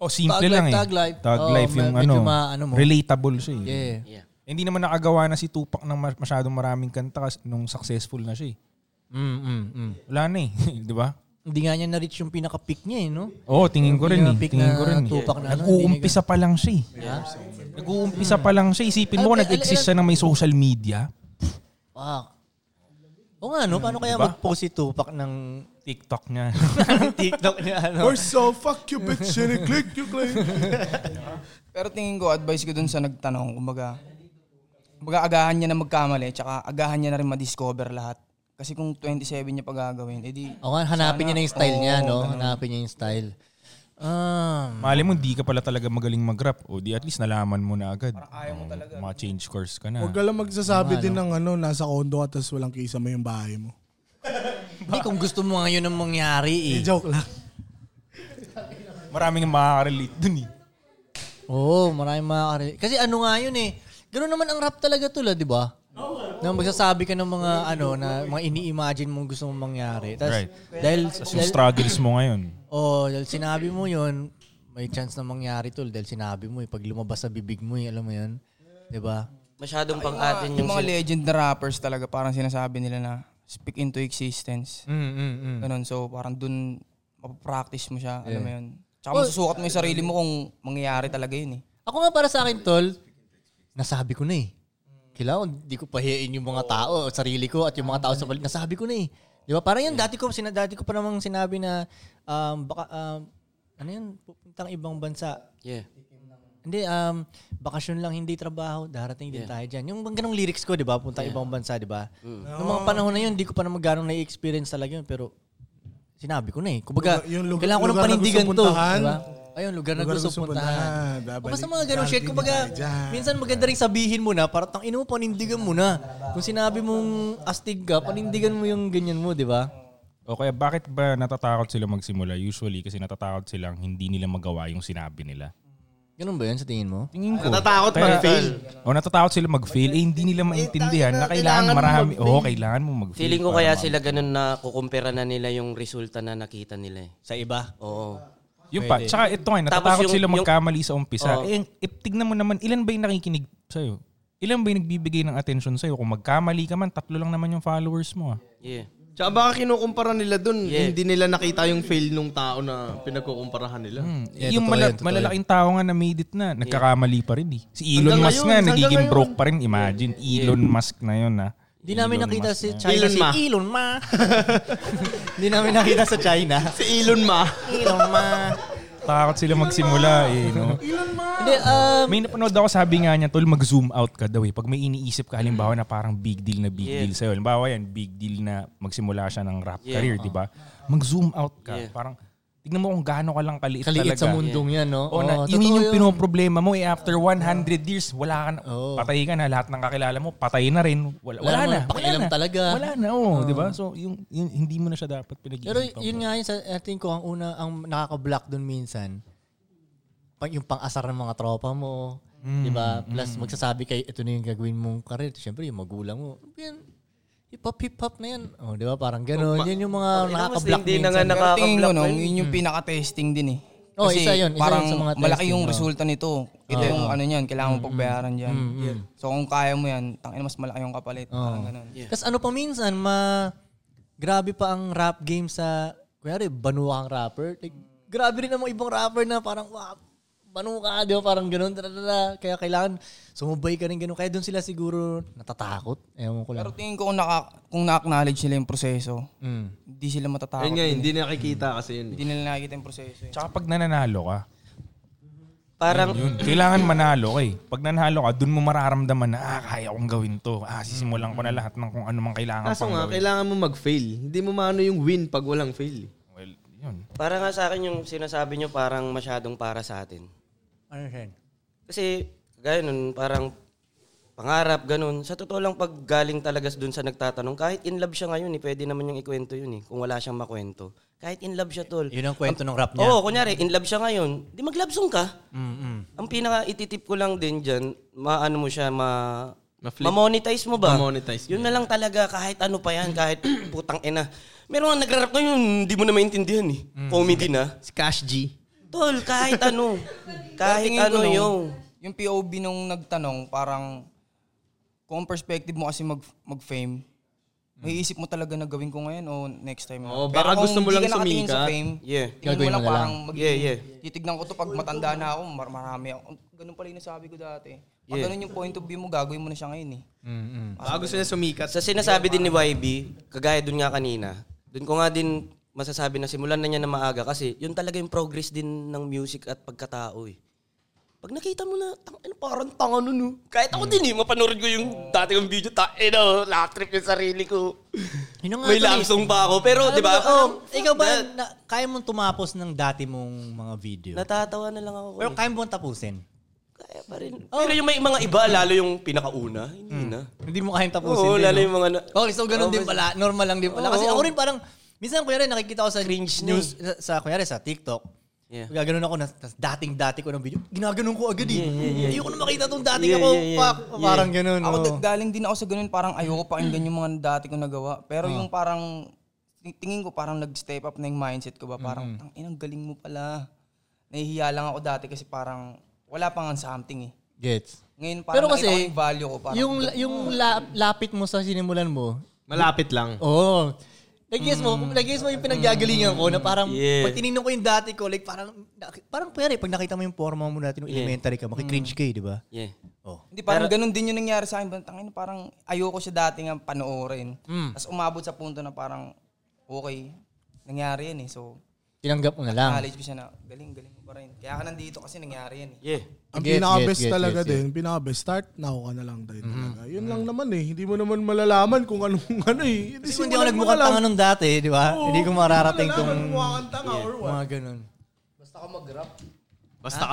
[SPEAKER 7] O
[SPEAKER 2] Tag
[SPEAKER 7] simple lang eh.
[SPEAKER 2] life, tag life.
[SPEAKER 7] Tag
[SPEAKER 2] Oo,
[SPEAKER 7] life yung
[SPEAKER 2] med- medyo
[SPEAKER 7] ano,
[SPEAKER 2] ma- ano mo.
[SPEAKER 7] relatable siya eh.
[SPEAKER 2] Yeah.
[SPEAKER 7] Hindi naman nakagawa na si Tupac ng mas- masyadong maraming kanta kas- nung successful na siya eh.
[SPEAKER 2] Mm, mm, mm.
[SPEAKER 7] Wala na eh, di ba?
[SPEAKER 2] Hindi nga niya na-reach yung pinaka-peak niya eh, no?
[SPEAKER 7] Oo, tingin ko rin eh.
[SPEAKER 2] Pinaka-peak
[SPEAKER 7] Tingin
[SPEAKER 2] na
[SPEAKER 7] ko rin eh.
[SPEAKER 2] Tupac na ano,
[SPEAKER 7] Nag-uumpisa pa lang siya eh.
[SPEAKER 2] Yeah.
[SPEAKER 7] Nag-uumpisa pa lang siya. Isipin mo,
[SPEAKER 2] Al- al-
[SPEAKER 7] nag-exist
[SPEAKER 2] al-
[SPEAKER 7] siya na may social media.
[SPEAKER 2] Fuck. Mm, O nga, no? Paano kaya
[SPEAKER 7] Diba?
[SPEAKER 2] mag-post si Tupac ng
[SPEAKER 7] TikTok niya?
[SPEAKER 2] TikTok niya, ano?
[SPEAKER 6] We're so fuck you bitch and click you click.
[SPEAKER 11] Pero tingin ko, advice ko dun sa nagtanong, kumbaga, kumbaga agahan niya na magkamali, tsaka agahan niya na rin ma-discover lahat. Kasi kung 27 niya pag gagawin, edi...
[SPEAKER 2] O nga, hanapin niya na yung style niya, no? Hanapin niya yung style. Ah.
[SPEAKER 7] Mali mo, di ka pala talaga magaling mag-rap. O di at least nalaman mo na agad. Parang ayaw mo talaga. change course ka na.
[SPEAKER 6] Huwag ka lang magsasabi
[SPEAKER 7] Tama,
[SPEAKER 6] din ng ano, nasa kondo at tapos walang kisa mo yung bahay mo.
[SPEAKER 2] Hindi, kung gusto mo ngayon ang mangyari eh.
[SPEAKER 6] joke lang.
[SPEAKER 7] Maraming makaka-relate dun eh.
[SPEAKER 2] Oo, maraming makaka-relate. Kasi ano nga yun eh. Ganun naman ang rap talaga tula, di ba? Na magsasabi ka ng mga ano na mga ini-imagine mong gusto mong mangyari. Tapos
[SPEAKER 7] Right.
[SPEAKER 2] dahil,
[SPEAKER 7] Tapos yung
[SPEAKER 2] dahil
[SPEAKER 7] struggles mo ngayon.
[SPEAKER 2] Oh, dahil sinabi mo 'yun, may chance na mangyari tol dahil sinabi mo eh pag lumabas sa bibig mo eh, alam mo 'yun. 'Di ba?
[SPEAKER 3] Masyadong
[SPEAKER 11] Yung
[SPEAKER 3] pang
[SPEAKER 11] mga,
[SPEAKER 3] atin
[SPEAKER 11] ah, yung
[SPEAKER 3] yung...
[SPEAKER 11] mga
[SPEAKER 3] sila-
[SPEAKER 11] legend na rappers talaga, parang sinasabi nila na speak into existence.
[SPEAKER 2] Mm, mm, mm.
[SPEAKER 11] Ganun, so parang dun mapapractice mo siya,
[SPEAKER 2] Yeah.
[SPEAKER 11] alam mo yun. Tsaka
[SPEAKER 2] Well-
[SPEAKER 11] masusukat mo yung sarili mo kung mangyayari talaga yun eh.
[SPEAKER 2] Ako nga para sa akin tol, nasabi ko na eh. Kailangan hindi ko pahiin yung mga tao, sarili ko at yung mga tao sa paligid. Nasabi ko na eh. 'Di ba? Parang 'yan dati ko sina- dati ko pa namang sinabi na um, baka um, ano 'yun, pupuntang ibang bansa.
[SPEAKER 3] Yeah.
[SPEAKER 2] Hindi, um, bakasyon lang, hindi trabaho, darating din tayo dyan. Yung mga ganong lyrics ko, di ba? Punta ibang bansa, di ba? Noong mga panahon na ano, yun, hindi ko pa naman ganong na-experience talaga yun, pero sinabi ko na eh. Kumbaga,
[SPEAKER 6] Lugar- yung lugar-
[SPEAKER 2] kailangan ko ng
[SPEAKER 6] lugar na
[SPEAKER 2] panindigan
[SPEAKER 6] gusto
[SPEAKER 2] to.
[SPEAKER 6] puntahan.
[SPEAKER 2] Di ba? Ayun, lugar, na
[SPEAKER 6] Lugar na
[SPEAKER 2] gusto,
[SPEAKER 6] gusto puntahan.
[SPEAKER 2] puntahan. O
[SPEAKER 6] Babalik-
[SPEAKER 2] basta mga ganong shit,
[SPEAKER 6] darating
[SPEAKER 2] kumbaga,
[SPEAKER 6] tayo dyan.
[SPEAKER 2] minsan maganda rin sabihin mo na, para tang ina mo, panindigan mo na. Kung sinabi mong astig ka, panindigan mo yung ganyan mo, di ba?
[SPEAKER 7] O kaya bakit ba natatakot sila magsimula? Usually kasi natatakot silang hindi nila magawa yung sinabi nila.
[SPEAKER 2] Ganun ba yun sa tingin mo?
[SPEAKER 7] Tingin ko.
[SPEAKER 1] Natatakot
[SPEAKER 7] Kaya-
[SPEAKER 1] mag-fail.
[SPEAKER 7] O natatakot sila mag-fail. Eh, hindi nila maintindihan na
[SPEAKER 1] kailangan
[SPEAKER 7] kailangan
[SPEAKER 1] mo
[SPEAKER 7] marami.
[SPEAKER 1] mag-fail.
[SPEAKER 7] Oo, kailangan mo mag-fail.
[SPEAKER 3] Feeling ko
[SPEAKER 7] para
[SPEAKER 3] kaya
[SPEAKER 7] ma-
[SPEAKER 3] sila ganun na kukumpira na nila yung resulta na nakita nila eh.
[SPEAKER 2] Sa iba?
[SPEAKER 3] Oo.
[SPEAKER 7] Yung pa, tsaka ito nga, natatakot
[SPEAKER 3] Tapos yung-
[SPEAKER 7] sila
[SPEAKER 3] yung-
[SPEAKER 7] magkamali sa umpisa.
[SPEAKER 3] Oo.
[SPEAKER 7] Eh, eh, tignan mo naman, ilan ba yung nakikinig sa'yo? Ilan ba yung nagbibigay ng attention sa'yo? Kung magkamali ka man, tatlo lang naman yung followers mo. ah.
[SPEAKER 3] Yeah.
[SPEAKER 1] Tsaka baka kinukumpara nila dun,
[SPEAKER 3] Yeah.
[SPEAKER 1] hindi nila nakita yung fail nung tao na pinagkukumparahan nila.
[SPEAKER 7] Hmm.
[SPEAKER 2] Yeah,
[SPEAKER 7] yung
[SPEAKER 2] totoo
[SPEAKER 7] mala-
[SPEAKER 2] yan, totoo
[SPEAKER 7] malalaking tao nga na made it na, nagkakamali pa rin eh. Si Elon
[SPEAKER 1] Hanggang
[SPEAKER 7] Musk
[SPEAKER 1] ngayon,
[SPEAKER 7] nga,
[SPEAKER 1] hanggang
[SPEAKER 7] nagiging
[SPEAKER 1] ngayon.
[SPEAKER 7] broke pa rin. Imagine, Elon Musk na yun ah.
[SPEAKER 2] Hindi namin
[SPEAKER 7] Elon
[SPEAKER 2] nakita
[SPEAKER 7] Musk
[SPEAKER 2] si
[SPEAKER 7] na yun.
[SPEAKER 2] China
[SPEAKER 1] Elon
[SPEAKER 2] si
[SPEAKER 1] Ma.
[SPEAKER 2] Elon Ma. Hindi namin nakita sa China.
[SPEAKER 1] Si Elon Ma.
[SPEAKER 2] Elon Ma.
[SPEAKER 7] Takot sila magsimula eh. No?
[SPEAKER 2] Hindi, um,
[SPEAKER 7] May napanood ako, sabi nga niya, tol, mag-zoom out ka daw eh. Pag may iniisip ka, halimbawa na parang big deal na big
[SPEAKER 3] Yeah.
[SPEAKER 7] deal sa'yo. Halimbawa yan, big deal na magsimula siya ng rap
[SPEAKER 3] Yeah.
[SPEAKER 7] career, di ba? Mag-zoom out ka.
[SPEAKER 3] Yeah.
[SPEAKER 7] Parang, tignan mo kung gaano ka lang kaliit,
[SPEAKER 2] kaliit
[SPEAKER 7] talaga.
[SPEAKER 2] sa mundong yan, no?
[SPEAKER 7] O,
[SPEAKER 2] Oo,
[SPEAKER 7] na, yun,
[SPEAKER 2] totoo
[SPEAKER 7] yun yung
[SPEAKER 2] yun.
[SPEAKER 7] pinoproblema mo eh. After 100 years, wala ka na.
[SPEAKER 2] Oo.
[SPEAKER 7] Patay ka na. Lahat ng kakilala mo, patay na rin. Wala, wala,
[SPEAKER 2] Wala mo
[SPEAKER 7] na.
[SPEAKER 2] na, pakialam
[SPEAKER 7] wala na.
[SPEAKER 2] talaga.
[SPEAKER 7] Wala na, oo. di ba? So, yung, yun- hindi mo na siya dapat pinag-iisipan.
[SPEAKER 2] Pero yun nga yun, sa- I think ko, ang una, ang nakaka-block dun minsan, pag yung pang-asar ng mga tropa mo, di ba?
[SPEAKER 3] Mm,
[SPEAKER 2] Plus, magsasabi kay ito na yung gagawin mong karir. Siyempre, yung magulang mo, ano ba yan, hip-hop, hip-hop na yan. O, di ba? Parang gano'n. Yan yung mga
[SPEAKER 3] mas
[SPEAKER 2] nakaka-block
[SPEAKER 3] Oh, hindi na
[SPEAKER 2] minsan.
[SPEAKER 3] nga
[SPEAKER 11] Pero tingin ko,
[SPEAKER 3] nakaka-block eh.
[SPEAKER 11] no,
[SPEAKER 3] na yun.
[SPEAKER 11] yun
[SPEAKER 2] Hmm.
[SPEAKER 11] yung pinaka-testing din eh.
[SPEAKER 2] Oh, isa yun, isa yun
[SPEAKER 11] parang
[SPEAKER 2] sa mga
[SPEAKER 11] malaki
[SPEAKER 2] testing,
[SPEAKER 11] yung
[SPEAKER 2] oh.
[SPEAKER 11] resulta nito. Ito yung ano niyan, kailangan
[SPEAKER 2] Mm,
[SPEAKER 11] mo pagbayaran diyan. So kung kaya mo yan, tangina mas malaki yung kapalit.
[SPEAKER 2] Oh.
[SPEAKER 11] Parang ganun.
[SPEAKER 2] Tapos ano pa minsan, ma... Grabe pa ang rap game sa... Kunyari, banuwa kang rapper. Like, grabe rin ang mga ibang rapper na parang, wow, banu ka, di ba? Parang ganun, tarara. Kaya kailangan sumubay ka rin ganun. Kaya doon sila siguro natatakot. Ewan ko lang.
[SPEAKER 11] Pero tingin ko kung, naka, kung na-acknowledge nila yung proseso,
[SPEAKER 2] Mm.
[SPEAKER 11] hindi sila matatakot.
[SPEAKER 1] Ayun nga, hindi nakikita kasi yun.
[SPEAKER 11] eh. Hindi nila nakikita yung proseso. Eh.
[SPEAKER 7] Tsaka pag nananalo ka,
[SPEAKER 3] Parang,
[SPEAKER 7] Yun. Kailangan manalo kay. Pag nanalo ka, dun mo mararamdaman na, ah, kaya kong gawin to. Ah, sisimulan
[SPEAKER 2] Mm.
[SPEAKER 7] ko na lahat ng kung ano mang kailangan
[SPEAKER 1] Kaso
[SPEAKER 7] pang
[SPEAKER 1] nga,
[SPEAKER 7] gawin.
[SPEAKER 1] kailangan mo mag-fail. Hindi mo maano yung win pag walang fail. eh.
[SPEAKER 7] Well, yun.
[SPEAKER 3] parang nga sa akin yung sinasabi nyo parang masyadong para sa atin.
[SPEAKER 2] Ano siya?
[SPEAKER 3] Kasi, gaya nun, parang pangarap, ganun. Sa totoo lang, pag galing talaga dun sa nagtatanong, kahit in love siya ngayon, eh, pwede naman yung ikwento yun eh, kung wala siyang makwento. Kahit in love siya, tol.
[SPEAKER 2] Yun ang kwento ng rap niya.
[SPEAKER 3] Oo, kunyari, in love siya ngayon, di mag-love song ka. Ang pinaka ititip ko lang din dyan, maano mo siya, ma...
[SPEAKER 1] Ma-flip.
[SPEAKER 3] Ma-monetize mo ba?
[SPEAKER 1] Ma-monetize mo
[SPEAKER 3] Yun na lang talaga, kahit ano pa yan, kahit putang ina. Meron nga nagrarap ngayon, hindi mo na maintindihan eh.
[SPEAKER 1] Mm.
[SPEAKER 3] Comedy na.
[SPEAKER 1] Si Cash G.
[SPEAKER 3] Tol, kahit ano. kahit
[SPEAKER 11] Tingin ko
[SPEAKER 3] ano
[SPEAKER 11] nung-
[SPEAKER 3] yung...
[SPEAKER 11] Yung POV nung nagtanong, parang kung ang perspective mo kasi mag, mag-fame, maiisip mo talaga na gawin ko ngayon o next time na.
[SPEAKER 1] Hmm. Oo, baka gusto mo
[SPEAKER 11] hindi
[SPEAKER 1] lang
[SPEAKER 11] ka nakatingin
[SPEAKER 1] sumikat,
[SPEAKER 11] sa fame,
[SPEAKER 3] yeah.
[SPEAKER 11] tingin mo
[SPEAKER 2] Gagawin
[SPEAKER 11] lang
[SPEAKER 2] mo na
[SPEAKER 11] parang
[SPEAKER 2] lang.
[SPEAKER 11] magiging,
[SPEAKER 3] Yeah, yeah.
[SPEAKER 11] titignan ko to pag matanda na ako, mar- marami ako. Ganun pala yung nasabi ko dati. Pag
[SPEAKER 3] Yeah.
[SPEAKER 11] ganun yung point of view mo, gagawin mo na siya ngayon eh.
[SPEAKER 1] Bago sila sumikat.
[SPEAKER 3] Sa sinasabi din ni YB, kagaya dun nga kanina, dun ko nga din masasabi na simulan na niya na maaga kasi yun talaga yung progress din ng music at pagkatao eh. Pag nakita mo na, tang, ano, parang tanga nun no. Kahit ako din eh, mapanood ko yung dati kong video, ta, eh no, latrip yung sarili ko.
[SPEAKER 2] Yun ang nga
[SPEAKER 3] May
[SPEAKER 2] ito eh.
[SPEAKER 3] lamsong pa ako, pero di ba?
[SPEAKER 2] Alam mo, um,
[SPEAKER 3] oh,
[SPEAKER 2] ikaw ba,
[SPEAKER 3] na-
[SPEAKER 2] na, kaya mong tumapos ng dati mong mga video?
[SPEAKER 3] natatawa na lang ako.
[SPEAKER 2] Pero
[SPEAKER 3] eh.
[SPEAKER 2] kaya mo bang tapusin?
[SPEAKER 3] Kaya pa rin. Oh. Pero yung may mga iba, lalo yung pinakauna, hindi
[SPEAKER 2] Hmm.
[SPEAKER 3] na.
[SPEAKER 2] Hindi mo kayang tapusin.
[SPEAKER 3] Oo,
[SPEAKER 2] din,
[SPEAKER 3] lalo
[SPEAKER 2] no?
[SPEAKER 3] yung mga... Na,
[SPEAKER 2] Oh, so ganun din pala. Normal lang din pala. Kasi
[SPEAKER 3] Oo.
[SPEAKER 2] ako rin parang, minsan kunyari nakikita ko sa
[SPEAKER 3] Cringe na eh.
[SPEAKER 2] news, sa, sa kunyari sa TikTok,
[SPEAKER 3] Yeah.
[SPEAKER 2] Gaganon ako na tas dating-dati ko ng video. Ginaganon ko agad eh. Ayoko na makita tong dating
[SPEAKER 3] Yeah,
[SPEAKER 2] ako.
[SPEAKER 3] yeah, yeah.
[SPEAKER 2] Pak, Parang ganun.
[SPEAKER 11] Ako
[SPEAKER 2] oh.
[SPEAKER 11] da- galing din ako sa ganun, parang ayoko pakinggan yung mga dati kong nagawa. Pero
[SPEAKER 2] Ah.
[SPEAKER 11] yung parang, ting- tingin ko parang nag-step up na yung mindset ko ba. Parang, tang inang galing mo pala. Nahihiya lang ako dati kasi parang wala pa nga something eh.
[SPEAKER 2] Gets.
[SPEAKER 11] Ngayon parang
[SPEAKER 2] Pero
[SPEAKER 11] nakita ko
[SPEAKER 2] kasi,
[SPEAKER 11] yung value ko. Parang,
[SPEAKER 2] yung, yung la- lapit mo sa sinimulan mo,
[SPEAKER 1] Malapit lang.
[SPEAKER 2] Oo. Oh. Nag-guess mo,
[SPEAKER 3] Mm.
[SPEAKER 2] nag-guess mo yung pinaggagalingan ko na parang
[SPEAKER 3] Yeah.
[SPEAKER 2] pag tinignan ko yung dati ko, like parang, naki- parang pwede, pag nakita mo yung forma mo natin nung elementary ka, makikringe ka eh, di ba?
[SPEAKER 3] yeah.
[SPEAKER 2] Oh.
[SPEAKER 11] hindi, parang ganun din yung nangyari sa akin. Tangin, parang ayoko siya dati nga panoorin.
[SPEAKER 2] Mm.
[SPEAKER 11] Tapos umabot sa punto na parang, okay, nangyari yan eh. So,
[SPEAKER 2] Tinanggap mo na lang.
[SPEAKER 11] knowledge ko siya na, galing, galing mo pa rin. Kaya ka nandito kasi nangyari yan eh.
[SPEAKER 3] Yeah.
[SPEAKER 6] Ang
[SPEAKER 2] Gets,
[SPEAKER 6] pinaka-best
[SPEAKER 2] gets, gets,
[SPEAKER 6] talaga
[SPEAKER 2] gets, gets.
[SPEAKER 6] din, pinaka-best start, now ka na ano lang din talaga. Yun lang naman eh. Hindi mo naman malalaman kung anong ano eh.
[SPEAKER 2] Kasi kung hindi ako nagmukhang tanga nung dati, di ba? hindi ko mararating
[SPEAKER 6] kung...
[SPEAKER 2] kung
[SPEAKER 6] Hindi mo malalaman kung mukhang tanga or what.
[SPEAKER 2] mga ganun.
[SPEAKER 1] Ah. Basta ka mag-rap.
[SPEAKER 6] Basta ka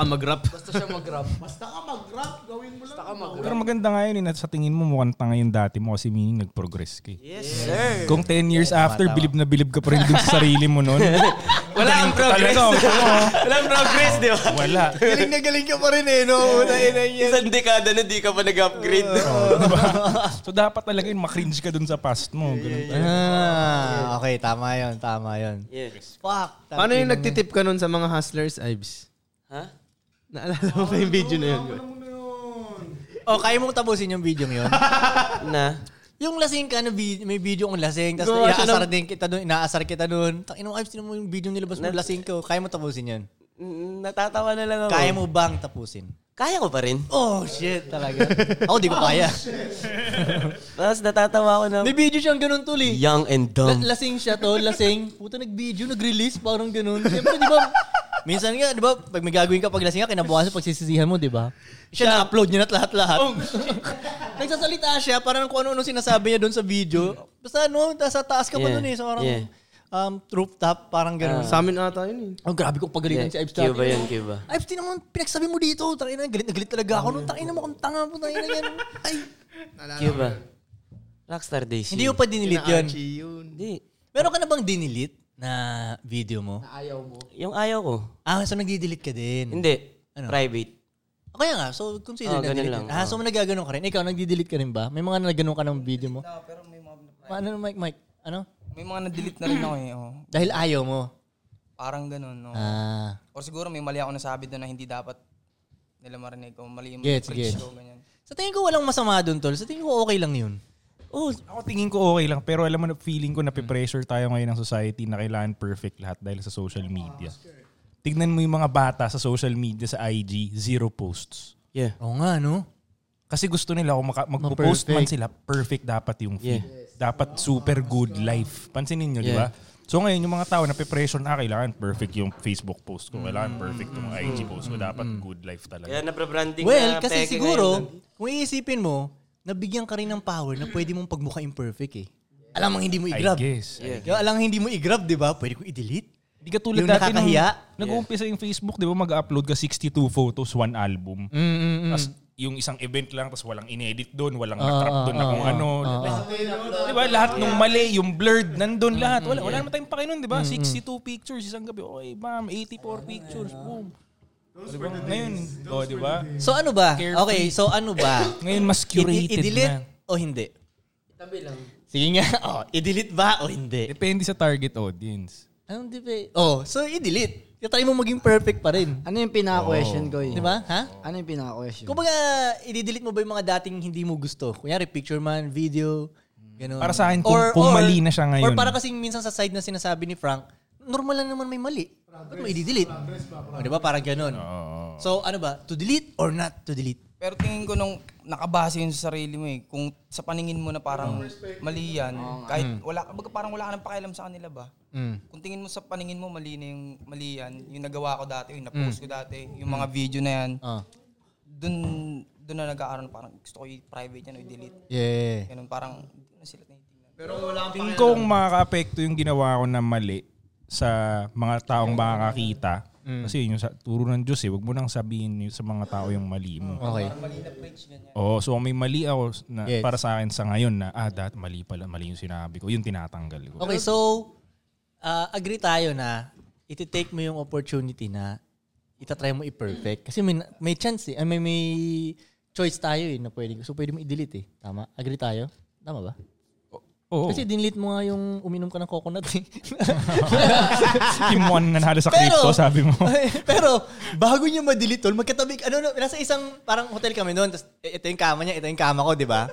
[SPEAKER 6] mag-rap, gawin mo lang.
[SPEAKER 7] Pero maganda nga yun eh, na sa tingin mo mukhang tanga yung dati mo kasi meaning nag-progress ka. eh. Kung 10 years after, bilib na bilib ka pa rin dun sa sarili mo noon.
[SPEAKER 3] Wala ang progress. Wala ang progress, di ba?
[SPEAKER 7] Wala.
[SPEAKER 2] galing na galing ka pa rin eh, no?
[SPEAKER 3] Isang dekada na di ka pa nag-upgrade.
[SPEAKER 2] Oh.
[SPEAKER 7] So dapat talaga yun, makringe ka dun sa past mo. Ganun talaga.
[SPEAKER 2] ah, okay, tama yun, tama yun.
[SPEAKER 3] yeah.
[SPEAKER 2] Fuck.
[SPEAKER 1] Paano yung nagtitip ka nun sa mga hustlers, Ives?
[SPEAKER 3] Ha?
[SPEAKER 1] Naalala mo ba yung video na yun?
[SPEAKER 2] Oh, kaya mong tapusin yung video yun?
[SPEAKER 3] Na?
[SPEAKER 2] Yung lasing ka, na vid- may video kong lasing, tapos
[SPEAKER 1] Gumawa siya
[SPEAKER 2] inaasar din kita doon, inaasar kita doon. Tang ina mo, Ives, tinan mo yung video nilabas mo, lasing ko. Kaya mo tapusin yun?
[SPEAKER 3] N- Natatawa na lang ako.
[SPEAKER 2] Kaya mo bang tapusin?
[SPEAKER 3] Kaya ko pa rin.
[SPEAKER 2] Oh, shit, talaga. Ako, di ko kaya.
[SPEAKER 3] Tapos natatawa ako na
[SPEAKER 2] May video siyang ganun tuli.
[SPEAKER 3] young and dumb.
[SPEAKER 2] La- lasing siya to, lasing. Puta, nag-video, nag-release, parang ganun. Siyempre, di ba, minsan nga, di ba, pag may gagawin ka, pag lasing ka, kinabukasan, pag sisisihan mo, di ba? Siya na-upload niya na at lahat-lahat.
[SPEAKER 3] Oh,
[SPEAKER 2] Nagsasalita siya, parang kung ano-ano sinasabi niya doon sa video. Basta ano, nasa taas ka pa
[SPEAKER 3] Yeah,
[SPEAKER 2] doon eh, sa parang
[SPEAKER 3] yeah. Ah.
[SPEAKER 2] um, rooftop, parang ganun.
[SPEAKER 1] Sa amin ata yun eh.
[SPEAKER 2] Oh, grabe kong pagalingan si Ives
[SPEAKER 3] Cuba
[SPEAKER 2] Tapia.
[SPEAKER 3] yan, Cuba.
[SPEAKER 2] Ives, tinan mo, pinagsabi mo dito. Tangina, galit na galit talaga ako. Nung tangina mo, kung tanga po, tangina yan. Ay.
[SPEAKER 3] Cuba. Rockstar Days.
[SPEAKER 2] Hindi ko pa dinilit yun.
[SPEAKER 1] Archie yun.
[SPEAKER 3] Hindi.
[SPEAKER 2] Meron ka na bang dinilit na video mo?
[SPEAKER 3] Yung ayaw ko.
[SPEAKER 2] Ah, so nagdi-delete ka din.
[SPEAKER 3] Hindi.
[SPEAKER 2] Ano?
[SPEAKER 3] Private.
[SPEAKER 2] O Kaya nga, so consider
[SPEAKER 3] Oh,
[SPEAKER 2] na
[SPEAKER 3] ganun
[SPEAKER 2] delete.
[SPEAKER 3] lang,
[SPEAKER 2] Ah, so nagaganon ka rin. Ikaw, nagdi-delete ka rin ba? May mga nagaganon ka ng video mo?
[SPEAKER 11] Ah, pero may mga,
[SPEAKER 2] Ano, Mike, Mike? Ano?
[SPEAKER 11] may mga na-delete na rin ako eh. Oh.
[SPEAKER 2] Dahil ayaw mo.
[SPEAKER 11] Parang ganun, no?
[SPEAKER 2] Ah.
[SPEAKER 11] Or siguro may mali ako nasabi doon na hindi dapat nila marinig ko. Mali yung
[SPEAKER 2] Gets,
[SPEAKER 11] preach
[SPEAKER 2] gets.
[SPEAKER 11] ko, ganyan.
[SPEAKER 2] Sa tingin ko, walang masama doon, tol. Sa tingin ko, okay lang yun.
[SPEAKER 7] Oh, ako tingin ko okay lang. Pero alam mo na feeling ko nape-pressure tayo ngayon ng society na kailangan perfect lahat dahil sa social media. Tignan mo yung mga bata sa social media, sa IG, zero posts.
[SPEAKER 3] Yeah.
[SPEAKER 2] Oo nga, no?
[SPEAKER 7] Kasi gusto nila kung maka- magpo-post man
[SPEAKER 2] Ma-perfect.
[SPEAKER 7] sila, perfect dapat yung feed. Dapat super good life. Pansinin nyo, di ba? So ngayon, yung mga tao na pressure na ah, kailangan perfect yung Facebook post ko, kailangan perfect yung IG post ko, dapat good life talaga.
[SPEAKER 3] Kaya nabrabranding
[SPEAKER 2] Well,
[SPEAKER 3] na
[SPEAKER 2] kasi
[SPEAKER 3] peke
[SPEAKER 2] siguro,
[SPEAKER 3] ngayon.
[SPEAKER 2] kung iisipin mo, nabigyan ka rin ng power na pwede mong pagmukha imperfect eh. Alam mong hindi mo i-grab.
[SPEAKER 7] I guess. I
[SPEAKER 2] Kaya alam mong hindi mo i-grab, di ba? Pwede ko i-delete.
[SPEAKER 7] Hindi ka tulad
[SPEAKER 2] Yung
[SPEAKER 7] dati nung
[SPEAKER 2] nakakahiya?
[SPEAKER 7] nag-uumpisa yung Facebook, di ba mag-upload ka 62 photos, one album.
[SPEAKER 2] Mm,
[SPEAKER 7] Tapos yung isang event lang, tapos walang inedit
[SPEAKER 2] Ah,
[SPEAKER 7] doon, walang natrap doon na kung ano. Di ba? Lahat nung mali, yung blurred, nandun
[SPEAKER 2] Mm,
[SPEAKER 7] lahat. Wala, wala naman tayong pake nun, di ba? 62 pictures isang gabi. Oy, ma'am, 84 pictures. Boom. Di ba? Ngayon, oh, di ba?
[SPEAKER 2] So ano ba?
[SPEAKER 7] Carefree.
[SPEAKER 2] Okay, so ano ba?
[SPEAKER 7] Ngayon,
[SPEAKER 2] I-
[SPEAKER 7] mas curated
[SPEAKER 2] I-delete
[SPEAKER 7] na.
[SPEAKER 2] o hindi? Tabi lang. Sige nga, oh, i-delete ba o hindi?
[SPEAKER 7] Depende sa target audience.
[SPEAKER 2] Anong debate? Oh, so i-delete. Try mo maging perfect pa rin.
[SPEAKER 5] Ano yung pinaka-question ko eh?
[SPEAKER 2] Oh. Di ba? Ha?
[SPEAKER 5] Ano yung pinaka-question?
[SPEAKER 2] Kumbaga, i-delete mo ba yung mga dating hindi mo gusto? Kunyari, picture man, video, ganun.
[SPEAKER 7] Para sa akin, kung- kung mali na siya ngayon.
[SPEAKER 2] Or para kasing minsan sa side na sinasabi ni Frank, normal lang naman may mali. Ba't mo i-delete? Oh, di ba? Parang ganun. So, ano ba? To delete or not to delete?
[SPEAKER 11] Pero tingin ko nung nakabase yun sa sarili mo eh, kung sa paningin mo na parang mali yan,
[SPEAKER 2] Hmm.
[SPEAKER 11] kahit wala, ka- baga parang wala ka nang pakialam sa kanila ba? Kung tingin mo sa paningin mo mali na yung mali yan, yung nagawa ko dati, yung napost ko dati, yung mga video na yan,
[SPEAKER 2] Hmm. Ah.
[SPEAKER 11] dun, dun na nag-aaron parang gusto ko i-private yan o i-delete.
[SPEAKER 2] Yeah.
[SPEAKER 11] Ganun parang, hindi na sila tinitingnan.
[SPEAKER 7] Tingin ko kung makaka-apekto yung ginawa ko na mali sa mga taong makakakita.
[SPEAKER 2] Mm.
[SPEAKER 7] Kasi yun yung sa, turo ng Diyos eh. Huwag mo nang sabihin yun sa mga tao yung mali mo.
[SPEAKER 2] Mm. Okay.
[SPEAKER 7] Oo, so kung may mali ako na,
[SPEAKER 2] Yes.
[SPEAKER 7] para sa akin sa ngayon na, ah, dat, mali pala, mali yung sinabi ko. Yun tinatanggal ko.
[SPEAKER 2] Okay, so, ah, agree tayo na iti-take mo yung opportunity na itatry mo i-perfect. Kasi may, may chance eh. Ay, may, may choice tayo eh na pwede. So, pwede mo i-delete eh. Tama? Agree tayo? Tama ba?
[SPEAKER 7] Oo.
[SPEAKER 2] Kasi dinelete mo nga yung uminom ka ng coconut eh.
[SPEAKER 7] yung one nanalo sa crypto, sabi mo.
[SPEAKER 2] pero, bago niya ma-delete tol, magkatabi, ano, no, nasa isang parang hotel kami noon, tapos eh, ito yung kama niya, ito yung kama ko, di ba?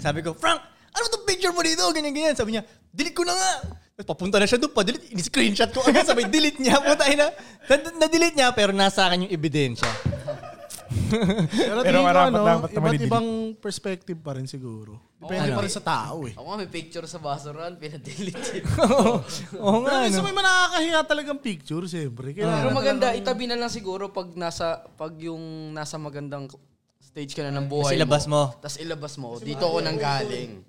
[SPEAKER 2] Sabi ko, Frank, ano tong picture mo dito? Ganyan, ganyan. Sabi niya, delete ko na nga. Tapos papunta na siya doon, pa-delete. In-screenshot ko agad, sabi, delete niya. Punta na. Na- Na-delete niya, pero nasa akin yung ebidensya.
[SPEAKER 7] Pero
[SPEAKER 6] Pero, tingin ko,
[SPEAKER 7] marapat
[SPEAKER 6] ano,
[SPEAKER 7] dapat naman
[SPEAKER 6] iba't
[SPEAKER 7] i-delete.
[SPEAKER 6] ibang perspective pa rin siguro. Depende pa rin sa tao eh.
[SPEAKER 5] Ako nga may picture sa basurahan, pinadelete.
[SPEAKER 2] Oo
[SPEAKER 6] Pero
[SPEAKER 2] nga,
[SPEAKER 6] minsan
[SPEAKER 2] ano.
[SPEAKER 6] may nakakahiya talagang picture, siyempre.
[SPEAKER 5] Pero
[SPEAKER 6] Kailangan
[SPEAKER 5] maganda, itabi na lang siguro pag nasa pag yung nasa magandang stage ka na ng buhay
[SPEAKER 2] Tas ilabas mo.
[SPEAKER 5] Tapos ilabas mo. Dito ako nang galing.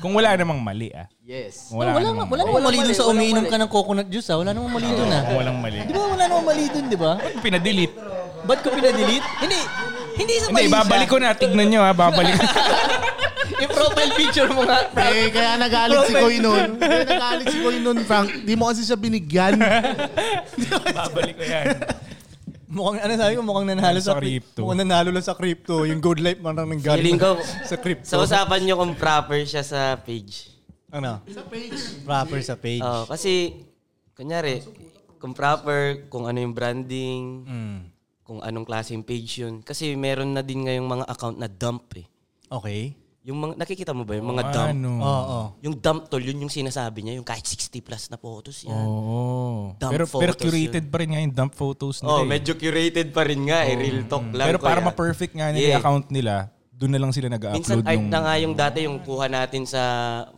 [SPEAKER 7] Kung wala namang mali ah.
[SPEAKER 5] Yes.
[SPEAKER 7] Kung
[SPEAKER 2] Wala, wala,
[SPEAKER 7] namang
[SPEAKER 2] wala,
[SPEAKER 7] mali.
[SPEAKER 2] namang mali
[SPEAKER 5] mali,
[SPEAKER 2] dun sa
[SPEAKER 5] walang
[SPEAKER 2] umiinom
[SPEAKER 5] mali.
[SPEAKER 2] ka ng coconut juice ah. Wala namang mali dun ah.
[SPEAKER 7] Kung walang mali.
[SPEAKER 2] Di ba wala namang mali dun, di ba?
[SPEAKER 7] Pinadelete.
[SPEAKER 2] Ba't ko pinadelete? Hindi, hindi sa mali
[SPEAKER 7] Hindi, babalik ko na. Tignan nyo ha, babalik.
[SPEAKER 2] Yung profile picture mo nga, Frank.
[SPEAKER 6] Eh, kaya nagalit si Koy nun. Kaya nagalit si Koy nun, Frank. Di mo kasi siya binigyan.
[SPEAKER 7] babalik ko yan.
[SPEAKER 2] Mukhang ano sabi ko, mukhang nanalo sa,
[SPEAKER 7] Sa
[SPEAKER 2] crypto.
[SPEAKER 7] crypto.
[SPEAKER 2] Mukhang nanalo lang sa crypto. Yung good life man lang nanggaling
[SPEAKER 3] Feeling ko,
[SPEAKER 2] sa crypto.
[SPEAKER 3] sa usapan nyo kung proper siya sa page.
[SPEAKER 2] ano? Sa page. Proper sa page.
[SPEAKER 3] Oo, kasi, kunyari, kung proper, kung ano yung branding,
[SPEAKER 2] Mm.
[SPEAKER 3] kung anong klaseng page yun. Kasi meron na din ngayong mga account na dump eh.
[SPEAKER 2] Okay.
[SPEAKER 3] Yung mga, nakikita mo ba yung mga dump?
[SPEAKER 7] Ano?
[SPEAKER 2] Oo. Oh,
[SPEAKER 3] Yung dump tol, yun yung sinasabi niya, yung kahit 60 plus na photos yan.
[SPEAKER 2] Oh,
[SPEAKER 7] Oo.
[SPEAKER 3] Dump
[SPEAKER 7] Pero, pero
[SPEAKER 3] photos
[SPEAKER 7] curated pa rin nga yung dump photos nila.
[SPEAKER 3] Oh,
[SPEAKER 7] eh.
[SPEAKER 3] medyo curated pa rin
[SPEAKER 2] Oh,
[SPEAKER 3] nga eh,
[SPEAKER 2] mm.
[SPEAKER 3] real talk lang.
[SPEAKER 7] Pero para
[SPEAKER 3] kaya.
[SPEAKER 7] ma-perfect nga nila
[SPEAKER 3] Yeah.
[SPEAKER 7] yung account nila, doon na lang sila
[SPEAKER 3] Minsan
[SPEAKER 7] nag-upload
[SPEAKER 3] art
[SPEAKER 7] nung
[SPEAKER 3] na nga yung dati yung kuha natin sa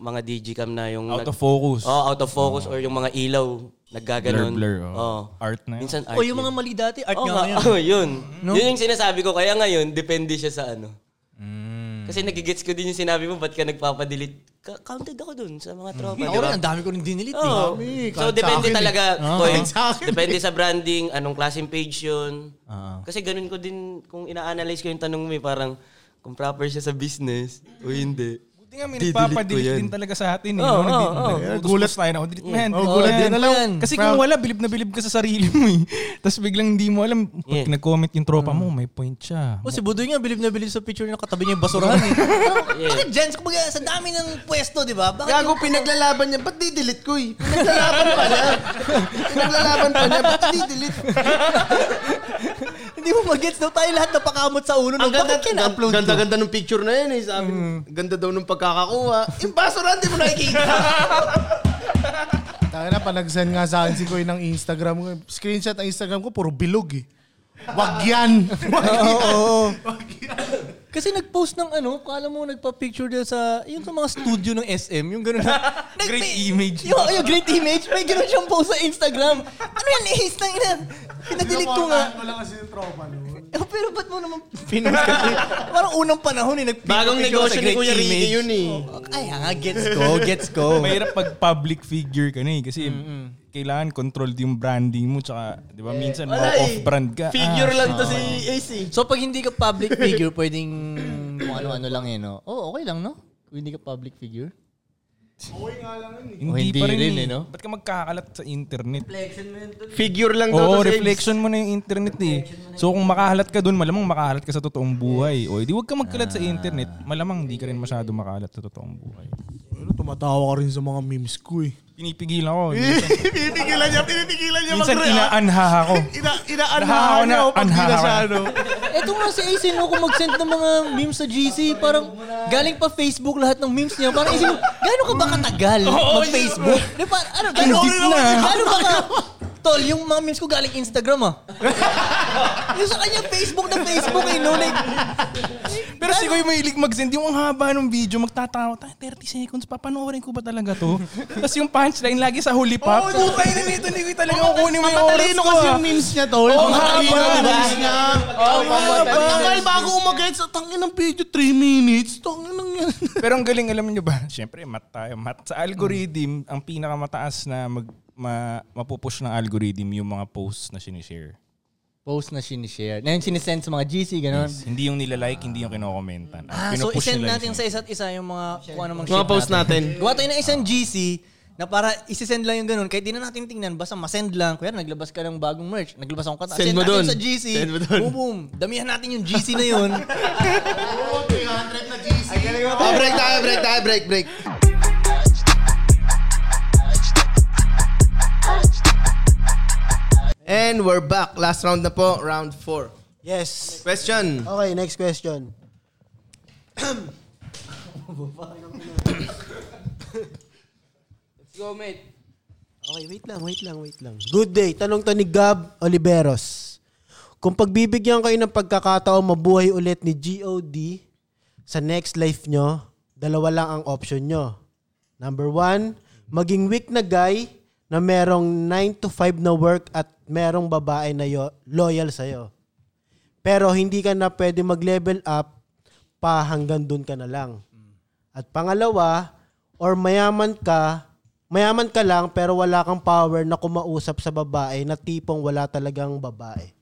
[SPEAKER 3] mga digicam na yung
[SPEAKER 7] out
[SPEAKER 3] nag-
[SPEAKER 7] of focus.
[SPEAKER 3] Oh, out of focus or yung mga ilaw
[SPEAKER 7] blur,
[SPEAKER 3] naggaganon.
[SPEAKER 7] blur. Oh.
[SPEAKER 3] Oh.
[SPEAKER 7] Art na yun.
[SPEAKER 3] Minsan art.
[SPEAKER 2] O yung mga mali dati, art
[SPEAKER 3] oh,
[SPEAKER 2] nga
[SPEAKER 3] nga,
[SPEAKER 2] ngayon.
[SPEAKER 3] oh, yun. Yun yung sinasabi ko kaya ngayon depende siya sa ano.
[SPEAKER 7] Mm.
[SPEAKER 3] Kasi nagigets ko din yung sinabi mo, ba't ka nagpapadelete? Ka- counted ako dun sa mga tropa.
[SPEAKER 8] Mm.
[SPEAKER 2] Ako
[SPEAKER 3] di ba?
[SPEAKER 2] rin, ang dami ko rin dinilit. eh.
[SPEAKER 3] Oo. So, depende talaga. Koy.
[SPEAKER 6] Kahit sa akin
[SPEAKER 3] depende sa branding, anong klaseng page yun.
[SPEAKER 7] Ah.
[SPEAKER 3] Kasi ganun ko din, kung ina-analyze ko yung tanong mo, eh, parang kung proper siya sa business o hindi.
[SPEAKER 7] Buti nga may
[SPEAKER 3] Didelete ko
[SPEAKER 7] nagpapadelete
[SPEAKER 3] yan.
[SPEAKER 7] din talaga sa atin. Eh,
[SPEAKER 3] Oo,
[SPEAKER 7] no? Nagdi-
[SPEAKER 3] oo, oo.
[SPEAKER 7] nag- Gulat tayo na, oh, delete mo yan. delete mo
[SPEAKER 2] gulat
[SPEAKER 7] yan."
[SPEAKER 2] din na lang.
[SPEAKER 7] Kasi kung wala, bilib na bilib ka sa sarili mo eh. Tapos biglang hindi mo alam, pag
[SPEAKER 3] Yeah.
[SPEAKER 7] nag-comment yung tropa mo, may point siya.
[SPEAKER 2] O si Budoy nga, bilib na bilib sa picture niya, katabi niya yung basurahan. eh. Ano, Bakit dyan? Kumbaga, sa dami ng pwesto, di ba? Bakit
[SPEAKER 1] Gago, pinaglalaban niya. Ba't di-delete ko eh? Pinaglalaban pa niya. Pinaglalaban pa niya. Ba't di-delete?
[SPEAKER 2] hindi mo mag-gets daw tayo lahat napakamot sa ulo.
[SPEAKER 1] Ang
[SPEAKER 2] nung,
[SPEAKER 1] ganda,
[SPEAKER 2] bakit
[SPEAKER 1] ganda,
[SPEAKER 2] kina-upload
[SPEAKER 1] ganda,
[SPEAKER 2] to?
[SPEAKER 1] ganda ng picture na yan eh. Sabi, ganda daw ng pagkakakuha. Yung basura, hindi mo nakikita.
[SPEAKER 6] Taka na, panagsan nga sa akin si Koy ng Instagram ko. Screenshot ng Instagram ko, puro bilog eh. Wag yan! Wag yan! Wag yan!
[SPEAKER 2] Kasi nag-post ng ano, kala mo nagpa-picture dyan sa, yung sa mga studio ng SM, yung gano'n na.
[SPEAKER 7] Great image.
[SPEAKER 2] Yung, yung great image, may gano'n siyang post sa Instagram. Ano yan, ihis na ina. Pinadilig ko nga.
[SPEAKER 6] Wala kasi yung tropa noon.
[SPEAKER 2] Eh, pero ba't mo naman pinost kasi? Parang unang panahon eh, nag-picture
[SPEAKER 1] Bagong
[SPEAKER 2] picture
[SPEAKER 1] negosyo
[SPEAKER 2] sa
[SPEAKER 1] ni
[SPEAKER 2] great
[SPEAKER 1] Kuya
[SPEAKER 2] image.
[SPEAKER 1] Ricky yun eh.
[SPEAKER 2] Kaya nga, gets ko, gets ko.
[SPEAKER 7] Mahirap pag public figure ka na eh. Kasi kailangan controlled yung branding mo. Tsaka, di ba, minsan
[SPEAKER 1] Wala eh.
[SPEAKER 7] off-brand ka.
[SPEAKER 1] Figure
[SPEAKER 7] Ah,
[SPEAKER 1] lang to si AC.
[SPEAKER 2] So pag hindi ka public figure, pwedeng kung ano-ano lang eh, no? Oh, okay lang, no? Kung hindi ka public figure.
[SPEAKER 7] Hindi,
[SPEAKER 2] Oh, hindi
[SPEAKER 7] pa rin,
[SPEAKER 2] rin
[SPEAKER 7] eh.
[SPEAKER 2] eh, no?
[SPEAKER 7] Ba't ka magkakalat sa internet?
[SPEAKER 1] Figure lang daw
[SPEAKER 7] Oo,
[SPEAKER 1] to si
[SPEAKER 7] reflection mo na yung internet eh. So kung makahalat ka dun, malamang makahalat ka sa totoong buhay. O, di wag ka magkalat
[SPEAKER 6] Ah.
[SPEAKER 7] sa internet. Malamang hindi ka rin masyado makahalat sa totoong buhay.
[SPEAKER 6] Pero tumatawa ka rin sa mga memes ko eh.
[SPEAKER 7] Pinipigilan ako. Minsan,
[SPEAKER 6] pinipigilan niya, pinipigilan niya
[SPEAKER 7] minsan
[SPEAKER 6] mag-react.
[SPEAKER 7] inaanha ako.
[SPEAKER 6] Ina,
[SPEAKER 7] Nahahawa
[SPEAKER 6] inaanhahan
[SPEAKER 7] na,
[SPEAKER 6] niya o pag di na siya
[SPEAKER 7] anhahawa.
[SPEAKER 6] ano.
[SPEAKER 2] Eto nga si AC, no, kung mag-send ng mga memes sa GC, parang galing pa Facebook lahat ng memes niya. Parang isip mo, gano'n ka ba katagal mag-Facebook? Di ba, ano, gano'n
[SPEAKER 7] deep na.
[SPEAKER 2] Gano'n ba ka? Tol, yung mga memes ko galing Instagram, ah. yung sa kanya, Facebook na Facebook, eh, no? Like,
[SPEAKER 7] Pero si Koy mahilig mag-send. Yung ang haba ng video, magtatawa tayo. 30 seconds, papanoorin ko ba talaga to? Tapos yung punchline, lagi sa huli pa. Oo, oh, tayo na nito, ni Koy talaga. Kukunin mo yung oras
[SPEAKER 6] Matalino
[SPEAKER 7] ko. ah.
[SPEAKER 6] kasi yung memes niya to. Oo,
[SPEAKER 7] Ang haba, diba?
[SPEAKER 6] ano. Oo, Bakal bago umagets, tangin ng video, 3 minutes. Tangin ng yan.
[SPEAKER 7] Pero ang galing, alam niyo ba? Siyempre, mat tayo. Mat. Sa algorithm, ang pinakamataas na mag, ma, mapupush ng algorithm yung mga posts na sinishare.
[SPEAKER 2] post na sinishare. Na yung sinisend sa mga GC, gano'n.
[SPEAKER 7] Hindi yung nilalike, hindi yung kinokomentan. Ang
[SPEAKER 2] Ah, so
[SPEAKER 7] pinupush
[SPEAKER 2] isend
[SPEAKER 7] nila yung
[SPEAKER 2] natin sa isa't isa yung mga kung ano mang
[SPEAKER 1] Mga
[SPEAKER 2] shit
[SPEAKER 1] post natin.
[SPEAKER 2] Gawa tayo ng isang GC na para isisend lang yung ganun. Kahit di na natin tingnan, basta masend lang. Kuya, naglabas ka ng bagong merch. Naglabas akong kata.
[SPEAKER 1] Send mo
[SPEAKER 2] natin
[SPEAKER 1] dun.
[SPEAKER 2] sa GC.
[SPEAKER 1] Send mo dun.
[SPEAKER 2] Boom, boom. Damihan natin yung GC na yun.
[SPEAKER 1] Oh, break tayo, break tayo, break, break. And we're back. Last round na po, round 4.
[SPEAKER 8] Yes.
[SPEAKER 1] Question.
[SPEAKER 8] Okay, next question.
[SPEAKER 14] Let's go, mate.
[SPEAKER 8] Okay, wait lang, wait lang, wait lang. Good day. Tanong to ni Gab Oliveros. Kung pagbibigyan kayo ng pagkakataon mabuhay ulit ni G.O.D. sa next life nyo, dalawa lang ang option nyo. Number one, maging weak na guy na merong 9 to 5 na work at merong babae na yo- loyal sa'yo. Pero hindi ka na pwede mag-level up pa hanggang dun ka na lang. At pangalawa, or mayaman ka, mayaman ka lang pero wala kang power na kumausap sa babae na tipong wala talagang babae.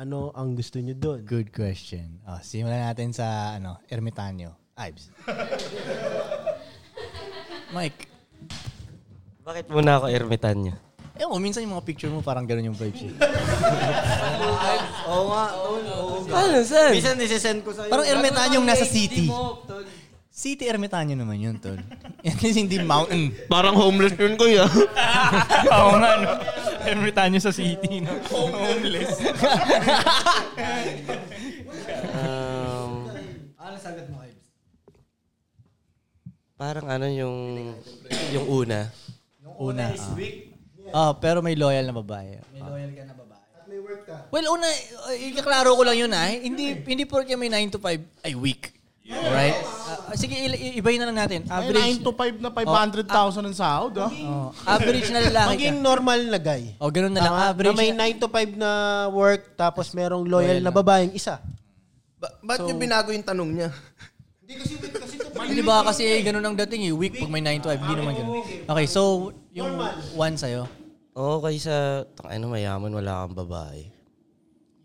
[SPEAKER 8] Ano ang gusto nyo dun?
[SPEAKER 2] Good question. Oh, simulan natin sa ano, Ermitanyo. Ives. Mike,
[SPEAKER 3] Bakit muna ako ermitan niya?
[SPEAKER 2] eh oh, minsan yung mga picture mo parang ganun yung vibes. eh.
[SPEAKER 15] Oo nga, tol.
[SPEAKER 3] Ano, saan?
[SPEAKER 15] Minsan nisisend ko sa'yo.
[SPEAKER 2] Parang Ermitanyong nasa city. City Ermitanyo naman yun, tol. At least hindi mountain.
[SPEAKER 1] Parang homeless yun, kuya.
[SPEAKER 7] Oo nga, no? Every time nyo sa city, no? Homeless.
[SPEAKER 3] Um,
[SPEAKER 15] Ano sagot mo, Ives?
[SPEAKER 3] parang ano yung yung una.
[SPEAKER 2] Una. ah. Ah, pero may loyal na babae. May loyal ka na babae. At may work ka. Well, una, uh, ikaklaro ko lang yun ah. Hindi,
[SPEAKER 8] eh.
[SPEAKER 2] hindi porke may 9 to 5 ay week. Alright? Ah, ah, sige, il- i- ibahin na lang natin. Average,
[SPEAKER 6] 9 to 5 na 500,000 ang sahod, ah. ha?
[SPEAKER 2] oh, average na lalaki ka.
[SPEAKER 8] Maging normal na guy.
[SPEAKER 2] O, ganun na lang.
[SPEAKER 8] Tama?
[SPEAKER 2] average
[SPEAKER 8] na may
[SPEAKER 2] na-
[SPEAKER 8] 9 to 5 na work tapos merong
[SPEAKER 2] Loyal
[SPEAKER 8] loyal, na
[SPEAKER 2] na.
[SPEAKER 8] babaeng isa.
[SPEAKER 1] Ba- ba't niyo binago yung tanong niya?
[SPEAKER 2] Di ba kasi ganun ang dating eh. Week pag may 9 to 5, hindi naman ganun. Okay, so yung one sa'yo.
[SPEAKER 3] Oo, kaysa, tang- ano, mayaman, wala kang babae.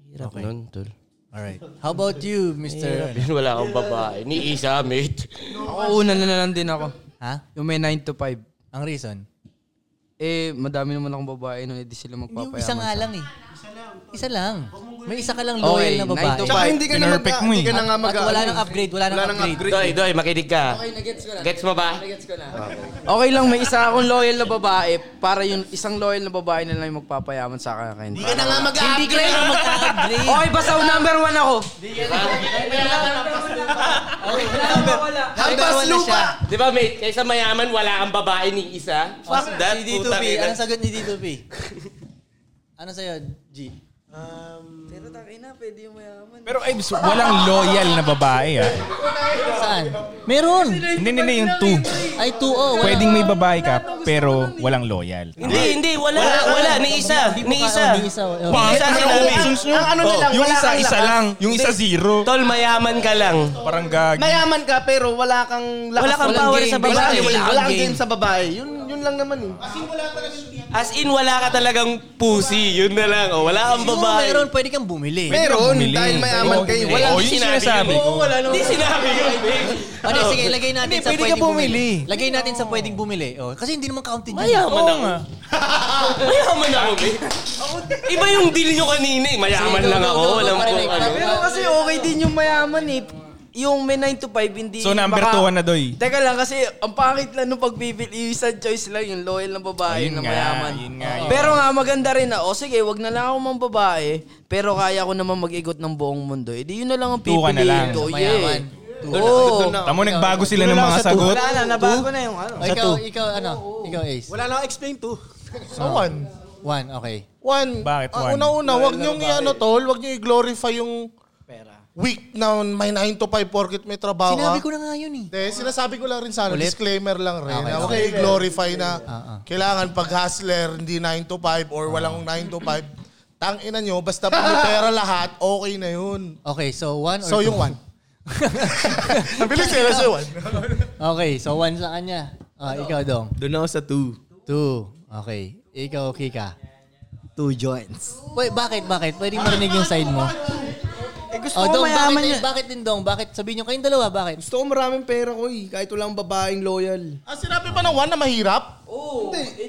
[SPEAKER 3] Hirap nun, tol.
[SPEAKER 2] Alright. How about you, Mr.
[SPEAKER 3] Hirap yun, wala kang babae. Ni Isa, mate.
[SPEAKER 14] Ako, una na lang din ako.
[SPEAKER 2] Ha?
[SPEAKER 14] Yung may 9 to 5.
[SPEAKER 2] Ang reason?
[SPEAKER 14] Eh, madami naman akong babae nun, hindi sila
[SPEAKER 2] Yung
[SPEAKER 14] magpapayaman.
[SPEAKER 2] isa nga
[SPEAKER 14] sa-
[SPEAKER 2] lang eh. Isa lang. May isa ka lang
[SPEAKER 14] Okay,
[SPEAKER 2] loyal na
[SPEAKER 14] nine
[SPEAKER 2] babae.
[SPEAKER 14] to
[SPEAKER 1] Tsaka
[SPEAKER 14] Five.
[SPEAKER 1] hindi ka na mag
[SPEAKER 7] Pinerfect mo eh.
[SPEAKER 1] hindi ka na nga mag
[SPEAKER 2] At wala nang upgrade, wala nang upgrade.
[SPEAKER 3] Doy, doy, eh, makinig ka.
[SPEAKER 14] Okay, nagets ko na.
[SPEAKER 3] Gets mo ba?
[SPEAKER 14] Nagets ko na. Okay lang, may isa akong loyal na babae para yung isang loyal na babae na lang yung magpapayaman sa akin.
[SPEAKER 1] Hindi ka na nga mag
[SPEAKER 14] Hindi ka na mag-upgrade. Okay, basta number one ako.
[SPEAKER 1] Habas lupa!
[SPEAKER 3] Di ba, mate? Kaysa mayaman, wala kang babae ni Isa. Fuck that,
[SPEAKER 2] Si D2P,
[SPEAKER 3] puta.
[SPEAKER 2] anong sagot ni D2P? ano sa'yo, G?
[SPEAKER 8] Um,
[SPEAKER 15] Pero tangin
[SPEAKER 8] na, pwede yung mayaman.
[SPEAKER 7] Pero Ibs, walang loyal na babae ah.
[SPEAKER 2] Saan? Meron!
[SPEAKER 7] Hindi, hindi, hindi, yung two.
[SPEAKER 2] Ay, 2-0. Wala.
[SPEAKER 7] Pwedeng may babae ka, pero walang loyal.
[SPEAKER 3] Hindi, hindi. Wala, wala. Ni isa. Ni isa.
[SPEAKER 2] Ni isa. oh.
[SPEAKER 3] Ni isa sinabi.
[SPEAKER 1] ano Ang ano nilang,
[SPEAKER 7] Oh, Yung
[SPEAKER 1] wala
[SPEAKER 7] isa,
[SPEAKER 1] kang
[SPEAKER 7] isa
[SPEAKER 1] lakas.
[SPEAKER 7] lang. Yung isa, zero.
[SPEAKER 3] Tol, mayaman ka lang.
[SPEAKER 7] Parang gag.
[SPEAKER 1] Mayaman ka pero wala kang lakas.
[SPEAKER 3] Wala kang
[SPEAKER 5] Walang
[SPEAKER 3] power
[SPEAKER 5] game,
[SPEAKER 3] sa
[SPEAKER 1] Wala,
[SPEAKER 3] babae.
[SPEAKER 5] basically. Wala
[SPEAKER 1] wala,
[SPEAKER 5] kang
[SPEAKER 1] wala kang
[SPEAKER 5] game.
[SPEAKER 1] game sa babae. Yun, yun lang naman eh.
[SPEAKER 3] As in, wala ka talagang pussy. Yun na lang. O, wala kang
[SPEAKER 2] Siguro
[SPEAKER 3] babae.
[SPEAKER 2] meron, pwede kang bumili.
[SPEAKER 1] Meron,
[SPEAKER 7] bumili.
[SPEAKER 1] dahil mayaman
[SPEAKER 7] Oo,
[SPEAKER 1] kayo.
[SPEAKER 7] hindi.
[SPEAKER 1] Wala
[SPEAKER 7] Oo, yun sinasabi ko.
[SPEAKER 1] wala
[SPEAKER 3] Hindi sinabi yun, babe.
[SPEAKER 2] Ano, sige, lagay natin
[SPEAKER 7] Hindi,
[SPEAKER 2] sa
[SPEAKER 7] pwede
[SPEAKER 2] pwedeng
[SPEAKER 7] ka
[SPEAKER 2] bumili.
[SPEAKER 7] bumili.
[SPEAKER 2] Lagay natin sa pwedeng bumili. Oh, kasi hindi naman counted yun.
[SPEAKER 3] Mayaman
[SPEAKER 7] Oo
[SPEAKER 3] ako.
[SPEAKER 7] nga.
[SPEAKER 3] Mayaman ako, babe. Iba yung deal nyo kanina eh. Mayaman
[SPEAKER 2] Sige,
[SPEAKER 3] lang
[SPEAKER 2] go, go,
[SPEAKER 3] ako.
[SPEAKER 2] go,
[SPEAKER 3] Walang
[SPEAKER 2] pare,
[SPEAKER 3] kung ano.
[SPEAKER 5] Pero kasi okay din yung mayaman eh. Yung may 9 to 5, hindi...
[SPEAKER 7] So, number
[SPEAKER 5] baka-
[SPEAKER 7] two ka na, Doy.
[SPEAKER 5] Teka lang, kasi ang pangit lang nung pagbibili, isa choice lang, yung loyal na babae
[SPEAKER 7] Ayun
[SPEAKER 5] na
[SPEAKER 7] nga,
[SPEAKER 5] mayaman.
[SPEAKER 7] yun nga, yun.
[SPEAKER 5] Pero nga, maganda rin na, o sige, wag na lang ako mang babae, pero kaya ko naman mag-igot ng buong mundo. Eh, di yun na lang ang
[SPEAKER 7] Two ka na
[SPEAKER 5] pipiliin
[SPEAKER 7] lang.
[SPEAKER 5] ko.
[SPEAKER 2] Sa mayaman.
[SPEAKER 5] Yeah.
[SPEAKER 2] Doon na-
[SPEAKER 5] Oo.
[SPEAKER 1] doon na.
[SPEAKER 7] Tamo, nagbago sila ng mga sagot.
[SPEAKER 8] Wala na, nabago na yung ano.
[SPEAKER 2] Oh, ikaw, ikaw, ano? Ikaw, Ace.
[SPEAKER 4] Wala lang explain to.
[SPEAKER 6] So, one.
[SPEAKER 2] One, okay.
[SPEAKER 6] One.
[SPEAKER 7] Bakit
[SPEAKER 6] Ah,
[SPEAKER 7] one?
[SPEAKER 6] Una-una, wag niyong i-ano, tol. Wag niyong i-glorify yung week na may 9 to 5 porkit may trabaho ah.
[SPEAKER 2] Sinabi
[SPEAKER 6] ka.
[SPEAKER 2] ko na nga yun eh.
[SPEAKER 6] Hindi, sinasabi ko lang rin sana,
[SPEAKER 2] Ulit?
[SPEAKER 6] disclaimer lang rin.
[SPEAKER 2] Okay,
[SPEAKER 6] na huwag
[SPEAKER 2] okay.
[SPEAKER 6] kayo i-glorify na
[SPEAKER 2] ah.
[SPEAKER 6] kailangan pag hustler, hindi 9 to 5 or walang 9 to 5. Tangina nyo, basta pag may pera lahat, okay na yun.
[SPEAKER 2] Okay, so one or
[SPEAKER 6] So
[SPEAKER 2] two?
[SPEAKER 6] yung one. Nabilis nila sa one.
[SPEAKER 2] Okay, so one sa kanya. Ah, ikaw, Dong.
[SPEAKER 1] Doon ako sa two.
[SPEAKER 2] Two. Okay. Ikaw, Kika.
[SPEAKER 8] Two joints.
[SPEAKER 2] Wait, bakit, bakit? Pwede marinig yung side mo.
[SPEAKER 8] Eh gusto
[SPEAKER 2] Oh,
[SPEAKER 8] ko
[SPEAKER 2] Dong, bakit,
[SPEAKER 8] mayaman
[SPEAKER 2] din,
[SPEAKER 8] yun.
[SPEAKER 2] bakit din, Dong? Bakit? Sabihin nyo kayong dalawa, bakit?
[SPEAKER 1] Gusto ko maraming pera ko eh. Kahit walang babaeng loyal.
[SPEAKER 6] Ah, sinabi pa ng one na mahirap?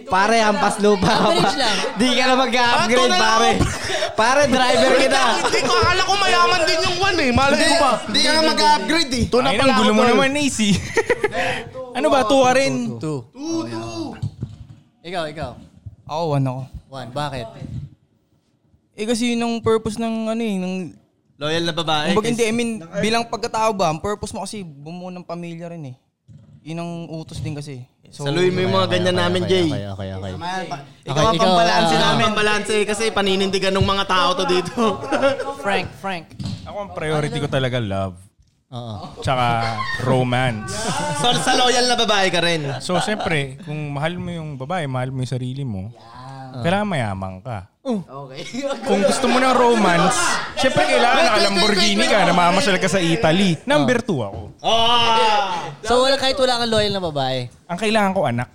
[SPEAKER 8] Pare, hampas lupa.
[SPEAKER 2] Average lang.
[SPEAKER 8] Di ka na mag-upgrade,
[SPEAKER 6] Ah, tunay
[SPEAKER 8] pare. pare, driver kita.
[SPEAKER 6] Hindi ko, akala ko mayaman din yung one eh. Malay ko ba?
[SPEAKER 1] Hindi ka mag-upgrade eh.
[SPEAKER 6] Doon na
[SPEAKER 7] Ay,
[SPEAKER 6] pala
[SPEAKER 7] ang gulo
[SPEAKER 6] ako,
[SPEAKER 7] mo
[SPEAKER 6] tol.
[SPEAKER 7] naman, Ace. eh. ano ba, two ka rin?
[SPEAKER 2] Two. Two, Ikaw, ikaw.
[SPEAKER 11] Ako, one ako.
[SPEAKER 2] One, bakit?
[SPEAKER 11] Eh kasi yun ang purpose ng ano eh, ng
[SPEAKER 1] Loyal na babae.
[SPEAKER 11] Kumbaga hindi, I mean, bilang pagkatao ba, ang purpose mo kasi bumuo ng pamilya rin eh. Yun ang utos din kasi. So,
[SPEAKER 1] Saluhin mo yung mga ganyan namin, Jay.
[SPEAKER 2] Okay, okay, okay.
[SPEAKER 1] Ikaw ang
[SPEAKER 2] ikaw,
[SPEAKER 1] pambalanse
[SPEAKER 2] ah,
[SPEAKER 1] namin. Pambalanse kasi paninindigan ng mga tao to dito.
[SPEAKER 11] Frank, Frank.
[SPEAKER 7] eh. Ako ang
[SPEAKER 5] Ano?
[SPEAKER 7] priority ko talaga, love.
[SPEAKER 2] Oo.
[SPEAKER 7] Tsaka romance.
[SPEAKER 1] so, sa loyal na babae ka rin.
[SPEAKER 7] So, siyempre, kung mahal mo yung babae, mahal mo yung sarili mo, kailangan mayaman ka. Okay. kung gusto mo ng romance, siyempre kailangan naka Lamborghini ka, namamasyal ka sa Italy. Number two ako.
[SPEAKER 1] Ah!
[SPEAKER 2] So, wala, kahit wala kang loyal na babae.
[SPEAKER 7] Ang kailangan ko, anak.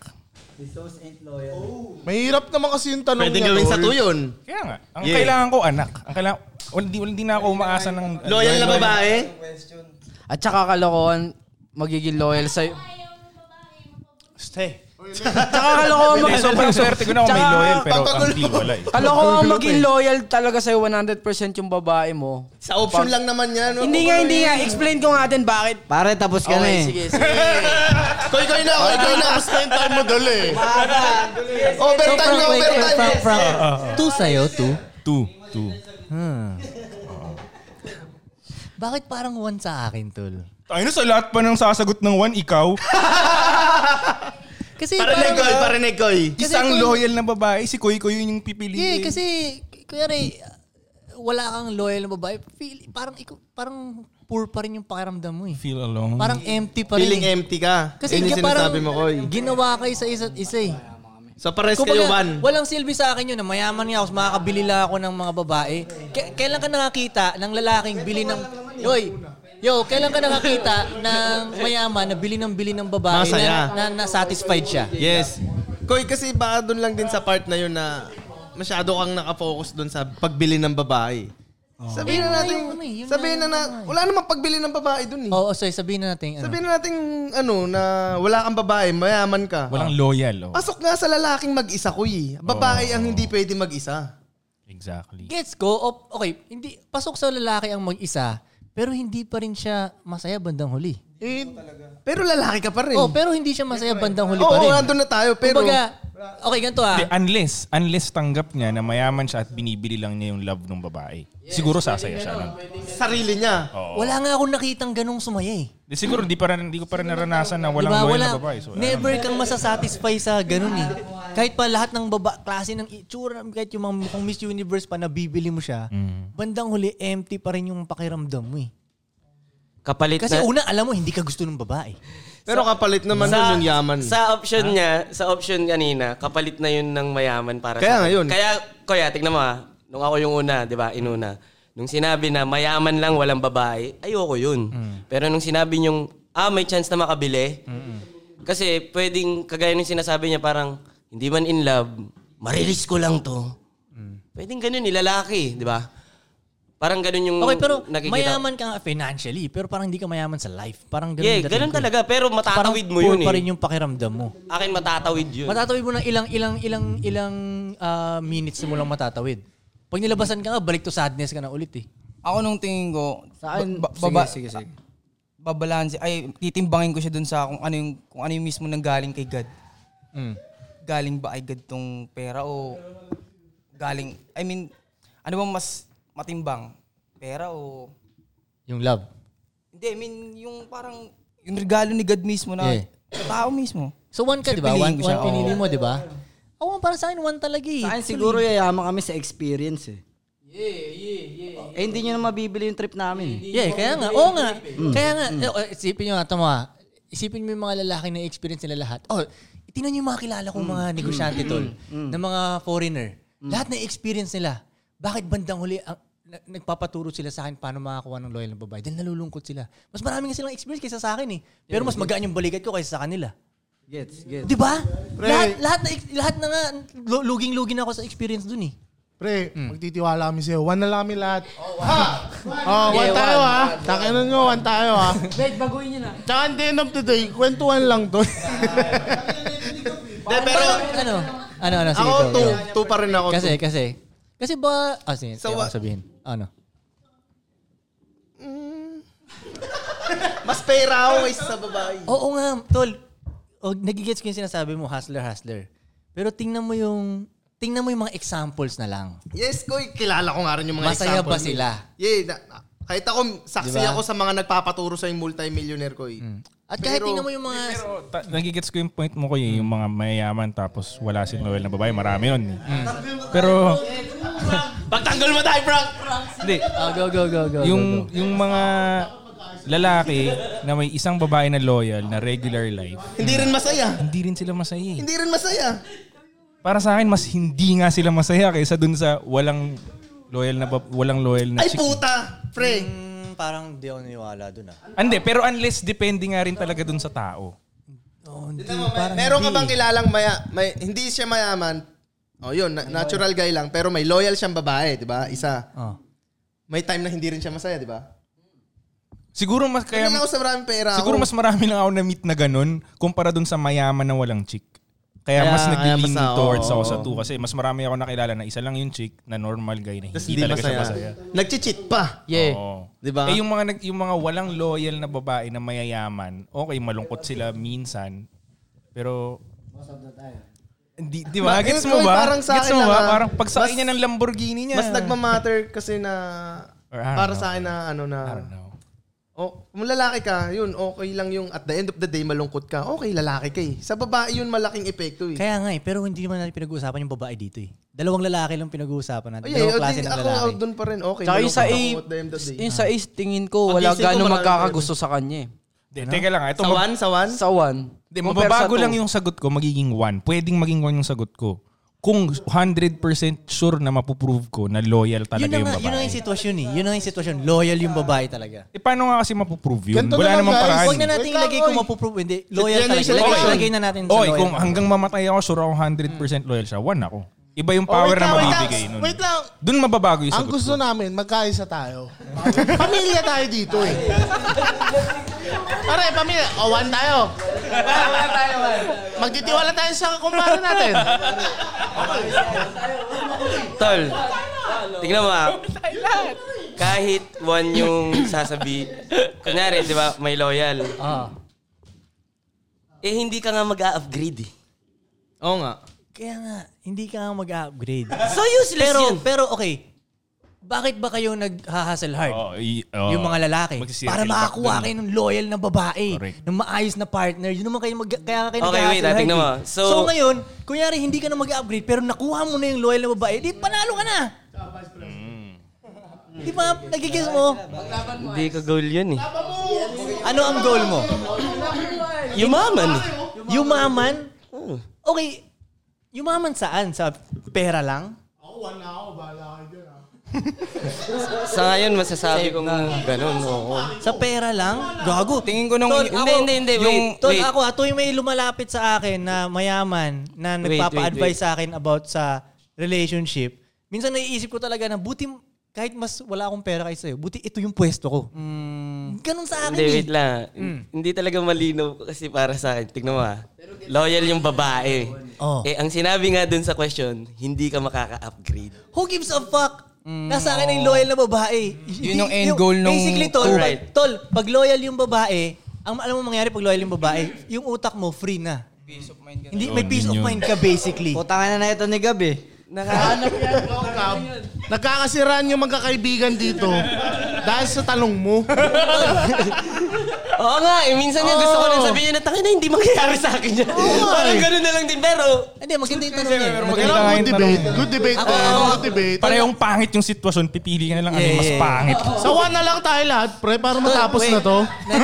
[SPEAKER 6] Mahirap naman kasi yung tanong
[SPEAKER 1] Pwede
[SPEAKER 6] niya,
[SPEAKER 1] gawin sa
[SPEAKER 6] tol.
[SPEAKER 1] two yun.
[SPEAKER 7] Kaya nga, ang
[SPEAKER 1] Yeah.
[SPEAKER 7] kailangan ko, anak. Ang kailangan, wala, di, wala, di na ako umaasa ng...
[SPEAKER 1] Loyal na babae.
[SPEAKER 5] At saka kalokohan, magiging loyal sa'yo.
[SPEAKER 7] Stay.
[SPEAKER 5] Tsaka kalokohan,
[SPEAKER 7] Hindi,
[SPEAKER 5] mag-
[SPEAKER 7] sobrang swerte ko na ako may
[SPEAKER 5] Tsaka,
[SPEAKER 7] loyal, pero
[SPEAKER 1] papagulo.
[SPEAKER 7] ang di wala eh.
[SPEAKER 5] kalokohan maging loyal talaga sa'yo 100% yung babae mo.
[SPEAKER 1] Sa option lang naman yan.
[SPEAKER 5] Hindi nga, hindi nga. Explain ko nga din bakit.
[SPEAKER 8] Pare, tapos ka na
[SPEAKER 5] Okay,
[SPEAKER 8] eh.
[SPEAKER 5] sige, sige.
[SPEAKER 1] Koy, koy na, koy, koy na.
[SPEAKER 6] Tapos na yung time mo dal eh.
[SPEAKER 2] So,
[SPEAKER 1] Overtime
[SPEAKER 2] Frank,
[SPEAKER 1] na,
[SPEAKER 2] wait, wait,
[SPEAKER 1] overtime.
[SPEAKER 2] Frank, Frank.
[SPEAKER 1] uh,
[SPEAKER 2] Two sa'yo, two.
[SPEAKER 7] Two. Two.
[SPEAKER 2] Bakit parang one sa akin, tol?
[SPEAKER 7] Tayo na sa lahat pa ng sasagot ng one, ikaw.
[SPEAKER 2] Kasi
[SPEAKER 1] Parinig, koy, parinig, koy.
[SPEAKER 7] Isang
[SPEAKER 2] kung-
[SPEAKER 7] loyal na babae, si Koy Koy yun yung
[SPEAKER 2] Yeah,
[SPEAKER 7] pipiliin.
[SPEAKER 2] kasi, kunyari, wala kang loyal na babae, feel, parang, ikaw, parang poor pa rin yung pakiramdam mo eh.
[SPEAKER 7] Feel alone.
[SPEAKER 2] Parang empty pa rin.
[SPEAKER 1] Feeling
[SPEAKER 2] eh.
[SPEAKER 1] empty ka.
[SPEAKER 2] Kasi
[SPEAKER 1] Yun yung
[SPEAKER 2] kaya parang
[SPEAKER 1] sinasabi mo, koy.
[SPEAKER 2] ginawa kayo sa isa't isa eh.
[SPEAKER 1] So, pares kayo,
[SPEAKER 2] Kumbaga,
[SPEAKER 1] one.
[SPEAKER 2] walang silbi sa akin yun na mayaman nga ako, makakabili lang ako ng mga babae. K- kailan ka nakakita ng lalaking bili ng... Yoy, yo, kailan ka nakakita ng mayaman na bili ng bili ng babae
[SPEAKER 1] Masaya.
[SPEAKER 2] na, na, na satisfied siya?
[SPEAKER 1] Yes. Koy, kasi baka doon lang din sa part na yun na masyado kang nakafocus doon sa pagbili ng babae.
[SPEAKER 2] Oh.
[SPEAKER 1] Sabihin na natin,
[SPEAKER 2] Yun na yun, eh. yun
[SPEAKER 1] sabihin na,
[SPEAKER 2] na
[SPEAKER 1] na, wala namang pagbili ng babae doon eh.
[SPEAKER 2] Oo, oh, sorry, sabihin na natin. Ano?
[SPEAKER 1] Sabihin na natin, ano, na wala kang babae, mayaman ka.
[SPEAKER 7] Walang loyal. Oh.
[SPEAKER 1] Pasok nga sa lalaking mag-isa, Koy. Babae ang hindi pwede mag-isa.
[SPEAKER 7] Exactly.
[SPEAKER 2] Gets ko. O- Okay, hindi pasok sa lalaki ang mag-isa, pero hindi pa rin siya masaya bandang huli.
[SPEAKER 1] Eh, pero lalaki ka pa rin.
[SPEAKER 2] Oh, pero hindi siya masaya bandang huli
[SPEAKER 1] Oo,
[SPEAKER 2] pa rin.
[SPEAKER 1] nandun na tayo, pero...
[SPEAKER 2] Kumbaga, okay, ganito ah.
[SPEAKER 7] Hindi, unless, unless tanggap niya na mayaman siya at binibili lang niya yung love ng babae. Siguro sasaya siya nun.
[SPEAKER 1] Sarili niya.
[SPEAKER 7] Oo.
[SPEAKER 2] Oh. Wala nga akong nakitang ganong sumaya eh.
[SPEAKER 7] Di siguro hindi pa rin, hindi ko pa rin naranasan na
[SPEAKER 2] Diba?
[SPEAKER 7] walang loyal
[SPEAKER 2] Wala,
[SPEAKER 7] na babae. So, alam mo.
[SPEAKER 2] never kang masasatisfy sa ganun eh. Kahit pa lahat ng baba, klase ng itsura, kahit yung mga mukhang Miss Universe pa nabibili mo siya,
[SPEAKER 7] Mm.
[SPEAKER 2] bandang huli empty pa rin yung pakiramdam mo eh.
[SPEAKER 3] Kapalit
[SPEAKER 2] Kasi
[SPEAKER 3] na,
[SPEAKER 2] una, alam mo, hindi ka gusto ng babae.
[SPEAKER 1] Pero kapalit naman nun yung yaman.
[SPEAKER 3] Sa option niya, sa option kanina, kapalit na yun ng mayaman
[SPEAKER 1] Kaya
[SPEAKER 3] para sa akin.
[SPEAKER 1] ngayon.
[SPEAKER 3] Kaya, kuya, tignan mo ha. Nung ako yung una, di ba, inuna. Nung sinabi na mayaman lang, walang babae, ayoko yun.
[SPEAKER 2] Mm.
[SPEAKER 3] Pero nung sinabi niyong, ah, may chance na makabili. Kasi pwedeng, kagaya nung sinasabi niya, parang, hindi man in love, marilis ko lang to.
[SPEAKER 2] Mm.
[SPEAKER 3] Pwedeng ganun, nilalaki, di ba? Parang ganun yung
[SPEAKER 2] Okay, pero
[SPEAKER 3] nakikita ko.
[SPEAKER 2] mayaman ka nga financially, pero parang hindi ka mayaman sa life. Parang ganun
[SPEAKER 3] Yeah,
[SPEAKER 2] dating
[SPEAKER 3] ganun
[SPEAKER 2] ko eh.
[SPEAKER 3] talaga. Pero
[SPEAKER 2] Parang
[SPEAKER 3] matatawid mo
[SPEAKER 2] poor
[SPEAKER 3] yun eh.
[SPEAKER 2] pa rin yung pakiramdam mo.
[SPEAKER 3] Akin matatawid yun.
[SPEAKER 2] Matatawid mo ng ilang ilang ilang ilang ah, minutes mo lang matatawid. Pag nilabasan ka nga, balik to sadness ka na ulit eh.
[SPEAKER 11] Ako nung tingin ko,
[SPEAKER 5] Saan?
[SPEAKER 11] ba- ba-
[SPEAKER 5] sige,
[SPEAKER 11] baba-
[SPEAKER 5] sige, sige.
[SPEAKER 11] babalanse, ay titimbangin ko siya dun sa kung ano yung, kung ano yung mismo nang galing kay God.
[SPEAKER 5] Mm.
[SPEAKER 11] Galing ba ay God tong pera o galing, I mean, ano bang mas matimbang? Pera o,
[SPEAKER 2] Yung love.
[SPEAKER 11] hindi, I mean, yung parang, yung regalo ni God mismo na
[SPEAKER 2] Yeah.
[SPEAKER 11] tao mismo.
[SPEAKER 2] So one ka, di ba?
[SPEAKER 11] Pipiliin
[SPEAKER 2] One,
[SPEAKER 11] ko siya,
[SPEAKER 2] one pinili mo, di ba? Awan, para sa akin, one talaga eh.
[SPEAKER 8] Saan siguro yayaman kami sa experience eh. Yeah, yeah, yeah. Eh, hindi nyo na mabibili yung trip namin. eh.
[SPEAKER 2] Yeah, kaya nga. Oo nga. Kaya nga.
[SPEAKER 11] Mm.
[SPEAKER 2] eh, Isipin nyo nga, tama. nga. Isipin mo yung mga lalaki na experience nila lahat. Oh, tingnan nyo yung mga kilala
[SPEAKER 11] Mm.
[SPEAKER 2] kong mga negosyante tol, na mga foreigner. Lahat na experience nila. Bakit bandang huli ang, na- nagpapaturo sila sa akin paano makakuha ng loyal na babae? Dahil nalulungkot sila. Mas marami nga silang experience kaysa sa akin eh. Pero mas magaan yung balikat ko kaysa sa kanila.
[SPEAKER 8] Gets, gets.
[SPEAKER 2] Di ba? Lahat, lahat, na, ex- lahat na nga, lu- luging-lugin ako sa experience dun eh.
[SPEAKER 6] Pre, magtitiwala kami sa'yo. One na lang kami lahat. Oh, ha! Oh, one tayo ha. Takinan nyo, one tayo ha.
[SPEAKER 5] Wait, baguhin niyo na.
[SPEAKER 6] Tsaka at the end of the day, kwentuhan lang to.
[SPEAKER 1] De, pero
[SPEAKER 2] ano? Ano, ano? Sige,
[SPEAKER 1] ako,
[SPEAKER 2] go,
[SPEAKER 1] two.
[SPEAKER 2] go.
[SPEAKER 1] Two pa rin ako.
[SPEAKER 2] Kasi,
[SPEAKER 1] two.
[SPEAKER 2] kasi. Kasi ba, ah, sige,
[SPEAKER 1] So,
[SPEAKER 2] ayaw ko
[SPEAKER 1] what-
[SPEAKER 2] sabihin. Ano?
[SPEAKER 1] Mas pera ako kaysa sa babae.
[SPEAKER 2] Oo nga, tol. O, nagigets ko yung sinasabi mo, hustler, hustler. Pero tingnan mo yung, tingnan mo yung mga examples na lang.
[SPEAKER 1] Yes, ko kilala ko nga rin yung mga
[SPEAKER 2] Masaya
[SPEAKER 1] example.
[SPEAKER 2] ba sila?
[SPEAKER 1] Yeah, na, na- kahit ako, saksi
[SPEAKER 2] Diba?
[SPEAKER 1] ako sa mga nagpapaturo sa yung multi-millionaire ko. Eh.
[SPEAKER 2] At kahit
[SPEAKER 1] Pero-
[SPEAKER 2] tingnan mo yung mga,
[SPEAKER 7] Ta- nagigets ko yung point mo ko yung mga mayayaman tapos wala silang loyal na babae. Marami yun. eh.
[SPEAKER 1] Mm.
[SPEAKER 7] Pero
[SPEAKER 3] Pagtanggol mo tayo, Frank!
[SPEAKER 7] hindi,
[SPEAKER 2] Ah, go, go, go, go.
[SPEAKER 7] yung yung mga lalaki na may isang babae na loyal na regular life,
[SPEAKER 1] Hindi rin masaya.
[SPEAKER 7] hindi rin sila masaya. eh.
[SPEAKER 1] Hindi rin masaya.
[SPEAKER 7] Para sa akin mas hindi nga sila masaya kaysa dun sa walang loyal na bab- walang loyal na
[SPEAKER 1] Ay
[SPEAKER 7] chick.
[SPEAKER 1] puta, pre.
[SPEAKER 2] Mm, parang di ako naniwala dun ah.
[SPEAKER 7] Hindi, pero unless depende nga rin talaga dun sa tao.
[SPEAKER 2] Oo, Oh, hindi, parang
[SPEAKER 1] Meron ka
[SPEAKER 2] hindi
[SPEAKER 1] bang
[SPEAKER 2] eh.
[SPEAKER 1] kilalang maya, may, hindi siya mayaman? Oh, yun, na- natural guy lang. Pero may loyal siyang babae, di ba? Isa.
[SPEAKER 2] Oh.
[SPEAKER 1] May time na hindi rin siya masaya, di ba?
[SPEAKER 7] Siguro mas kaya
[SPEAKER 1] Kaya ako sa maraming pera.
[SPEAKER 7] Siguro
[SPEAKER 1] ako.
[SPEAKER 7] mas marami lang ako na-meet na ganun kumpara dun sa mayaman na walang chick. Kaya
[SPEAKER 1] Kaya-
[SPEAKER 7] mas
[SPEAKER 1] kaya mas
[SPEAKER 7] nag-lean
[SPEAKER 1] na-
[SPEAKER 7] towards
[SPEAKER 1] oo,
[SPEAKER 7] ako sa
[SPEAKER 1] oo.
[SPEAKER 7] two kasi mas marami ako nakilala na isa lang yung chick na normal guy na
[SPEAKER 1] Tas
[SPEAKER 7] hindi talaga siya masaya.
[SPEAKER 1] Nagchichit pa.
[SPEAKER 5] Yeah.
[SPEAKER 7] Oo.
[SPEAKER 1] Di ba?
[SPEAKER 7] Eh yung mga, nag- yung mga walang loyal na babae na mayayaman, okay, malungkot sila minsan. Pero... Hindi, di ba?
[SPEAKER 1] Ma-
[SPEAKER 7] Gets
[SPEAKER 1] eh,
[SPEAKER 7] mo
[SPEAKER 1] Koy,
[SPEAKER 7] ba?
[SPEAKER 1] parang sa
[SPEAKER 7] Gets
[SPEAKER 1] akin
[SPEAKER 7] mo
[SPEAKER 1] lang,
[SPEAKER 7] ba?
[SPEAKER 1] ah.
[SPEAKER 7] Parang pag sa
[SPEAKER 1] Mas-
[SPEAKER 7] akin niya ng Lamborghini niya.
[SPEAKER 1] Mas nagmamatter kasi na
[SPEAKER 7] Or I don't
[SPEAKER 1] para
[SPEAKER 7] know.
[SPEAKER 1] sa akin na ano na
[SPEAKER 7] I don't know.
[SPEAKER 1] oh, kung lalaki ka, yun okay lang yung at the end of the day malungkot ka. Okay, lalaki ka eh. Sa babae yun malaking epekto eh.
[SPEAKER 2] Kaya nga eh, pero hindi man natin pinag-uusapan yung babae dito eh. Dalawang lalaki lang pinag-uusapan natin.
[SPEAKER 1] Oh,
[SPEAKER 2] Dalawang
[SPEAKER 1] yeah,
[SPEAKER 2] klase
[SPEAKER 1] ako,
[SPEAKER 2] ng
[SPEAKER 1] ako
[SPEAKER 2] lalaki.
[SPEAKER 1] doon pa rin. Okay,
[SPEAKER 5] Tsaka yung sa A,
[SPEAKER 1] malungkot ako at the end of the day.
[SPEAKER 5] Eh, yung sa A, tingin ko,
[SPEAKER 1] Pag
[SPEAKER 5] wala
[SPEAKER 1] isip ko,
[SPEAKER 5] gano'ng
[SPEAKER 1] maraming
[SPEAKER 5] magkakagusto sa kanya eh.
[SPEAKER 7] Di,
[SPEAKER 1] Ano?
[SPEAKER 7] teka lang. ah. Ito,
[SPEAKER 1] Sa
[SPEAKER 7] mag-
[SPEAKER 1] one, sa one?
[SPEAKER 5] Sa 1.
[SPEAKER 7] Hindi, mababago lang yung sagot ko, magiging 1. Pwedeng maging 1 yung sagot ko. Kung 100% sure na mapuprove ko na loyal talaga
[SPEAKER 2] yun na
[SPEAKER 7] yung
[SPEAKER 2] nga,
[SPEAKER 7] babae.
[SPEAKER 2] yun na nga yung sitwasyon eh. Yun na nga yung sitwasyon. Loyal yung babae talaga.
[SPEAKER 7] eh, paano nga kasi mapuprove yun?
[SPEAKER 6] Ganito na
[SPEAKER 7] Wala
[SPEAKER 6] lang,
[SPEAKER 7] namang
[SPEAKER 6] guys.
[SPEAKER 7] paraan.
[SPEAKER 2] Huwag na natin
[SPEAKER 6] Wait lang,
[SPEAKER 2] ilagay kung
[SPEAKER 6] oy.
[SPEAKER 2] mapuprove. Hindi, loyal
[SPEAKER 1] Yan yung
[SPEAKER 2] talaga.
[SPEAKER 1] selection.
[SPEAKER 2] Ilagay, ilagay na natin sa
[SPEAKER 7] Oy,
[SPEAKER 2] loyal. Hmm.
[SPEAKER 7] kung hanggang mamatay ako, sure ako 100% loyal siya. 1 ako. Iba
[SPEAKER 2] Oh,
[SPEAKER 7] yung power na mabibigay nun.
[SPEAKER 6] Wait lang.
[SPEAKER 7] Doon mababago yung
[SPEAKER 6] Ang
[SPEAKER 7] sagot
[SPEAKER 6] gusto
[SPEAKER 7] ko.
[SPEAKER 6] namin, magkaisa tayo. pamilya tayo dito eh. Pare, pamilya. O, one tayo. Magtitiwala tayo sa kumpare natin.
[SPEAKER 3] Tol, tignan mo ah. Kahit one yung sasabi, kunyari, di ba, may loyal. Eh, hindi ka nga mag-upgrade eh.
[SPEAKER 1] Oo nga.
[SPEAKER 2] Kaya nga, hindi ka mag-upgrade.
[SPEAKER 3] So useless
[SPEAKER 2] pero,
[SPEAKER 3] yun.
[SPEAKER 2] pero okay. bakit ba kayo nag-hustle hard?
[SPEAKER 7] Oo, y- oo.
[SPEAKER 2] yung mga lalaki.
[SPEAKER 7] Magsisircle
[SPEAKER 2] Para
[SPEAKER 7] back
[SPEAKER 2] makakuha
[SPEAKER 7] dun.
[SPEAKER 2] kayo ng loyal na babae,
[SPEAKER 7] Correct.
[SPEAKER 2] ng maayos na partner. Yun naman kayo mag- kaya kayo
[SPEAKER 3] Okay, wait,
[SPEAKER 2] nag-hustle
[SPEAKER 3] ah, tingnan
[SPEAKER 2] hard,
[SPEAKER 3] mo.
[SPEAKER 2] eh.
[SPEAKER 3] So-
[SPEAKER 2] ngayon, kunyari hindi ka na mag-upgrade pero nakuha mo na yung loyal na babae, di panalo ka na. Di ba, nagigis mo?
[SPEAKER 3] Hindi ka goal yun eh.
[SPEAKER 2] Ano ang goal mo?
[SPEAKER 3] Yumaman. Hmm.
[SPEAKER 2] Yumaman? Okay, yumaman saan? Sa pera lang?
[SPEAKER 3] Sa ngayon, masasabi kong ganun. Oo.
[SPEAKER 2] Sa pera lang? Gago,
[SPEAKER 11] Tingin ko nung...
[SPEAKER 2] Tol,
[SPEAKER 11] yung-
[SPEAKER 2] ako-
[SPEAKER 3] hindi, hindi,
[SPEAKER 11] yung-
[SPEAKER 3] wait.
[SPEAKER 2] Tol, ako, ah, tuwing may lumalapit sa akin na mayaman, na
[SPEAKER 3] Wait,
[SPEAKER 2] nagpapa-advise
[SPEAKER 3] wait, wait.
[SPEAKER 2] sa akin about sa relationship, minsan naiisip ko talaga na buti, kahit mas wala akong pera kaysa sa'yo, buti ito yung pwesto ko.
[SPEAKER 11] Hmm.
[SPEAKER 2] Ganun sa akin
[SPEAKER 3] Hindi,
[SPEAKER 2] eh.
[SPEAKER 3] wait lang. Hindi talaga malinaw kasi para sa akin. Tignan mo ah. Loyal yung babae.
[SPEAKER 2] Oo.
[SPEAKER 3] Eh, ang sinabi nga dun sa question, hindi ka makaka-upgrade.
[SPEAKER 2] Who gives a fuck? Nasa akin na yung loyal na babae.
[SPEAKER 11] Hmm. Yun yung end goal nung-
[SPEAKER 2] Basically, tol, pag,
[SPEAKER 3] Alright.
[SPEAKER 2] tol, pag loyal yung babae, ang alam mo mangyari pag loyal yung babae, yung utak mo free na.
[SPEAKER 11] Peace of mind ka na.
[SPEAKER 2] Hindi, may
[SPEAKER 7] Yun,
[SPEAKER 2] peace
[SPEAKER 7] yun
[SPEAKER 2] of
[SPEAKER 7] yun.
[SPEAKER 2] mind ka basically.
[SPEAKER 8] Putangan na na ito ni Gab eh.
[SPEAKER 6] Nakahanap yan. Nagkakasiraan yung magkakaibigan dito dahil sa talong mo.
[SPEAKER 3] Oo nga, eh, minsan nga gusto ko lang sabihin na, tangina, hindi mangyayari sa akin yan. Parang ganun na lang din. Pero,
[SPEAKER 2] Hindi, maganda yung tanong niya.
[SPEAKER 6] Pero
[SPEAKER 7] nga
[SPEAKER 6] good
[SPEAKER 7] yung
[SPEAKER 6] debate. Good debate. tayo, Good debate.
[SPEAKER 7] Parehong pangit yung sitwasyon, pipili ka na lang ano yung mas pangit.
[SPEAKER 6] Sawa na lang tayo lahat, pre, para matapos na to.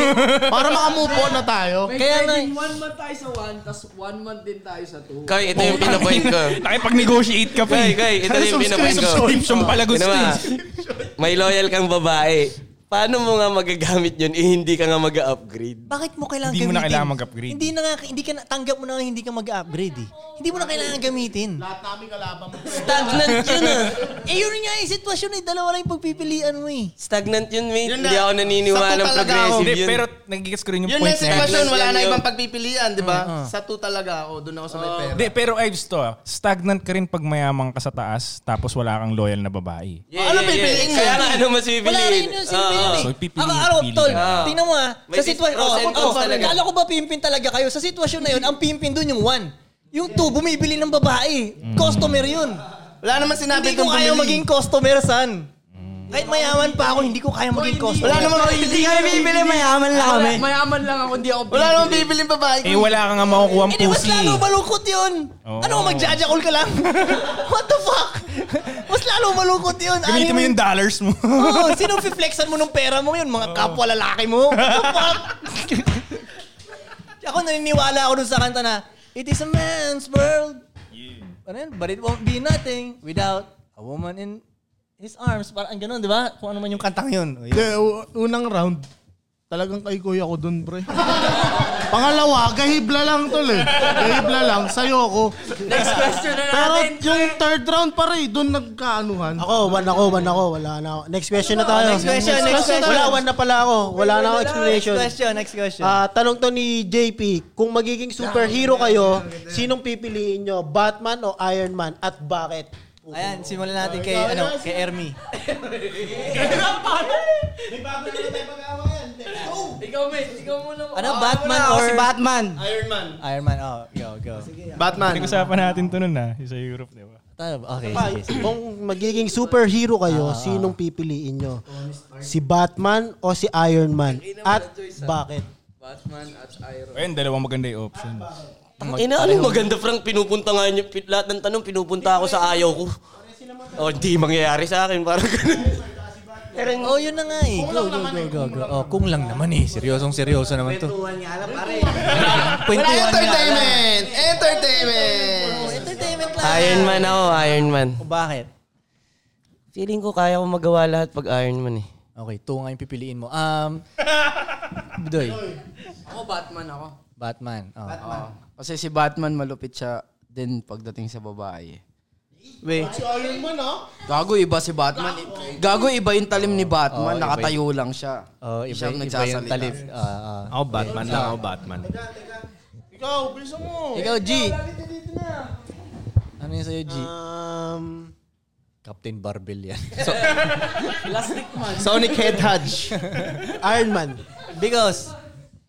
[SPEAKER 6] para makamove on na tayo.
[SPEAKER 2] Kaya nga,
[SPEAKER 5] one month tayo sa one, tas one month din tayo sa two.
[SPEAKER 3] Koy, ito yung pinapoint ko.
[SPEAKER 7] Nakipag-negotiate ka pa
[SPEAKER 3] Koy,
[SPEAKER 7] eh.
[SPEAKER 3] koy, ito yung pinapoint ko.
[SPEAKER 7] Subscription pala gusto
[SPEAKER 3] Ano ba?
[SPEAKER 7] eh.
[SPEAKER 3] May loyal kang babae. Paano mo nga magagamit yun eh hindi ka nga mag-upgrade?
[SPEAKER 2] bakit mo kailangan
[SPEAKER 7] Hindi mo na
[SPEAKER 2] gamitin?
[SPEAKER 7] kailangan mag-upgrade.
[SPEAKER 2] Hindi na nga, hindi ka na, tanggap mo na nga hindi ka mag-upgrade eh. Hindi mo na kailangan gamitin.
[SPEAKER 6] Lahat namin kalaban mo.
[SPEAKER 3] Stagnant yun ah.
[SPEAKER 2] Eh, yun nga yung sitwasyon eh. Dalawa lang yung pagpipilian mo eh.
[SPEAKER 3] Stagnant yun, mate.
[SPEAKER 1] Yun na.
[SPEAKER 3] Hindi ako naniniwala
[SPEAKER 1] Sakto
[SPEAKER 3] ng
[SPEAKER 1] talaga ako.
[SPEAKER 3] progressive
[SPEAKER 7] Hindi,
[SPEAKER 3] yun.
[SPEAKER 7] Oh, pero nagigits ko rin yung
[SPEAKER 1] Yun na
[SPEAKER 7] point
[SPEAKER 1] yung
[SPEAKER 7] na yun.
[SPEAKER 1] sitwasyon. Wala
[SPEAKER 3] Yan
[SPEAKER 1] na
[SPEAKER 3] yun.
[SPEAKER 1] ibang pagpipilian, di ba? Sa two talaga. O, doon ako sa may pera.
[SPEAKER 7] Hindi, pero Ives to, ah, stagnant ka rin pag mayaman ka sa taas tapos wala kang loyal na babae.
[SPEAKER 3] Yeah, ano pipiliin mo? Kaya nga, ano mas pipiliin? Ah,
[SPEAKER 2] Wala rin yun, sino yun eh.
[SPEAKER 7] So, pipili-
[SPEAKER 2] Ako, araw,
[SPEAKER 7] pipili
[SPEAKER 2] tol,
[SPEAKER 7] ka.
[SPEAKER 2] tingnan mo ah.
[SPEAKER 3] May
[SPEAKER 2] Sa sitwasyon,
[SPEAKER 3] pros
[SPEAKER 2] oh,
[SPEAKER 3] and
[SPEAKER 2] oh,
[SPEAKER 3] cons talaga.
[SPEAKER 2] kala ko ba pimpin talaga kayo? Sa sitwasyon na yun, ang pimpin dun yung one. Yung two, bumibili ng babae.
[SPEAKER 7] Mm.
[SPEAKER 2] Customer yun.
[SPEAKER 1] Wala naman sinabi
[SPEAKER 2] Hindi ko
[SPEAKER 1] kong
[SPEAKER 2] kaya
[SPEAKER 1] bumili.
[SPEAKER 2] maging customer, son.
[SPEAKER 7] Mm.
[SPEAKER 2] Kahit mayaman pa ako, hindi ko kaya maging customer.
[SPEAKER 1] Wala naman
[SPEAKER 8] Hindi kami bibili, mayaman
[SPEAKER 1] Ah,
[SPEAKER 8] lang kami.
[SPEAKER 5] Mayaman lang ako, hindi ako
[SPEAKER 1] Wala naman bibiling babae.
[SPEAKER 7] Eh, wala ka nga makukuha ang
[SPEAKER 2] Eh, di mas
[SPEAKER 7] pusi.
[SPEAKER 2] lalo malungkot yun.
[SPEAKER 7] Oo.
[SPEAKER 2] Ano, magjajakol ka lang? What the fuck? Mas lalo malungkot yun.
[SPEAKER 7] Gamitin mo
[SPEAKER 2] Ano
[SPEAKER 7] yung dollars mo.
[SPEAKER 2] Oo, sino fiflexan mo ng pera mo yun? Mga kapwa lalaki mo? What the fuck? ako naniniwala ako dun sa kanta na, It is a man's world. Ano yun? But it won't be nothing without a woman in his arms. Parang ganun, di ba? Kung ano man yung kantang yun. O, yun.
[SPEAKER 6] Hindi, u- unang round, talagang kay kuya ko dun, pre. Pangalawa, gahibla lang tol eh. Gahibla lang, sayo ko.
[SPEAKER 5] Next question na
[SPEAKER 6] Pero yung third round pa rin, dun nagkaanuhan.
[SPEAKER 4] Ako, Oh, one ako, one ako. Wala na ako. Next question na tayo.
[SPEAKER 2] Next question, next question.
[SPEAKER 4] Wala, one na pala ako. Wala na ako
[SPEAKER 2] Next
[SPEAKER 4] explanation.
[SPEAKER 2] question, next question.
[SPEAKER 4] Ah, tanong to ni JP, kung magiging superhero kayo, sinong pipiliin nyo? Batman o Iron Man? At bakit?
[SPEAKER 2] Ayan, simulan natin kay, ano, kay Ermi.
[SPEAKER 5] Ikaw, mate. Ikaw muna.
[SPEAKER 2] Ano, Batman or...
[SPEAKER 8] Si Batman.
[SPEAKER 2] Iron Man, oh, go, go.
[SPEAKER 1] Batman.
[SPEAKER 7] Pinag-usapan natin to nun ah, sa Europe, di ba?
[SPEAKER 2] Tara, Okay,
[SPEAKER 4] Pa-
[SPEAKER 2] sige.
[SPEAKER 4] Kung magiging superhero kayo, sinong pipiliin nyo? Si Batman o si Iron Man? At bakit?
[SPEAKER 5] Batman at Iron.
[SPEAKER 7] Ayun, dalawang maganda yung option.
[SPEAKER 3] Ina, ano maganda, Frank? Pinupunta nga niyo, pi- lahat ng tanong, pinupunta ako sa ayaw ko. O, hindi mangyayari sa akin. Parang ganun.
[SPEAKER 2] Oh, yun na nga eh. Go, go, go, go, go. Oh, kung lang naman eh. Seryosong seryoso naman to.
[SPEAKER 8] Tuwan nga lang, pare.
[SPEAKER 1] Wala
[SPEAKER 2] Kwentuhan nga lang.
[SPEAKER 1] entertainment! Entertainment!
[SPEAKER 2] Oh, Entertainment lang.
[SPEAKER 3] Iron Man ako, Iron Man.
[SPEAKER 2] Oh, bakit?
[SPEAKER 3] Feeling ko kaya ko magawa lahat pag Iron Man eh.
[SPEAKER 2] Okay, two nga yung pipiliin mo. Um, Budoy.
[SPEAKER 5] Ako, Batman ako.
[SPEAKER 2] Batman. Oh.
[SPEAKER 5] Oo. Kasi si Batman malupit siya din pagdating sa babae.
[SPEAKER 1] Wait.
[SPEAKER 5] Gago iba si Batman. Gago iba yung talim ni Batman. Nakatayo lang siya.
[SPEAKER 2] Oh,
[SPEAKER 5] Hindi
[SPEAKER 2] iba,
[SPEAKER 5] siya
[SPEAKER 2] iba yung
[SPEAKER 5] nagsasalita.
[SPEAKER 2] talib. Ah, ah.
[SPEAKER 16] Ako Batman lang, ako Batman.
[SPEAKER 6] Ikaw, bilisan mo.
[SPEAKER 2] Ikaw, G. Ano yun sa'yo, G?
[SPEAKER 4] Um,
[SPEAKER 2] Captain Barbel yan.
[SPEAKER 1] Sonic Head Hodge.
[SPEAKER 4] Iron Man.
[SPEAKER 2] Because,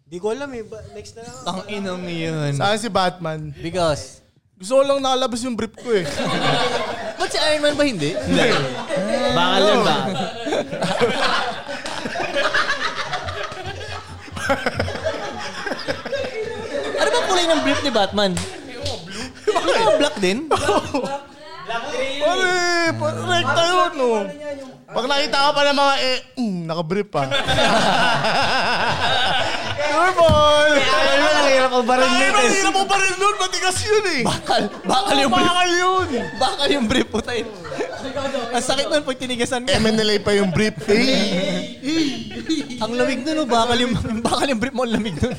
[SPEAKER 4] Di ko alam eh. ba- Next na lang.
[SPEAKER 2] ang inong yun.
[SPEAKER 6] Sa akin si Batman.
[SPEAKER 2] Because,
[SPEAKER 6] Gusto ko lang nakalabas yung brief ko eh.
[SPEAKER 2] ba't si Iron Man ba hindi? Ah.
[SPEAKER 6] Hindi.
[SPEAKER 3] Bakal yun ba?
[SPEAKER 2] Ano ba kulay ng brief ni Batman? Blue. Ano ba black din?
[SPEAKER 6] Ano eh, pa- rekta yun, no? Pag nakita ka pa ng mga eh, mm, nakabrief pa. Normal!
[SPEAKER 8] Kaya na, nangyarap ko ba rin
[SPEAKER 6] Ay,
[SPEAKER 8] nito.
[SPEAKER 6] ang
[SPEAKER 1] ano
[SPEAKER 6] hirap mo pa rin nun, matigas yun eh.
[SPEAKER 2] Bakal. Bakal yung brief.
[SPEAKER 6] Bakal yun.
[SPEAKER 2] Bakal yung brief po tayo. Ang sakit nun pag tinigasan ka.
[SPEAKER 6] MNLA pa yung brief. Eh.
[SPEAKER 2] Ang lamig nun, oh. bakal yung, bakal yung brief mo, ang lamig nun.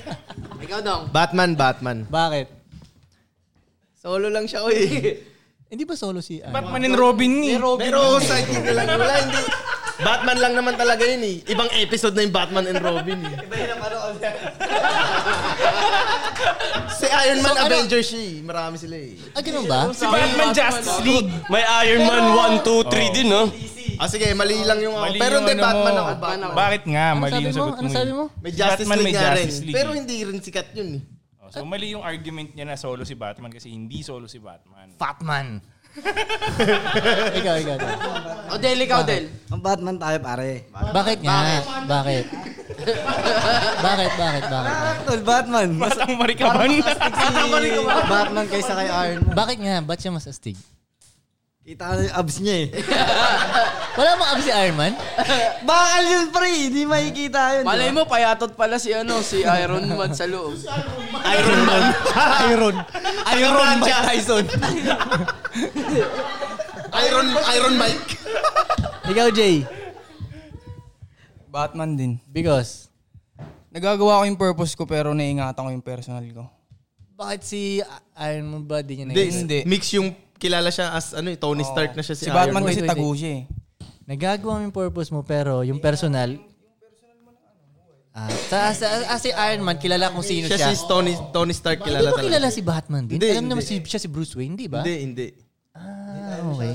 [SPEAKER 5] Ikaw daw.
[SPEAKER 1] Batman, Batman.
[SPEAKER 2] Bakit?
[SPEAKER 1] Solo lang siya, oy.
[SPEAKER 2] Hindi ba solo si... ah?
[SPEAKER 7] Batman and Robin ni.
[SPEAKER 1] Pero sa akin na lang. Wala, hindi. Batman lang naman talaga yun eh. Ibang episode na yung Batman and Robin eh. Iba yun ang Si Iron Man,
[SPEAKER 2] So, ano-
[SPEAKER 1] Avenger siya eh. Marami sila eh.
[SPEAKER 2] Ah, ganun ba?
[SPEAKER 3] Si Batman Justice League. May Iron Man 1, 2,
[SPEAKER 5] Oh.
[SPEAKER 3] 3 din, no?
[SPEAKER 1] Ah, sige, mali lang yung ako.
[SPEAKER 7] Mali
[SPEAKER 1] Pero
[SPEAKER 7] yung
[SPEAKER 1] hindi,
[SPEAKER 7] ano
[SPEAKER 1] Batman
[SPEAKER 7] mo.
[SPEAKER 1] ako. Batman.
[SPEAKER 7] Bakit nga?
[SPEAKER 2] Ano
[SPEAKER 7] Mali
[SPEAKER 2] sabi
[SPEAKER 7] yung
[SPEAKER 2] mo?
[SPEAKER 7] sagot mo.
[SPEAKER 2] Ano sabi mo?
[SPEAKER 1] May Justice
[SPEAKER 7] Batman, may
[SPEAKER 1] League nga rin.
[SPEAKER 7] Justice League.
[SPEAKER 1] Pero hindi rin sikat yun eh.
[SPEAKER 7] Oh, so mali yung argument niya na solo si Batman kasi hindi solo si Batman.
[SPEAKER 2] Batman. ikaw, ikaw. ikaw.
[SPEAKER 5] O, Del, ikaw, Del.
[SPEAKER 8] Ang Batman tayo, pare.
[SPEAKER 2] Bakit nga? Bakit? Bakit? Bakit? Bakit?
[SPEAKER 8] Tol, Ah, Batman. Mas
[SPEAKER 7] Batang marikaban.
[SPEAKER 8] Batman kaysa kay Iron Man.
[SPEAKER 2] Bakit nga? Ba't siya mas astig?
[SPEAKER 8] Kita ko na yung abs niya eh.
[SPEAKER 2] Wala mong abs si Iron Man?
[SPEAKER 8] Bakal yun, pre. Hindi makikita yun.
[SPEAKER 5] Malay mo, payatot pala si ano, si Iron Man sa loob.
[SPEAKER 1] Iron Man.
[SPEAKER 2] Iron. Iron Mike Tyson.
[SPEAKER 1] Iron, Iron Mike.
[SPEAKER 2] ikaw, Jay.
[SPEAKER 11] Batman din.
[SPEAKER 2] Because?
[SPEAKER 11] Nagagawa ko yung purpose ko pero naiingatan ko yung personal ko.
[SPEAKER 2] Bakit si Iron Man ba di niya
[SPEAKER 1] Hindi,
[SPEAKER 2] nag-
[SPEAKER 11] Hindi.
[SPEAKER 1] Mix yung kilala siya as ano eh, Tony Stark na siya si,
[SPEAKER 11] Si Batman
[SPEAKER 1] Iron Man.
[SPEAKER 11] kasi
[SPEAKER 2] Wait, wait,
[SPEAKER 11] tago siya eh.
[SPEAKER 2] Nagagawa mo yung purpose mo pero yung personal... Ah, sa, sa, ah, si Iron Man, kilala kung sino
[SPEAKER 1] Siya
[SPEAKER 2] siya.
[SPEAKER 1] si Tony, Tony Stark
[SPEAKER 2] Hindi
[SPEAKER 1] kilala
[SPEAKER 2] ba
[SPEAKER 1] talaga.
[SPEAKER 2] kilala si Batman din?
[SPEAKER 1] Hindi,
[SPEAKER 2] Alam naman
[SPEAKER 1] hindi.
[SPEAKER 2] si, siya si Bruce Wayne, di ba?
[SPEAKER 1] Hindi, hindi.
[SPEAKER 2] Ah, okay.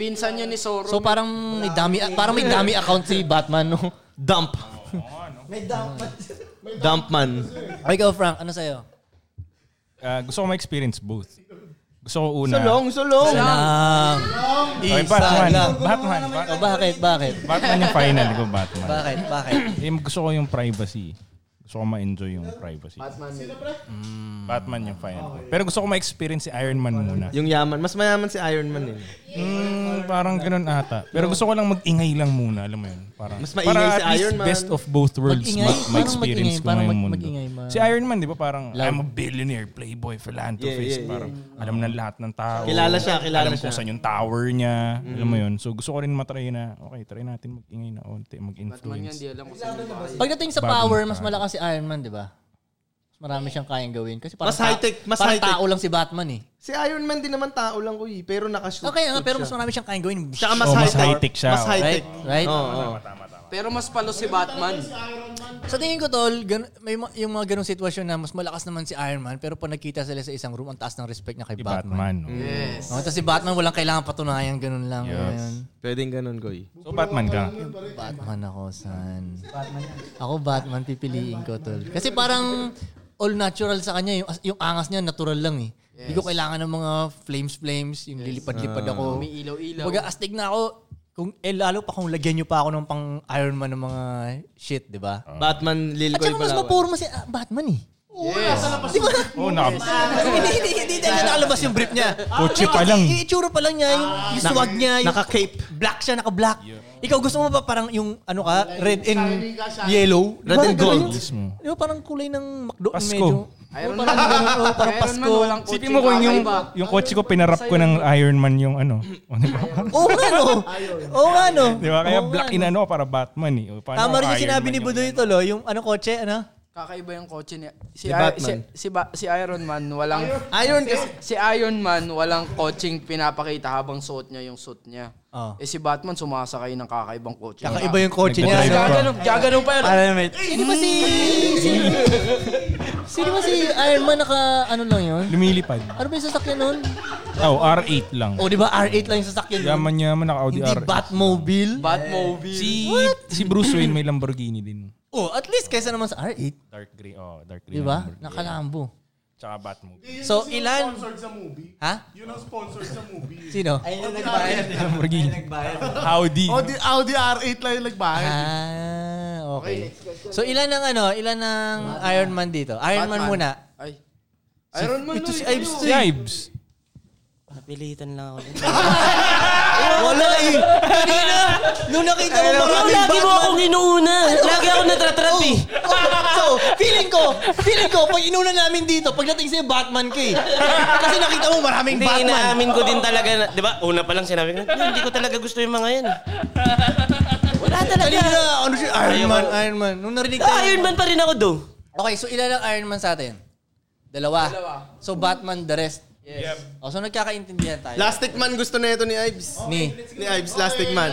[SPEAKER 5] Pinsan niya ni Zoro.
[SPEAKER 2] So parang may dummy, parang may dummy account si Batman, no?
[SPEAKER 1] Dump. May dump. man.
[SPEAKER 2] Okay, ikaw, Frank, ano sa'yo?
[SPEAKER 7] Ah, gusto ko ma-experience both. Gusto ko una.
[SPEAKER 1] So long, so long.
[SPEAKER 2] Lang.
[SPEAKER 7] Okay, Batman.
[SPEAKER 2] lang.
[SPEAKER 7] Batman.
[SPEAKER 2] O
[SPEAKER 7] Batman.
[SPEAKER 2] bakit, bakit?
[SPEAKER 7] Batman yung final ko, Batman.
[SPEAKER 2] Bakit, bakit?
[SPEAKER 7] Eh, gusto ko yung privacy. Gusto ko ma-enjoy yung privacy. Batman. Mm, Batman yung final ko. Pero gusto ko ma-experience si Iron Man muna.
[SPEAKER 1] Yung yaman. Mas mayaman si Iron Man eh.
[SPEAKER 7] Mm, parang ganun ata. Pero gusto ko lang mag-ingay lang muna, alam mo yun. Parang,
[SPEAKER 1] Mas maingay
[SPEAKER 7] para at
[SPEAKER 1] si
[SPEAKER 7] least
[SPEAKER 1] Iron Man.
[SPEAKER 7] best of both worlds
[SPEAKER 2] Mag-ingay,
[SPEAKER 7] ma-
[SPEAKER 2] parang
[SPEAKER 7] ma-experience
[SPEAKER 2] mag-ingay,
[SPEAKER 7] ko
[SPEAKER 2] parang
[SPEAKER 7] ngayong
[SPEAKER 2] mag-
[SPEAKER 7] mundo.
[SPEAKER 2] mag-ingay, ma-
[SPEAKER 7] Si Iron Man, di ba parang,
[SPEAKER 2] Love.
[SPEAKER 7] I'm a billionaire, playboy, philanthropist.
[SPEAKER 1] Yeah, yeah, yeah.
[SPEAKER 7] Parang, alam na lahat ng tao.
[SPEAKER 1] Kilala siya, kilala
[SPEAKER 7] alam
[SPEAKER 1] siya. Mm.
[SPEAKER 7] kung saan yung tower niya. Alam mo yun. So gusto ko rin matry na, okay, try natin mag-ingay na unti,
[SPEAKER 5] Batman yan, di
[SPEAKER 7] mag-influence.
[SPEAKER 5] alam ko sa
[SPEAKER 2] Pagdating sa
[SPEAKER 7] Batman.
[SPEAKER 2] power, mas malakas si Iron Man, di ba? Mas marami siyang kayang gawin. Kasi parang,
[SPEAKER 1] Mas high-tech, mas
[SPEAKER 2] parang
[SPEAKER 1] high-tech.
[SPEAKER 2] tao lang si Batman eh.
[SPEAKER 1] Si Iron Man din naman tao lang ko eh. Pero nakashoot.
[SPEAKER 2] Okay nga, pero mas
[SPEAKER 1] siya.
[SPEAKER 2] marami siyang kayang gawin.
[SPEAKER 1] Tsaka mas,
[SPEAKER 7] Oh, mas
[SPEAKER 1] high-tech.
[SPEAKER 7] high-tech siya,
[SPEAKER 1] Mas
[SPEAKER 7] oh.
[SPEAKER 1] high-tech.
[SPEAKER 2] Right? Right?
[SPEAKER 1] Oo, oo.
[SPEAKER 5] Pero mas palo si Batman.
[SPEAKER 2] Sa tingin ko, tol, gan- may ma- yung mga ganong sitwasyon na mas malakas naman si Iron Man, pero pag nagkita sila sa isang room, ang taas ng respect niya kay
[SPEAKER 7] Si
[SPEAKER 2] Batman.
[SPEAKER 7] Batman. no?
[SPEAKER 5] Yes.
[SPEAKER 2] Oh, tapos si Batman, walang kailangan patunayan, ganun lang.
[SPEAKER 7] Yes.
[SPEAKER 2] Ayun.
[SPEAKER 1] Pwedeng ganun ko eh.
[SPEAKER 7] So Batman ka.
[SPEAKER 2] Batman ako, son. Ako Batman, pipiliin ko, tol. Kasi parang all natural sa kanya. Yung, yung angas niya, natural lang eh. Hindi ko kailangan ng mga flames-flames, yung lilipad-lipad ako.
[SPEAKER 5] Umiilaw-ilaw.
[SPEAKER 2] Pag astig na ako, kung, eh, lalo pa kung lagyan niyo pa ako ng pang Iron Man ng mga shit, di ba?
[SPEAKER 7] Ah.
[SPEAKER 1] Ah. Batman, Lil
[SPEAKER 2] At
[SPEAKER 1] Koy
[SPEAKER 2] saka mas
[SPEAKER 1] Palawan.
[SPEAKER 2] mapurma si ah, Batman eh.
[SPEAKER 7] Oh, naka-
[SPEAKER 2] hindi, hindi, hindi dahil nakalabas yung brief niya.
[SPEAKER 7] Kotse pa lang. Ah.
[SPEAKER 2] Yung itsura pa lang niya, yung, yung swag niya, yung
[SPEAKER 1] Naka-cape.
[SPEAKER 2] black siya, naka-black. Ikaw gusto mo ba parang yung ano ka, red and yellow?
[SPEAKER 1] Red
[SPEAKER 2] Parang
[SPEAKER 1] and gold.
[SPEAKER 2] ganun
[SPEAKER 7] Mismo.
[SPEAKER 2] yung- Di ba parang kulay ng McDo?
[SPEAKER 7] Pasko.
[SPEAKER 2] Medyo,
[SPEAKER 5] Iron
[SPEAKER 2] parang ganun, oh, parang
[SPEAKER 5] Iron
[SPEAKER 2] Pasko.
[SPEAKER 5] Man, walang
[SPEAKER 7] Sipin mo kung yung, yung kotse ko, pinarap ko ng Iron Man yung ano. O, di ba?
[SPEAKER 2] Oo nga no. Oo nga no.
[SPEAKER 7] Di ba? Kaya
[SPEAKER 2] Oo nga,
[SPEAKER 7] black
[SPEAKER 2] no.
[SPEAKER 7] in ano para Batman eh. O, paano
[SPEAKER 2] Tama rin yung
[SPEAKER 7] Iron
[SPEAKER 2] sinabi
[SPEAKER 7] Man
[SPEAKER 2] ni
[SPEAKER 7] yung-
[SPEAKER 2] Budoy ito, lo. Yung ano kotse, ano?
[SPEAKER 5] Kakaiba yung kotse niya. Si,
[SPEAKER 1] Ni
[SPEAKER 5] Iron-
[SPEAKER 1] Batman.
[SPEAKER 5] si, si, Ba- si Iron Man, walang...
[SPEAKER 1] Iron kasi.
[SPEAKER 5] Si Iron Man, walang coaching pinapakita habang suot niya yung suit niya.
[SPEAKER 2] Oh.
[SPEAKER 11] Ah.
[SPEAKER 5] Eh si Batman, sumasakay ng kakaibang kotse.
[SPEAKER 2] Kakaiba yung kotse niya.
[SPEAKER 7] Nagdadrive
[SPEAKER 2] no?
[SPEAKER 7] pa.
[SPEAKER 5] Gaganong, gaganong pa yun.
[SPEAKER 8] Alam mo,
[SPEAKER 2] Sino ba si... si- Sino ba si Iron Man naka ano lang yun?
[SPEAKER 7] Lumilipad.
[SPEAKER 2] Ano ba yung sasakyan nun?
[SPEAKER 7] Oh, R8 lang.
[SPEAKER 2] O di ba R8 lang yung sasakyan nun?
[SPEAKER 7] Yaman yaman naka Audi
[SPEAKER 2] Hindi
[SPEAKER 7] R8.
[SPEAKER 2] Batmobile.
[SPEAKER 5] Batmobile.
[SPEAKER 7] Si, si Bruce Wayne may Lamborghini din.
[SPEAKER 2] oh, at least kaysa naman sa R8.
[SPEAKER 7] Dark gray. Oh, dark gray.
[SPEAKER 2] Di ba?
[SPEAKER 7] Lamborghini.
[SPEAKER 2] Nakalambo.
[SPEAKER 7] Tsaka Batmobile.
[SPEAKER 2] So, ilan?
[SPEAKER 6] Sponsored sa movie.
[SPEAKER 2] Ha?
[SPEAKER 6] Yun ang sponsored sa movie.
[SPEAKER 2] Sino?
[SPEAKER 8] Ayun yung nagbayad.
[SPEAKER 7] Lamborghini.
[SPEAKER 8] nagbayad.
[SPEAKER 7] Audi.
[SPEAKER 6] Audi, Audi R8 lang yung nagbahay.
[SPEAKER 2] Ah, okay. So, ilan ng ano? Ilan ng Iron Man dito? Iron Man
[SPEAKER 5] Batman.
[SPEAKER 2] muna.
[SPEAKER 5] Ay. Iron Man.
[SPEAKER 2] Ito si
[SPEAKER 5] Lloyd,
[SPEAKER 2] Ives
[SPEAKER 5] kayo.
[SPEAKER 2] to eh.
[SPEAKER 7] Jibes.
[SPEAKER 3] Napilitan lang ako.
[SPEAKER 2] Wala eh. Kanina, nung nakita mo maraming
[SPEAKER 3] lagi
[SPEAKER 2] Batman.
[SPEAKER 3] mo
[SPEAKER 2] Oh,
[SPEAKER 3] akong inuuna. Lagi ako natratrap eh.
[SPEAKER 2] so, feeling ko, feeling ko, pag inuna namin dito, pagdating sa'yo, Batman ka eh. Kasi nakita mo maraming
[SPEAKER 3] Hindi,
[SPEAKER 2] Batman.
[SPEAKER 3] inaamin ko din talaga na, di ba, una pa lang sinabi ko, "Hindi, hindi ko talaga gusto yung mga yan. Wala talaga.
[SPEAKER 2] Kanina, ano siya? Iron
[SPEAKER 3] Ayoko.
[SPEAKER 2] Man, Iron Man. Nung narinig tayo.
[SPEAKER 3] Ah, Iron Man pa rin ako do.
[SPEAKER 2] Okay, so ilan ang Iron Man sa atin? Dalawa.
[SPEAKER 5] Dalawa.
[SPEAKER 2] So, Batman, the rest. O, so nagkakaintindihan tayo.
[SPEAKER 1] Plastic Man gusto na ito ni Ives.
[SPEAKER 2] Ni.
[SPEAKER 1] Ni Ives Plastic Man.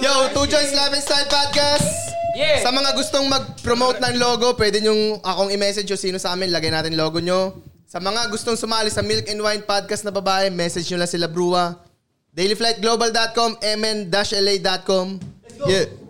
[SPEAKER 1] Yo, Two Joints Live and Style Podcast!
[SPEAKER 5] Yeah.
[SPEAKER 1] Sa mga gustong mag-promote ng logo, pwede nyong akong i-message o sino sa amin, lagay natin logo nyo. Sa mga gustong sumali sa Milk and Wine Podcast na babae, message nyo lang sila Brua. Dailyflightglobal.com, mn-la.com. Yeah.